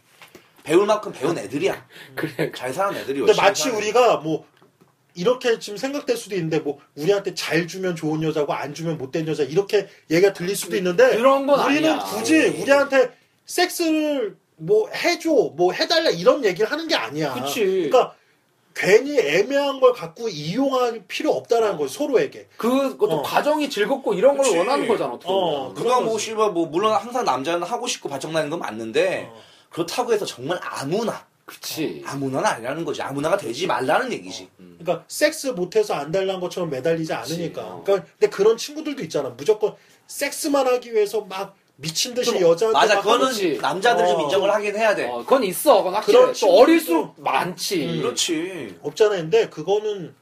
Speaker 2: 배울 만큼 배운 애들이야.
Speaker 1: 네,
Speaker 3: 그래.
Speaker 2: 잘 사는 애들이.
Speaker 1: 근데
Speaker 2: 열심히
Speaker 1: 마치
Speaker 2: 사는
Speaker 1: 우리가 뭐 이렇게 지금 생각될 수도 있는데 뭐 우리한테 잘 주면 좋은 여자고 안 주면 못된 여자 이렇게 얘기가 들릴 수도 있는데
Speaker 3: 그런 건
Speaker 1: 우리는
Speaker 3: 아니야. 예.
Speaker 1: 굳이 우리한테 섹스를 뭐 해줘 뭐 해달라 이런 얘기를 하는 게 아니야.
Speaker 3: 그치.
Speaker 1: 그러니까 괜히 애매한 걸 갖고 이용할 필요 없다라는 거지 서로에게.
Speaker 3: 그, 것도
Speaker 1: 어.
Speaker 3: 과정이 즐겁고 이런 걸
Speaker 2: 그치.
Speaker 3: 원하는 거잖아, 어떻게 보면.
Speaker 1: 어.
Speaker 2: 누가
Speaker 1: 그런
Speaker 2: 뭐
Speaker 1: 거지.
Speaker 2: 씨발 뭐 물론 항상 남자는 하고 싶고 바정나는 건
Speaker 3: 예.
Speaker 2: 맞는데
Speaker 1: 어.
Speaker 2: 그렇다고 해서 정말 아무나
Speaker 3: 그치.
Speaker 2: 아무나는 아니라는 거지 아무나가 되지 말라는 얘기지
Speaker 3: 어, 음.
Speaker 1: 그러니까 섹스 못해서 안 달란 것처럼 매달리지 않으니까.
Speaker 3: 그치.
Speaker 1: 그러니까 근데 그런 친구들도 있잖아. 무조건 섹스만 하기 위해서 막 미친 듯이
Speaker 2: 좀-
Speaker 1: 여자한테
Speaker 2: 맞아
Speaker 1: 막
Speaker 2: 그거는
Speaker 3: 하는지.
Speaker 2: 남자들은 좀
Speaker 1: 어.
Speaker 2: 인정을 하긴 해야 돼
Speaker 3: 어, 그건 있어. 그건 확실해.
Speaker 1: 그런
Speaker 3: 또
Speaker 1: 친구들도-
Speaker 3: 어릴수록 많지.
Speaker 1: 음.
Speaker 2: 그렇지
Speaker 1: 없잖아. 근데 그거는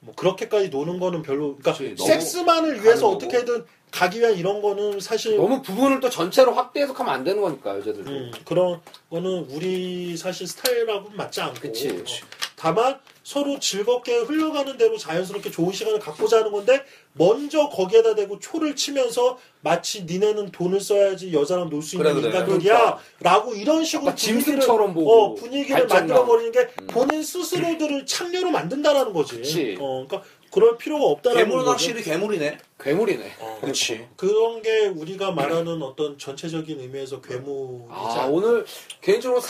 Speaker 1: 뭐 그렇게까지 노는 거는 별로. 그러니까
Speaker 2: 그치, 너무
Speaker 1: 섹스만을 위해서
Speaker 2: 가는 거고.
Speaker 1: 어떻게든 가기 위한 이런 거는 사실
Speaker 3: 너무 부분을 또 전체로 확대 해석하면 안 되는 거니까, 여자들도.
Speaker 1: 음, 그런 거는 우리 사실 스타일하고는 맞지 않고.
Speaker 3: 그치,
Speaker 1: 어,
Speaker 3: 그치.
Speaker 1: 다만 서로 즐겁게 흘러가는 대로 자연스럽게 좋은 시간을 갖고자 하는 건데 먼저 거기에다 대고 초를 치면서 마치 니네는 돈을 써야지 여자랑 놀 수 있는
Speaker 2: 그래, 그래.
Speaker 1: 인간들이야라고 이런 식으로
Speaker 3: 약간 그러니까. 짐승처럼 보고
Speaker 1: 어, 분위기를
Speaker 3: 발전감.
Speaker 1: 만들어 버리는 게 본인 스스로들을 창녀로 만든다라는 거지.
Speaker 3: 그치.
Speaker 1: 어, 그러니까 그럴 필요가 없다라는
Speaker 2: 괴물은
Speaker 1: 거죠.
Speaker 2: 확실히 괴물이네
Speaker 3: 괴물이네.
Speaker 1: 어,
Speaker 2: 그렇지
Speaker 1: 그런 게 우리가 말하는 어떤 전체적인 의미에서 괴물이지
Speaker 3: 아,
Speaker 1: 않나.
Speaker 3: 오늘 개인적으로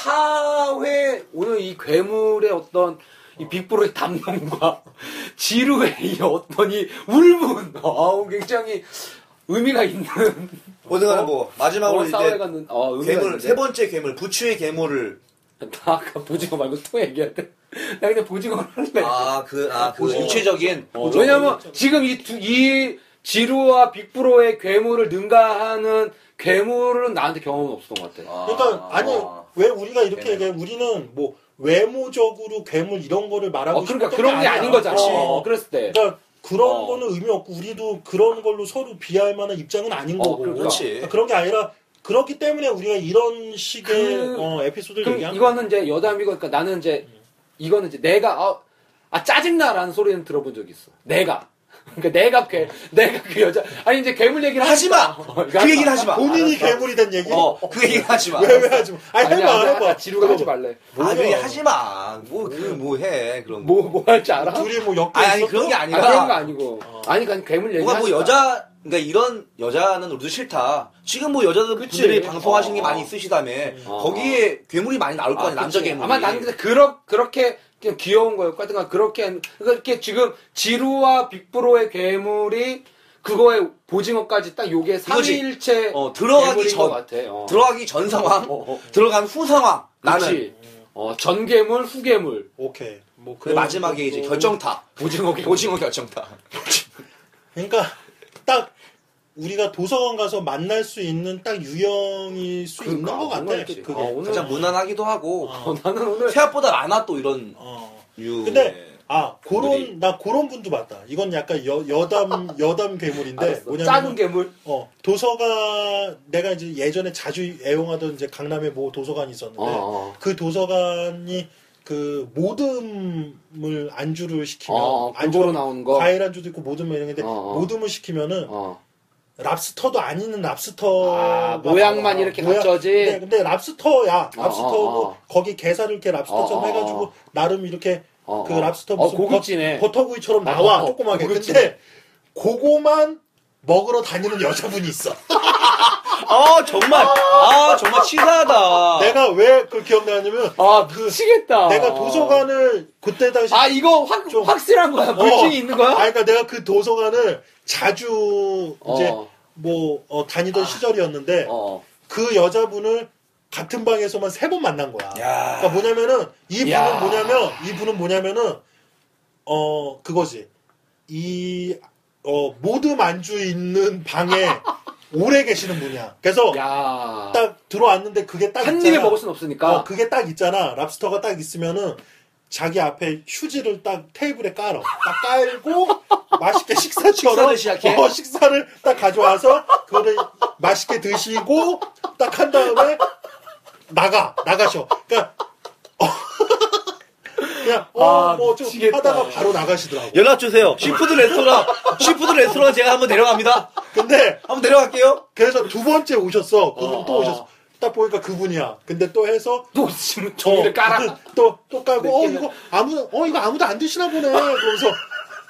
Speaker 3: 사회 오늘 이 괴물의 어떤 이 빅브로의 담론과 지루의 이 어떤 이 울분, 아우 굉장히 의미가 있는
Speaker 2: 어쨌든 뭐 마지막으로
Speaker 3: 어, 싸움에
Speaker 2: 이제
Speaker 3: 갔는 어, 의미가
Speaker 2: 괴물
Speaker 3: 있는데.
Speaker 2: 세 번째 괴물 부추의 괴물을
Speaker 3: 나 아까 보징어 말고 또 얘기할 때. 나 근데 보징어 할래.
Speaker 2: 아그아그
Speaker 1: 보죠.
Speaker 2: 육체적인
Speaker 3: 네. 어, 왜냐면 지금 이, 두, 이 지루와 빅브로의 괴물을 능가하는 괴물은 나한테 경험은 없었던 것 같아. 어.
Speaker 2: 아,
Speaker 1: 그러니까 아니
Speaker 2: 아.
Speaker 1: 왜 우리가 이렇게
Speaker 2: 걔네.
Speaker 1: 얘기해 우리는 뭐 외모적으로 괴물 이런 거를 말하고
Speaker 3: 어, 그러니까
Speaker 1: 싶었던
Speaker 3: 그런 게
Speaker 1: 아니야.
Speaker 3: 아닌 거잖아.
Speaker 1: 어,
Speaker 3: 어, 그랬을 때.
Speaker 1: 그러니까 그런
Speaker 3: 어.
Speaker 1: 거는 의미 없고 우리도 그런 걸로 서로 비할 만한 입장은 아닌
Speaker 3: 어,
Speaker 1: 거고
Speaker 3: 그러니까.
Speaker 2: 그렇지.
Speaker 1: 그러니까 그런 게 아니라 그렇기 때문에 우리가 이런 식의
Speaker 3: 그-
Speaker 1: 어, 에피소드를
Speaker 3: 그럼
Speaker 1: 얘기하는
Speaker 3: 이거는 이제 여담이고 그러니까 어, 나는 이제 이거는 이제 내가 아, 아, 짜증나라는 소리는 들어본 적이 있어. 내가 그러니까 내가 괴, 내가 그 여자. 아니 이제 괴물 얘기를
Speaker 2: 하지 마.
Speaker 3: 하니까. 어, 이거
Speaker 2: 그 얘기는 하지 마.
Speaker 1: 본인이 괴물이 된 얘기?
Speaker 2: 어, 그 얘기는 하지 마.
Speaker 1: 왜, 왜 하지 마. 아니,
Speaker 3: 그러니까 아니,
Speaker 1: 해봐,
Speaker 3: 아니,
Speaker 1: 해봐.
Speaker 3: 아까 지루가 하지 말래.
Speaker 2: 아, 왜
Speaker 3: 어.
Speaker 1: 뭐야.
Speaker 2: 하지 마. 뭐, 그, 뭐 해, 그럼.
Speaker 3: 뭐 뭐 할 줄 알아?
Speaker 1: 둘이 뭐 엮여
Speaker 2: 아니, 아니,
Speaker 1: 있었어?
Speaker 2: 그런 게
Speaker 3: 아니,
Speaker 2: 아니라.
Speaker 3: 그런 거 아니고. 아니 그러니까 괴물 얘기.
Speaker 2: 뭔가 뭐 여자, 그러니까 이런 여자는 우리도 싫다. 지금 뭐 여자분들이
Speaker 3: 그치.
Speaker 2: 방송하시는 게
Speaker 3: 어.
Speaker 2: 많이 있으시다며.
Speaker 3: 어.
Speaker 2: 거기에 괴물이 많이 나올 거 아니야, 남자 괴물이.
Speaker 3: 아마 난 근데 그러, 그렇게 그냥 귀여운 거였고 하여튼간 그렇게 한- 그러니까 이렇게 지금 지루와 빅브로의 괴물이 그거에 보징어까지 딱 요게
Speaker 2: 이거지.
Speaker 3: 삼위일체
Speaker 2: 어, 들어가기
Speaker 3: 괴물인 것
Speaker 2: 전.
Speaker 3: 같아. 어.
Speaker 2: 들어가기 전 상황,
Speaker 3: 어, 어.
Speaker 2: 들어간 후 상황. 나는.
Speaker 3: 그치. 어, 전 괴물, 후 괴물.
Speaker 1: 오케이. 뭐,
Speaker 2: 그 마지막에 이제 결정타.
Speaker 3: 보징어 괴물.
Speaker 2: 오징어 결정타.
Speaker 1: 그러니까, 딱, 우리가 도서관 가서 만날 수 있는 딱 유형일 수 있는
Speaker 3: 그러니까,
Speaker 1: 것 같아.
Speaker 3: 오늘
Speaker 1: 그-
Speaker 3: 있지.
Speaker 1: 그게.
Speaker 3: 어, 오늘
Speaker 2: 가장 무난하기도 하고.
Speaker 3: 어, 나는 오늘
Speaker 2: 생각보다 많아, 또 이런
Speaker 1: 어.
Speaker 3: 그
Speaker 2: 유.
Speaker 1: 근데, 아,
Speaker 2: 분들이-
Speaker 1: 그런, 나 그런 분도 봤다. 이건 약간 여, 여담, 여담 괴물인데,
Speaker 3: 알았어.
Speaker 1: 뭐냐면,
Speaker 3: 작은 괴물.
Speaker 1: 어, 도서관, 내가 이제 예전에 자주 애용하던 이제 강남에 뭐 도서관이 있었는데,
Speaker 3: 어, 어.
Speaker 1: 그 도서관이 그 모듬을 안주를 시키면
Speaker 3: 어, 골고루 나오는 거.
Speaker 1: 과일 안주도 있고 모듬 뭐 이런 건데
Speaker 3: 어, 어.
Speaker 1: 모듬을 시키면은
Speaker 3: 어.
Speaker 1: 랍스터도 아니는 랍스터 네,
Speaker 3: 아, 모양만 이렇게 갖춰지?
Speaker 1: 근데, 근데 랍스터야
Speaker 3: 어,
Speaker 1: 랍스터고 뭐
Speaker 3: 어, 어.
Speaker 1: 거기 게살을 이렇게 랍스터처럼
Speaker 3: 어, 어,
Speaker 1: 해가지고
Speaker 3: 어.
Speaker 1: 나름 이렇게
Speaker 3: 어,
Speaker 1: 그
Speaker 3: 어.
Speaker 1: 랍스터
Speaker 3: 어,
Speaker 1: 무슨
Speaker 3: 고깃집이네.
Speaker 1: 버, 터구이처럼
Speaker 3: 아,
Speaker 1: 나와
Speaker 3: 어, 어,
Speaker 1: 조그맣게
Speaker 3: 고깃집.
Speaker 1: 근데 그거만 먹으러 다니는 여자분이 있어
Speaker 2: 아, 정말. 아, 정말 치사하다.
Speaker 1: 내가 왜 그 기억나냐면
Speaker 3: 아, 미치겠다.
Speaker 1: 내가 도서관을 그때 당시
Speaker 3: 아, 이거 확,
Speaker 1: 좀- 어.
Speaker 3: 확실한 거야. 물증이 있는 거야?
Speaker 1: 아, 그러니까 내가 그 도서관을 자주
Speaker 3: 어. 아.
Speaker 1: 이제 뭐 어, 다니던 시절이었는데
Speaker 3: 어.
Speaker 1: 그 여자분을 같은 방에서만 세 번 만난 거야.
Speaker 2: 야.
Speaker 1: 그러니까 뭐냐면은 이 분은
Speaker 3: 야.
Speaker 1: 뭐냐면 이 분은 뭐냐면은 어 그거지 이어 모든 만주 있는 방에 오래 계시는 분이야. 그래서
Speaker 3: 야.
Speaker 1: 딱 들어왔는데 그게 딱
Speaker 3: 한
Speaker 1: 있잖아.
Speaker 3: 입에 먹을 순 없으니까.
Speaker 1: 어, 그게 딱 있잖아. 랍스터가 딱 있으면은 자기 앞에 휴지를 딱 테이블에 깔어. 딱 깔고 맛있게 식사처럼
Speaker 2: 식사를 시작해?
Speaker 1: 어, 식사를 딱 가져와서 그거를 맛있게 드시고 딱 한 다음에 나가 나가셔. 그러니까 어, 그냥
Speaker 3: 아,
Speaker 1: 어뭐좀
Speaker 3: 미치겠다.
Speaker 1: 하다가 바로 나가시더라고.
Speaker 2: 연락 주세요. 시푸드 레스토랑, 시푸드 레스토랑 제가 한번 데려갑니다.
Speaker 1: 근데
Speaker 2: 한번 데려갈게요.
Speaker 1: 그래서 두 번째 오셨어. 그분
Speaker 3: 어,
Speaker 1: 또
Speaker 3: 어.
Speaker 1: 오셨어. 딱 보니까 그분이야. 근데 또 해서
Speaker 3: 또 지금
Speaker 1: 어.
Speaker 3: 종이를 깔아.
Speaker 1: 그 또또 깔고 어 이거 아무 어 이거 아무도 안 드시나 보네. 그러면서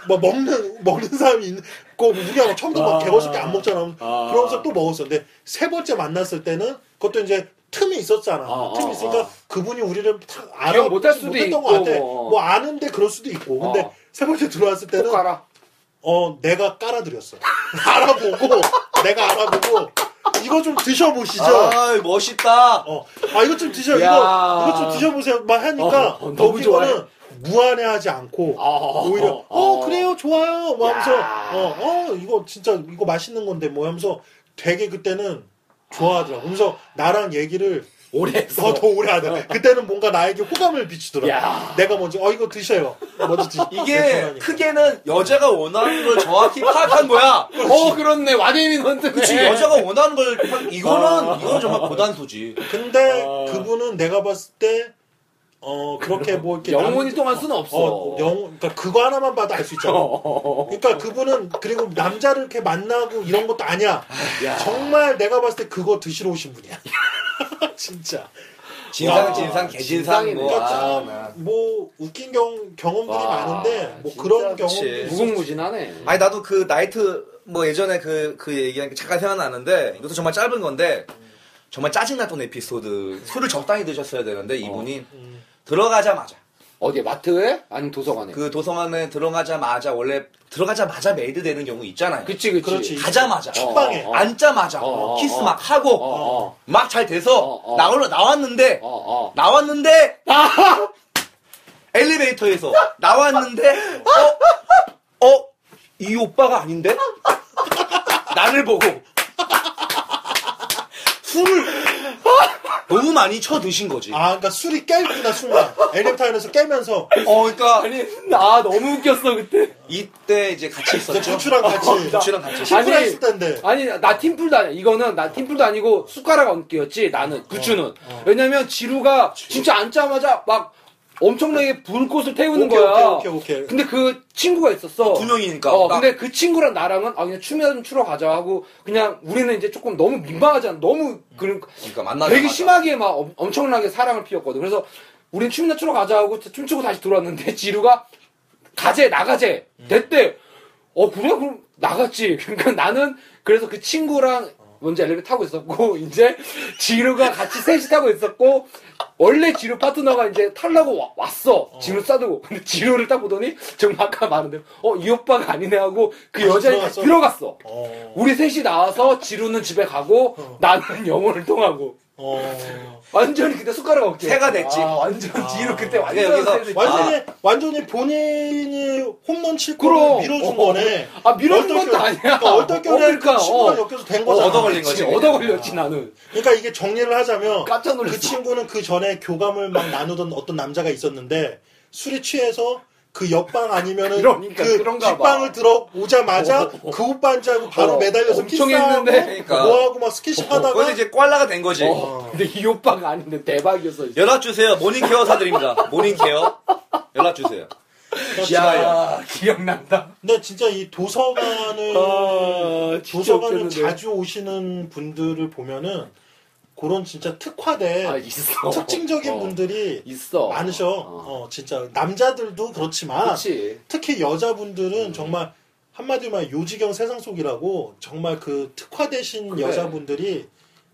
Speaker 1: 뭐 먹는 먹는 사람이 있고 우리가 막 처음부터 막
Speaker 3: 아.
Speaker 1: 개거스럽게 안 먹잖아.
Speaker 3: 아.
Speaker 1: 그러면서 또 먹었어. 근데 세 번째 만났을 때는 그것도 이제 틈이 있었잖아.
Speaker 3: 아,
Speaker 1: 틈이
Speaker 3: 아,
Speaker 1: 있으니까
Speaker 3: 아.
Speaker 1: 그분이 우리를 다 알아
Speaker 3: 기억 못할 수도
Speaker 1: 못했던
Speaker 3: 있고,
Speaker 1: 것 같아.
Speaker 3: 뭐.
Speaker 1: 뭐 아는데 그럴 수도 있고. 근데
Speaker 3: 어.
Speaker 1: 세 번째 들어왔을 때는
Speaker 3: 꼭 알아.
Speaker 1: 어, 내가 깔아드렸어. 알아보고, 내가 알아보고, 이거 좀 드셔보시죠. 아,
Speaker 2: 아이, 멋있다.
Speaker 1: 어. 아 이거 좀 드셔,
Speaker 3: 야.
Speaker 1: 이거, 이거 좀 드셔보세요. 막 하니까,
Speaker 3: 어, 어,
Speaker 1: 더
Speaker 3: 너무
Speaker 1: 웃긴
Speaker 3: 좋아해.
Speaker 1: 거는 무안해하지 않고,
Speaker 3: 어,
Speaker 1: 오히려, 어,
Speaker 3: 어, 어.
Speaker 1: 그래요, 좋아요. 뭐 하면서,
Speaker 3: 야.
Speaker 1: 어, 어, 이거 진짜, 이거 맛있는 건데, 뭐 하면서 되게 그때는 좋아하더라. 그러면서 나랑 얘기를
Speaker 3: 오래 했어.
Speaker 1: 더, 더 오래 하더라. 그때는 뭔가 나에게 호감을 비추더라.
Speaker 3: 야.
Speaker 1: 내가 먼저, 어, 이거 드셔요. 먼저 드시 아, 네,
Speaker 2: 이게 크게는 여자가 원하는 걸 정확히 파악한 거야.
Speaker 3: 어, 그렇네. 완전히 헌트.
Speaker 2: 그치, 여자가 원하는 걸, 파악- 이거는, 이건 정말 고단소지.
Speaker 1: 근데
Speaker 3: 아.
Speaker 1: 그분은 내가 봤을 때, 어, 그렇게 뭐 이렇게.
Speaker 3: 영혼이
Speaker 1: 남-
Speaker 3: 통할 수는 없어. 어,
Speaker 1: 어, 영, 그러니까 그거 하나만 봐도 알 수 있잖아. 그러니까 그분은, 그리고 남자를 이렇게 만나고 이런 것도 아니야.
Speaker 3: 야.
Speaker 1: 정말 내가 봤을 때 그거 드시러 오신 분이야. 진짜.
Speaker 2: 진상,
Speaker 1: 야,
Speaker 2: 진상, 개진상, 뭐.
Speaker 3: 진상이네.
Speaker 2: 아,
Speaker 1: 참,
Speaker 2: 나.
Speaker 1: 뭐, 웃긴 경, 경험들이
Speaker 3: 와,
Speaker 1: 많은데, 뭐
Speaker 3: 진짜
Speaker 1: 그런
Speaker 3: 그치.
Speaker 1: 경험들이. 있었지.
Speaker 3: 무궁무진하네.
Speaker 2: 아니, 나도 그 나이트, 뭐 예전에 그, 그 얘기하니까 잠깐 생각나는데, 이것도 정말 짧은 건데, 정말 짜증났던 에피소드. 술을 적당히 드셨어야 되는데, 이분이
Speaker 1: 음.
Speaker 2: 들어가자마자.
Speaker 3: 어디에? 마트에? 아니면 도서관에?
Speaker 2: 그 도서관에 들어가자마자 원래 들어가자마자 메이드 되는 경우 있잖아요.
Speaker 3: 그치, 그치.
Speaker 1: 그렇지.
Speaker 2: 가자마자
Speaker 1: 첫 방에.
Speaker 3: 어.
Speaker 2: 앉자마자 뭐
Speaker 3: 어, 어,
Speaker 2: 키스
Speaker 3: 어.
Speaker 2: 막 하고
Speaker 3: 어, 어.
Speaker 2: 막 잘 돼서
Speaker 3: 어, 어.
Speaker 2: 나올 나왔는데
Speaker 3: 어, 어.
Speaker 2: 나왔는데 엘리베이터에서 나왔는데 어? 어어이 오빠가 아닌데 나를 보고 술을 너무 많이 쳐 드신 거지.
Speaker 1: 아, 그러니까 술이 깨있구나, 순간. 엘리베이터 안에서 깨면서.
Speaker 2: 어, 그러니까
Speaker 3: 아니, 나 너무 웃겼어, 그때.
Speaker 2: 이때 이제
Speaker 3: 아,
Speaker 2: 같이
Speaker 1: 진짜
Speaker 2: 있었죠.
Speaker 1: 부추랑 같이.
Speaker 2: 부추랑 같이
Speaker 1: 팀플
Speaker 3: 아니,
Speaker 1: 했을 텐데.
Speaker 3: 아니 나 팀플도 아니야 이거는 나 팀플도 아니고
Speaker 1: 어,
Speaker 3: 숟가락 얹기였지 나는 부추는 왜냐면 지루가 진짜 앉자마자 막 엄청나게 불꽃을 태우는
Speaker 1: 오케이,
Speaker 3: 거야.
Speaker 1: 오케이, 오케이, 오케이.
Speaker 3: 근데 그 친구가 있었어.
Speaker 2: 두 명이니까.
Speaker 3: 어,
Speaker 2: 딱.
Speaker 3: 근데 그 친구랑 나랑은 아 그냥 추면 추러 가자 하고 그냥 우리는 이제 조금 너무 민망하잖아. 너무 그런
Speaker 2: 그러니까 만나자.
Speaker 3: 되게 심하게 막 엄- 엄청나게 사랑을 피웠거든. 그래서 우린 춤이나 추러 가자 하고 춤추고 다시 돌아왔는데 지루가 가재 나가재 됐대. 어 그래 그럼 나갔지. 그러니까 나는 그래서 그 친구랑 먼저 엘리베이터 타고 있었고 이제 지루가 같이 셋이 타고 있었고 원래 지루 파트너가 이제 타려고 와- 왔어. 지루 싸두고 근데 지루를 딱 보더니 정말 아까 말한 대로 어 이 오빠가 아니네 하고 그
Speaker 1: 다시
Speaker 3: 여자
Speaker 1: 들어갔어?
Speaker 3: 들어갔어.
Speaker 1: 어.
Speaker 3: 우리 셋이 나와서 지루는 집에 가고 나는 영혼을 통하고
Speaker 1: 어.
Speaker 3: 완전히 그때 숟가락 없게
Speaker 2: 새가 됐지.
Speaker 3: 아, 완전 뒤로 그때
Speaker 2: 그러니까
Speaker 3: 완전
Speaker 2: 여기서
Speaker 3: 새를
Speaker 1: 완전히 완전히 본인이 홈런 칠
Speaker 3: 아, 그럼.
Speaker 1: 거를 밀어준
Speaker 3: 어.
Speaker 1: 거네.
Speaker 3: 아, 밀어준 것도 아니야.
Speaker 1: 그러니까 얼떨결에
Speaker 3: 어, 그러니까,
Speaker 1: 그 친구가
Speaker 3: 어.
Speaker 1: 엮여서 된
Speaker 2: 어,
Speaker 1: 거잖아.
Speaker 2: 얻어 걸린 거지.
Speaker 3: 그치, 얻어 걸렸지 나는
Speaker 1: 그러니까 이게 정리를 하자면
Speaker 3: 깜짝 놀랐어.
Speaker 1: 그 친구는 그 전에 교감을 막 나누던 어떤 남자가 있었는데 술이 취해서 그 옆방 아니면은
Speaker 3: 그러니까
Speaker 1: 그
Speaker 3: 그런가 봐.
Speaker 1: 뒷방을 들어오자마자 그 오빠인 줄 알고 바로
Speaker 3: 어,
Speaker 1: 매달려서
Speaker 3: 엄청
Speaker 1: 키스하고
Speaker 3: 했는데.
Speaker 2: 그러니까.
Speaker 1: 뭐하고 막 스킨십 하다가
Speaker 2: 그래서 이제 꽐라가 된 거지.
Speaker 3: 어. 근데 이 오빠가 아닌데 대박이었어 진짜.
Speaker 2: 연락 주세요. 모닝케어 사드립니다. 모닝케어. 연락 주세요.
Speaker 3: 야 기억난다
Speaker 1: 근데 진짜 이 도서관을
Speaker 3: 아, 진짜
Speaker 1: 도서관을
Speaker 3: 웃겼는데.
Speaker 1: 자주 오시는 분들을 보면은 그런 진짜 특화된
Speaker 3: 아 있어
Speaker 1: 특징적인
Speaker 3: 어,
Speaker 1: 네. 분들이
Speaker 3: 있어
Speaker 1: 많으셔.
Speaker 3: 어.
Speaker 1: 어, 진짜 남자들도 그렇지만
Speaker 3: 그렇지
Speaker 1: 특히 여자분들은
Speaker 3: 음.
Speaker 1: 정말 한마디로 말해 요지경 세상 속이라고 정말 그 특화되신
Speaker 3: 그래.
Speaker 1: 여자분들이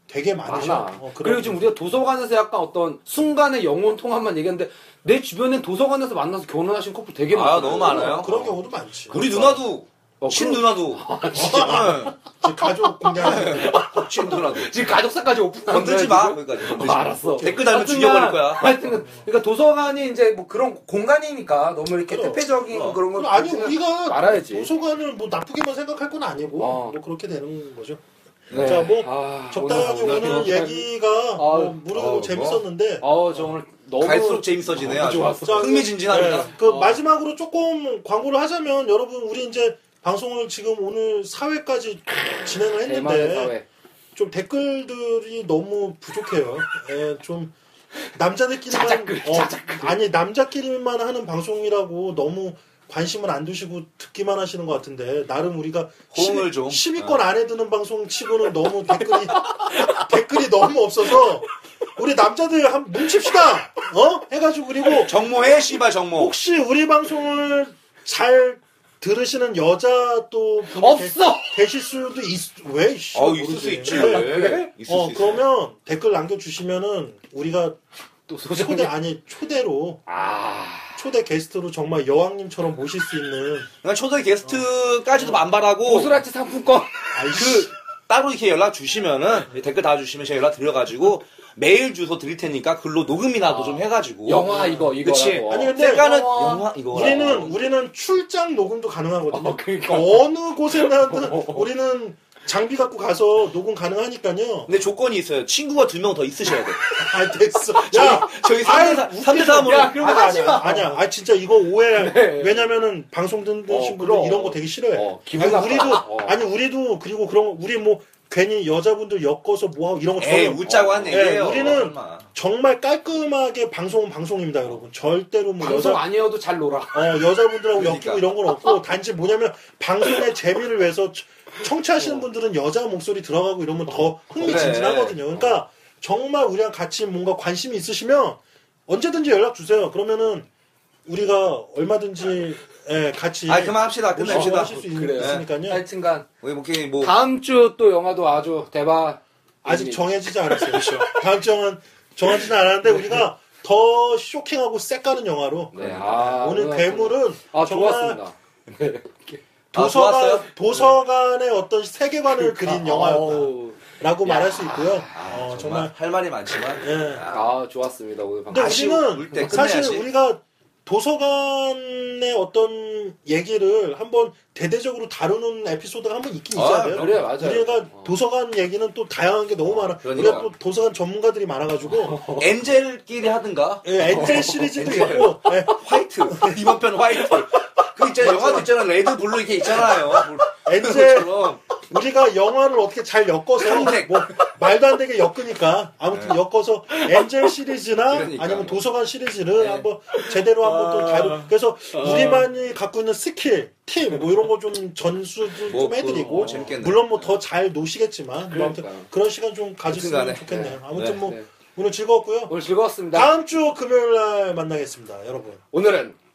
Speaker 1: 되게 많으셔.
Speaker 3: 많아.
Speaker 1: 어, 그런
Speaker 3: 그리고 지금
Speaker 1: 분들.
Speaker 3: 우리가 도서관에서 약간 어떤 순간의 영혼 통합만 얘기하는데 내 주변엔 도서관에서 만나서 결혼하신 커플 되게
Speaker 2: 아,
Speaker 3: 많아.
Speaker 2: 너무 많아요.
Speaker 1: 그런 경우도 많지.
Speaker 2: 우리 누나도
Speaker 3: 어,
Speaker 2: 친
Speaker 3: 그럼-
Speaker 2: 누나도 진짜
Speaker 1: 이제 가족 공략.
Speaker 2: 친 어, 누나도
Speaker 3: 지금 가족사까지 오픈한
Speaker 2: 건들지
Speaker 3: 거야,
Speaker 2: 마.
Speaker 3: 지금?
Speaker 2: 거기까지
Speaker 3: 어,
Speaker 2: 건들지 마.
Speaker 3: 아, 알았어.
Speaker 2: 댓글 달면
Speaker 3: 하여튼간-
Speaker 2: 그 죽여버릴 거야.
Speaker 3: 하여튼 그러니까 도서관이 이제 뭐 그런 공간이니까 너무 이렇게
Speaker 1: 그럼.
Speaker 3: 대표적인
Speaker 2: 어.
Speaker 3: 그런 건
Speaker 1: 아니
Speaker 3: 그렇지는
Speaker 1: 우리가
Speaker 3: 알아야지.
Speaker 1: 도서관을 뭐 나쁘게만 생각할 건 아니고
Speaker 3: 어.
Speaker 1: 뭐 그렇게 되는 거죠.
Speaker 3: 네.
Speaker 1: 자, 뭐
Speaker 3: 아,
Speaker 1: 적당히 오늘,
Speaker 3: 오늘 아,
Speaker 1: 얘기가 뭐 무르고
Speaker 2: 어, 뭐.
Speaker 1: 재밌었는데
Speaker 3: 아우 저 오늘 너무
Speaker 2: 갈수록 재밌어지네요.
Speaker 3: 너무
Speaker 2: 아주.
Speaker 3: 좋았어.
Speaker 1: 자,
Speaker 2: 흥미진진합니다.
Speaker 1: 네, 그
Speaker 3: 어.
Speaker 1: 마지막으로 조금 광고를 하자면 여러분 우리 이제 방송을 지금 오늘 4회까지 진행을
Speaker 3: 대만의
Speaker 1: 했는데
Speaker 3: 사회.
Speaker 1: 좀 댓글들이 너무 부족해요. 예, 좀 남자들끼리만
Speaker 3: 자작글,
Speaker 1: 어, 아니 남자끼리만 하는 방송이라고 너무 관심을 안 두시고 듣기만 하시는 것 같은데 나름 우리가
Speaker 2: 호응을
Speaker 1: 10위
Speaker 2: 좀. 어.
Speaker 1: 10위권 안에 드는 방송 치고는 너무 댓글이 댓글이 너무 없어서 우리 남자들 한 뭉칩시다. 어? 해가지고 그리고
Speaker 2: 정모해 씨발 정모.
Speaker 1: 혹시 우리 방송을 잘 들으시는 여자 또 분이
Speaker 3: 없어.
Speaker 1: 계- 계실 수도 있왜
Speaker 2: 어 있을 수 있지.
Speaker 3: 네.
Speaker 2: 있을
Speaker 1: 어
Speaker 2: 수 있어.
Speaker 1: 그러면 댓글 남겨주시면은 우리가
Speaker 3: 또 소장.
Speaker 1: 초대 아니 초대로
Speaker 3: 아.
Speaker 1: 초대 게스트로 정말 여왕님처럼 모실 수 있는
Speaker 2: 그러니까 초대
Speaker 3: 어.
Speaker 2: 게스트까지도 안 바라고
Speaker 3: 오스라치 상품권.
Speaker 1: 아이씨
Speaker 2: 그 따로 이렇게 연락
Speaker 3: 네.
Speaker 2: 주시면은 댓글 다 주시면 제가 연락 드려가지고 메일 주소 드릴 테니까 글로 녹음이라도 좀 해가지고
Speaker 3: 아. 영화 이거
Speaker 2: 그치.
Speaker 3: 이거라고. 어.
Speaker 1: 아니, 근데
Speaker 2: 색깔은
Speaker 3: 영화.
Speaker 2: 영화 이거
Speaker 1: 우리는 우리는 출장 녹음도 가능하거든요.
Speaker 3: 어, 그러니까.
Speaker 1: 어느 곳에나 우리는 장비 갖고 가서 녹음 가능하니까요.
Speaker 2: 근데 조건이 있어요. 친구가 두 명 더 있으셔야 돼.
Speaker 1: 아 됐어. 야
Speaker 2: 저희 3대 3대 3으로
Speaker 3: 야, 그럼
Speaker 1: 아니,
Speaker 3: 하지
Speaker 1: 아, 아니야,
Speaker 3: 마.
Speaker 1: 아니야. 아 진짜 이거 오해.
Speaker 3: 네.
Speaker 1: 왜냐면은 방송 듣는
Speaker 3: 어,
Speaker 1: 분들
Speaker 3: 그럼.
Speaker 1: 이런 거 되게 싫어해.
Speaker 3: 어, 기분
Speaker 1: 아니,
Speaker 3: 나빠.
Speaker 1: 우리도
Speaker 3: 어.
Speaker 1: 아니 우리고 그리고 그런 거, 우리 뭐 괜히 여자분들 엮어서 뭐하고 이런 거
Speaker 2: 에이
Speaker 1: 전혀
Speaker 2: 웃자고 한
Speaker 1: 예,
Speaker 2: 얘기예요.
Speaker 1: 우리는
Speaker 2: 설마.
Speaker 1: 정말 깔끔하게 방송은 방송입니다, 여러분. 절대로 뭐
Speaker 3: 방송
Speaker 1: 여자
Speaker 3: 아니어도 잘 놀아.
Speaker 1: 어, 여자분들하고
Speaker 2: 그러니까.
Speaker 1: 엮이고 이런 건 없고 단지 뭐냐면 방송의 재미를 위해서 청-
Speaker 2: 어.
Speaker 1: 청취하시는 분들은 여자 목소리 들어가고 이러면 더 흥미진진하거든요. 그러니까 정말 우리랑 같이 뭔가 관심이 있으시면 언제든지 연락 주세요. 그러면은 우리가 얼마든지 예, 같이 어,
Speaker 2: 아 그만합시다. 끝냅시다.
Speaker 1: 하실 수 있-
Speaker 3: 그래요.
Speaker 1: 있으니까요.
Speaker 3: 하여튼간
Speaker 2: 우리 뭐 이렇게 뭐
Speaker 3: 다음 주 또 영화도 아주 대박. 네,
Speaker 1: 아직 정해지지 않았어요.
Speaker 2: 그렇죠.
Speaker 1: 다음 주는 정하지는 않았는데
Speaker 2: 네.
Speaker 1: 우리가 더 쇼킹하고 색깔은 영화로
Speaker 3: 네, 아,
Speaker 1: 오늘
Speaker 3: 오늘
Speaker 1: 괴물은
Speaker 3: 아
Speaker 1: 정말
Speaker 3: 좋았습니다.
Speaker 2: 아,
Speaker 1: 도서관
Speaker 2: 좋았어요?
Speaker 1: 도서관의 어떤 세계관을 그린
Speaker 3: 아,
Speaker 1: 영화였다라고
Speaker 3: 어우,
Speaker 1: 말할 수 있고요.
Speaker 2: 아,
Speaker 1: 어,
Speaker 2: 정말
Speaker 1: 정말
Speaker 2: 할 말이 많지만
Speaker 1: 예.
Speaker 3: 아 좋았습니다 오늘 방송.
Speaker 1: 근데
Speaker 2: 아쉬울
Speaker 1: 네,
Speaker 2: 때
Speaker 1: 우리는 사실
Speaker 2: 끝내야지.
Speaker 1: 우리가 도서관의 어떤 얘기를 한번 대대적으로 다루는 에피소드가 한번 있긴
Speaker 2: 아,
Speaker 1: 있어야 돼요.
Speaker 3: 그래 맞아요.
Speaker 1: 우리가
Speaker 3: 어.
Speaker 1: 도서관 얘기는 또 다양한 게 너무 많아.
Speaker 2: 그러니까.
Speaker 1: 우리가 또 도서관 전문가들이 많아가지고
Speaker 2: 엔젤끼리 하든가
Speaker 1: 예, 엔젤 시리즈도
Speaker 2: 엔젤.
Speaker 1: 있고 예.
Speaker 2: 화이트 이번 편 화이트 그 있잖아 영화도 있잖아 레드 블루 이렇게 있잖아요
Speaker 1: 엔젤
Speaker 2: 그럼
Speaker 1: 우리가 영화를 어떻게 잘 엮어서
Speaker 2: 평생. 네.
Speaker 1: 뭐 말도 안 되게 엮으니까 아무튼 엮어서 엔젤 시리즈나
Speaker 2: 그러니까.
Speaker 1: 아니면 도서관 시리즈를
Speaker 3: 네.
Speaker 1: 한번 제대로 한번 또
Speaker 3: 아.
Speaker 1: 다루. 그래서
Speaker 3: 아.
Speaker 1: 우리만이 갖고 있는 스킬, 팀 뭐 이런 거 좀 전수도
Speaker 2: 뭐,
Speaker 1: 좀 해드리고
Speaker 2: 그거 재밌겠네.
Speaker 1: 물론 뭐 더 잘 노시겠지만 뭐 아무튼
Speaker 3: 그러니까.
Speaker 1: 그런 시간 좀 가졌으면
Speaker 2: 하여튼간에.
Speaker 1: 좋겠네요.
Speaker 2: 네.
Speaker 1: 아무튼
Speaker 2: 네,
Speaker 1: 뭐
Speaker 3: 네.
Speaker 1: 오늘 즐거웠고요.
Speaker 3: 오늘 즐거웠습니다.
Speaker 1: 다음 주 금요일 날 만나겠습니다, 여러분.
Speaker 3: 오늘은